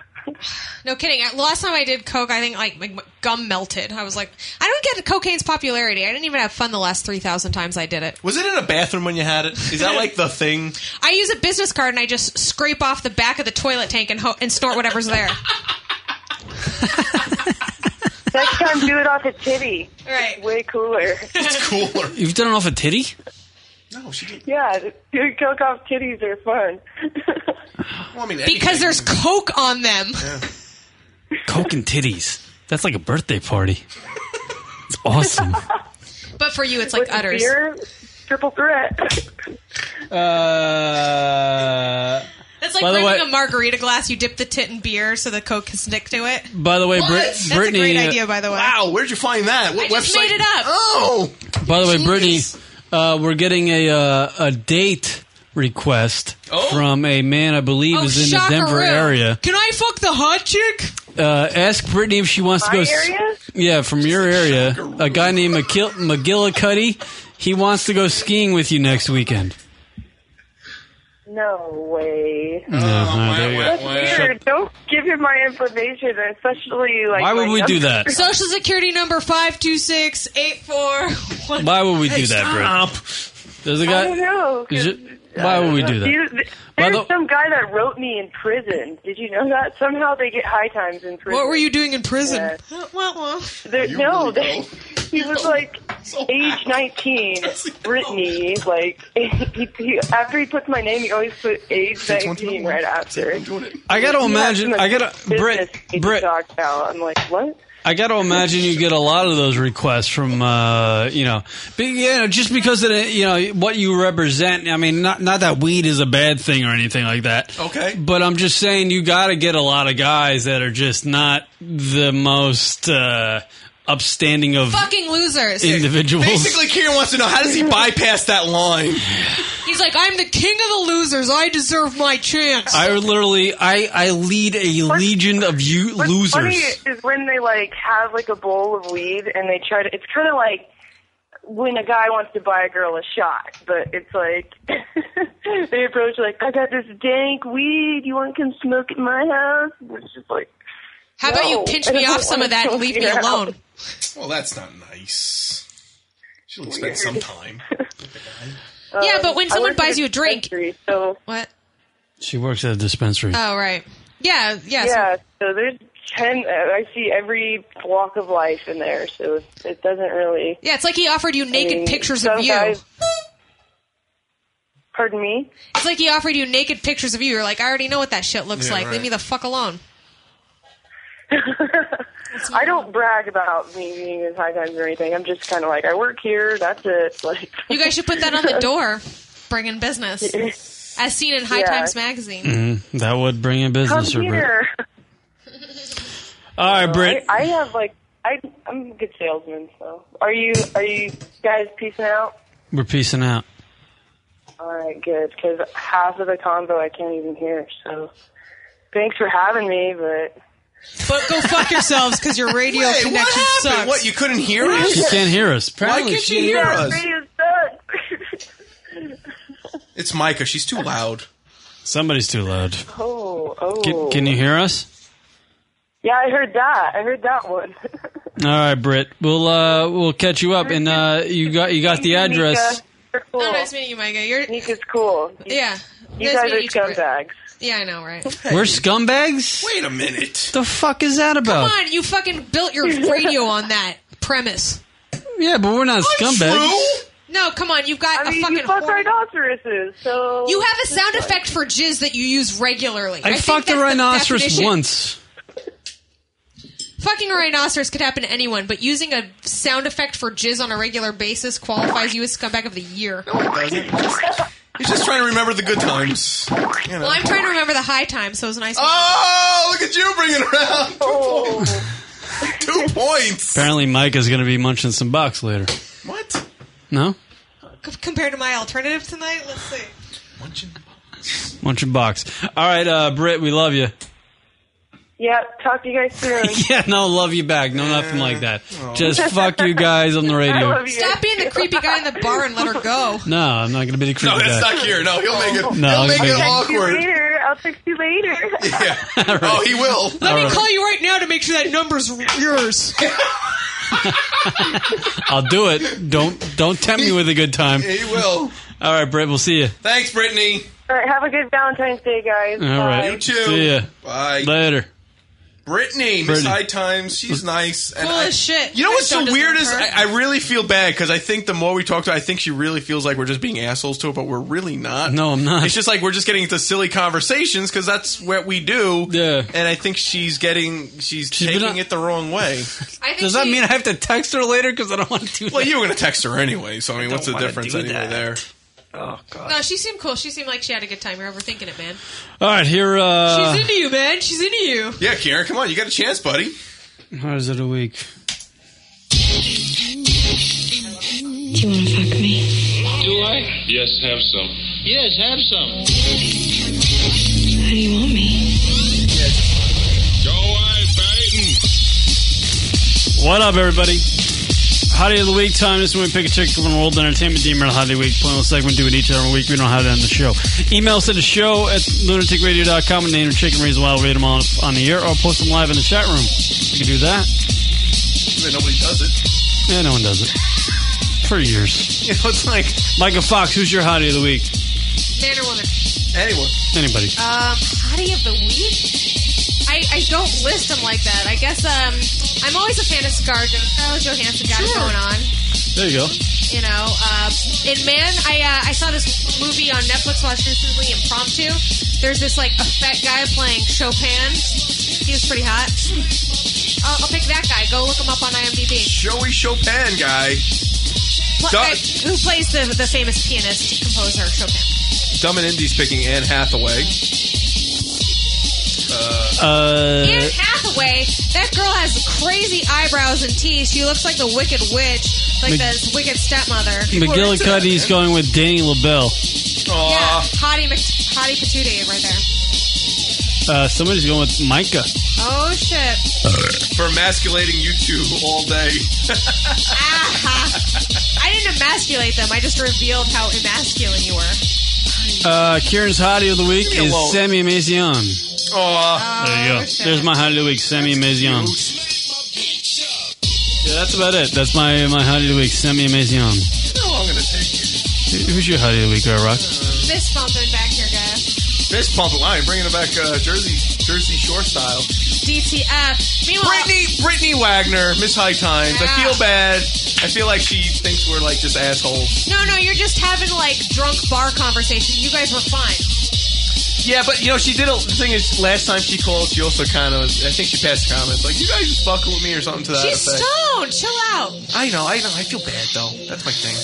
H: No kidding. I, last time I did coke, I think like my my gum melted. I was like, I don't get cocaine's popularity. I didn't even have fun the last three thousand times I did it.
F: Was it in a bathroom when you had it? Is that like the thing?
H: I use a business card and I just scrape off the back of the toilet tank and ho- and snort whatever's there.
A: Next time, do it off a titty.
H: Right.
A: Way cooler. <laughs>
F: It's cooler.
G: You've done it off a titty?
F: No, she didn't.
A: Yeah, the- the coke off titties are fun. <laughs>
F: Well, I mean,
H: Because there's coke on them.
G: Coke and titties. That's like a birthday party. It's awesome.
H: But for you, it's like udders.
A: Beer, triple threat.
G: <laughs>
A: <laughs>
G: Uh,
H: That's like
G: By the
H: drinking
G: way-
H: a margarita glass. You dip the tit in beer so the coke can stick to it.
G: By the way,
H: What?
G: Brit-
H: That's
G: Brittany. uh,
H: a great idea, by the way.
F: Wow, where'd you find that? What
H: I just
F: website?
H: made it up.
F: Oh,
G: By the way, Brittany, uh, we're getting a uh, a date request from a man I believe
H: Oh,
G: is in the Denver
H: shockaroo.
G: area.
H: Can I fuck the hot chick?
G: Uh, ask Brittany if she wants to
H: My
G: go. s-
H: area?
G: Yeah, from your area. A guy named McGill- McGillicuddy. He wants to go skiing with you next weekend.
A: No Oh, way.
G: No, no, there you go.
A: That's weird. Don't give him my information, especially like.
G: Why would
A: my
G: we do
A: number.
G: that?
H: Social security number five two six eight four one.
G: Why would we do that, Britt? There's a
A: <laughs>
G: guy.
A: I don't know. 'cause-
G: Is it- why would we do that?
A: Oh, You- th-
G: By
A: There's
G: the-
A: some guy that wrote me in prison. Did you know that? Somehow they get high times in prison.
H: What were you doing in prison?
A: Yeah.
H: Uh, well, well.
A: There- no, they, <laughs> he was like
X: <laughs>
A: age 19, Brittany. Like <laughs> he, he, after he puts my name, he always put age 19 right after.
X: I gotta imagine- I gotta-
A: Brit Brit. Now I'm like, what?
G: I got to imagine you get a lot of those requests from, uh, you know, be, you know, just because of the, you know what you represent. I mean, not not that weed is a bad thing or anything like that.
F: Okay.
G: but I'm just saying you got to get a lot of guys that are just not the most uh, upstanding of.
H: Fucking losers.
G: Individuals.
F: Basically, Kieran wants to know how does he bypass that line?
H: He's like, I'm the king of the losers. I deserve my chance.
G: I would literally, I I lead a legion of you
A: What's
G: losers.
A: funny is when they like have like a bowl of weed and they try to. It's kind of like when a guy wants to buy a girl a shot, but it's like <laughs> they approach like, "I got this dank weed. You want to come smoke at my house?" It's just like,
H: How about you
A: "No,
H: pinch
A: I <laughs>
H: me
A: don't
H: off some
A: wanna
H: of that and
A: smoke
H: leave
A: your
H: me
A: house."
H: alone?
F: Well, that's not nice. She'll expect some time.
H: yeah, but when
A: Uh, um, I
H: someone
A: work at
H: buys
A: a
H: you a drink,
A: so
H: what?
G: She works at a dispensary.
H: Oh, right. Yeah, yeah.
A: yeah. So there's ten. I see every walk of life in there, so it doesn't really.
H: Yeah, it's like he offered you naked
A: mean,
H: pictures of
A: some
H: you.
A: guys- Pardon me?
H: It's like he offered you naked pictures of you. You're like, I already know what that shit looks
A: Yeah,
H: like.
A: right.
H: Leave me the fuck alone.
A: I don't brag about me being in high times or anything. I'm just kind of like I work here. That's it. <laughs> Like
H: You guys should put that on
G: <laughs>
H: the door. Bring in business. As seen in High
A: Yeah.
H: Times Magazine.
G: Mhm. That would bring in
A: <laughs>
G: business,
A: Come
G: or Brit.
A: here.
G: All right, Britt.
A: I, I have like I I'm a good salesman. So are you are you guys piecing out?
G: We're piecing out.
A: All right, good. Because half of the convo I can't even hear. So thanks for having me, but.
V: But go fuck yourselves because your radio
A: Wait, what
V: connection
A: happened?
V: sucks.
A: What, you couldn't hear
V: us?
G: She can't hear us. Apparently,
F: can't you hear us?
A: Radio
F: It's Micah. She's too loud.
G: Somebody's too loud.
A: <laughs> Oh, oh.
G: Can, can you hear us?
A: Yeah, I heard that. I heard that one.
G: All right, Britt. We'll uh, we'll catch you up, and uh, you got
A: <laughs>
G: you got the address.
A: Mika, cool.
H: Oh, nice meeting you, Micah. You're
A: Nika's cool.
H: yeah.
A: You
H: nice
A: guys
H: meeting
A: are
H: you too, Brit.
A: scumbags.
H: Yeah, I know, right?
G: We're scumbags.
F: Wait a minute.
G: The fuck is that about?
H: Come on, you fucking
A: <laughs>
H: built your radio on that premise.
G: Yeah, but we're not scumbags.
H: No, come on, you've got
A: I
H: a
A: mean,
H: fucking.
A: you fuck rhinoceroses, so
H: You have a sound
A: It's fine.
H: effect for jizz that you use regularly.
G: I,
H: think
G: fucked a
H: that's the
G: rhinoceros
H: definition.
G: once.
H: Fucking a rhinoceros could happen to anyone, but using a sound effect for jizz on a regular basis qualifies you as scumbag of the year.
F: He's just trying to remember the good times. You know.
H: Well, I'm trying to remember the high time, so it was a nice.
F: Oh, look at you bringing around two points. Two points.
G: Apparently, Mike is going to be munching some box later.
F: What?
G: No,
H: C- compared to my alternative tonight, let's see.
G: munching box. All right, uh, Britt, we love you. <laughs>
A: Yeah, talk to you guys soon.
G: yeah, no, love you back. No, nothing like that. Just fuck you guys on
A: <laughs>
G: the radio.
H: Stop being the creepy guy in the bar and let her go.
G: No, I'm not going to be the creepy
F: No, that's
G: guy.
F: not Kieran. No, he'll make it.
G: No,
F: he'll make
G: okay.
F: it
A: Text you
F: awkward.
A: later. I'll text you later. <laughs>
G: <laughs>
F: Oh, he will.
V: Let me
G: All right.
V: call you right now to make sure that number's yours.
G: I'll do it. Don't don't tempt me with a good
F: <laughs>
G: time.
F: He will.
G: All right, Britt, we'll see you.
F: Thanks, Brittany.
A: All right, have a good Valentine's Day, guys.
G: All right,
F: You too.
G: See ya.
F: Bye.
G: Later.
F: Brittany, Miss
G: Brittany.
F: High Times, she's nice. And
H: Full
F: I,
H: of shit.
F: You know what's
H: Don't
F: so
H: deserve
F: weird is
H: her.
F: I, I really feel bad because I think the more we talk to her, I think she really feels like we're just being assholes to her, but we're really not.
G: No, I'm not.
F: It's just like we're just getting into silly conversations because that's what we do. Yeah. And I think she's getting, she's, taking it the wrong way.
G: Does that mean I have to text her later because I don't want to?
F: Well, you were going to text her anyway, so I mean,
G: don't
F: what's the
G: wanna
F: difference
G: do
F: anyway
G: that.
F: there?
G: Oh God.
H: No, she seemed cool. She seemed like she had a good time. You're overthinking it, man.
G: All right, here. Uh,
H: She's into you, man. She's into you.
F: Yeah, Karen, come on, you got a chance, buddy.
G: How is it a week?
Z: Do you want to fuck me?
K: Do I? Yes, have some. Yes, have some.
Z: How do you want me?
K: Go away, Baton.
G: What up, everybody? Hottie of the Week time. This is when we pick a chick from the world entertainment team around Hottie of the Week. Playing a segment, do it each and every week. We don't have that on the show. Email us at the show at lunaticradio.com and name your chicken reason why we'll read them on, on the air or post them live in the chat room. You can do that.
F: Yeah, nobody does it.
G: Yeah, no one does it. For years.
F: You know, it's like.
G: Micah Fox, who's your Hottie of the Week?
H: Man or woman?
F: Anyone.
H: Uh,
G: Anybody.
H: Um, hottie of the week? I, I don't list them like that. I guess um, I'm always a fan of Scarjo. Scarlett Johansson got it going on.
G: There you go.
H: You know, uh, in Man, I uh, I saw this movie on Netflix watched recently, Impromptu. There's this like a fat guy playing Chopin. He was pretty hot. I'll, I'll pick that guy. Go look him up on IMDb.
F: Joey Chopin guy.
H: Pl-
F: Duh.
H: guy who plays the the famous pianist composer Chopin?
F: Dumb and Indy's picking Anne Hathaway. Uh,
H: Anne Hathaway. That girl has crazy eyebrows and teeth. She looks like the Wicked Witch, like
G: Mag-
H: this wicked stepmother.
G: McGillicuddy's going with Danny LaBelle.
H: Yeah, Hottie, Mc- Hottie Patootie right there.
G: Uh, somebody's going with Micah.
H: Oh shit!
F: for emasculating you two all day.
H: Ah, <laughs> I didn't emasculate them. I just revealed how emasculine you were.
G: Uh, Kieran's hottie of the week
H: Give me a
G: is
H: low.
G: Sammy Mazion.
F: Aw.
G: There you go. There's my hottie of the week, Sammy Mazion. Yeah, that's about it. That's my my hottie of the week, Sammy Mazion.
F: How long gonna take?
G: Who- Who's your hottie of the week, Red Rock?
H: Fist bumping back here, guys.
F: Fist pumping. I'm bringing it back uh, Jersey Jersey Shore style.
H: DTF. uh, Meanwhile,
F: Brittany Brittany Wagner, Miss High Times. I feel bad. I feel like she thinks we're like just assholes.
H: No, no, you're just having like drunk bar conversation. You guys were fine.
F: Yeah, but you know she did. A, the thing is, last time she called, she also kind of. I think she passed comments like, "You guys just fucking with me" or something to that
H: She's
F: effect.
H: stoned. Chill out.
F: I know. I know. I feel bad though. That's my thing.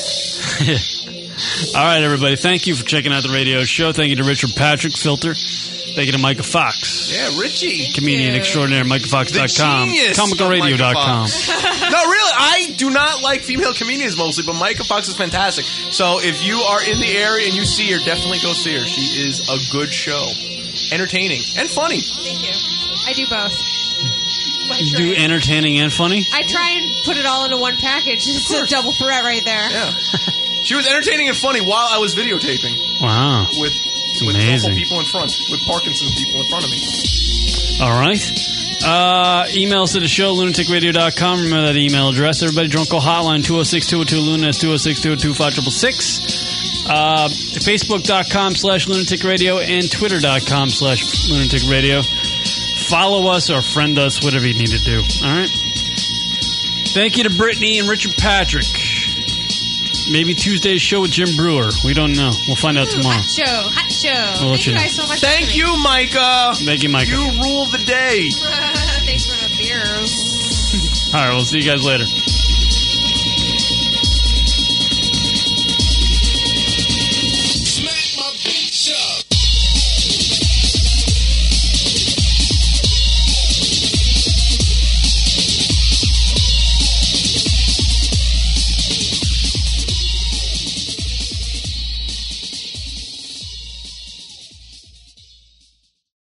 G: All right, everybody. Thank you for checking out the radio show. Thank you to Richard Patrick Filter. Thank you to Micah Fox,
F: Yeah, Richie.
G: comedian extraordinaire, MicahFox.com,
F: genius of
G: comicalradio.com.
F: no, really, I do not like female comedians mostly, but Micah Fox is fantastic. So if you are in the area and you see her, definitely go see her. She is a good show, entertaining and funny.
H: Thank you. I do both. I
G: You
H: try-
G: Do entertaining and funny.
H: I try and put it all into one package. It's a double threat right there.
F: Yeah. She was entertaining and funny while I was videotaping
G: Wow.
F: with
G: It's
F: with normal
G: amazing.
F: people in front, with Parkinson's people in front of me.
G: All right. Uh, emails to the show, lunaticradio.com. Remember that email address. Everybody, Drunko Hotline, 206 202 Luna. That's 206 202 5666. Uh, Facebook.com slash lunatic radio and Twitter.com slash lunatic radio. Follow us or friend us, whatever you need to do. All right. Thank you to Brittany and Richard Patrick. Maybe Tuesday's show with Jim Brewer. We don't know. We'll find out tomorrow.
H: Hot show. Hot show.
G: We'll let
H: Thank
G: you
H: you
G: know.
H: guys so much.
F: Thank
H: for
F: you, Micah.
G: Thank you, Micah.
F: You rule the day.
H: <laughs> Thanks for the beers.
G: All right, we'll see you guys later.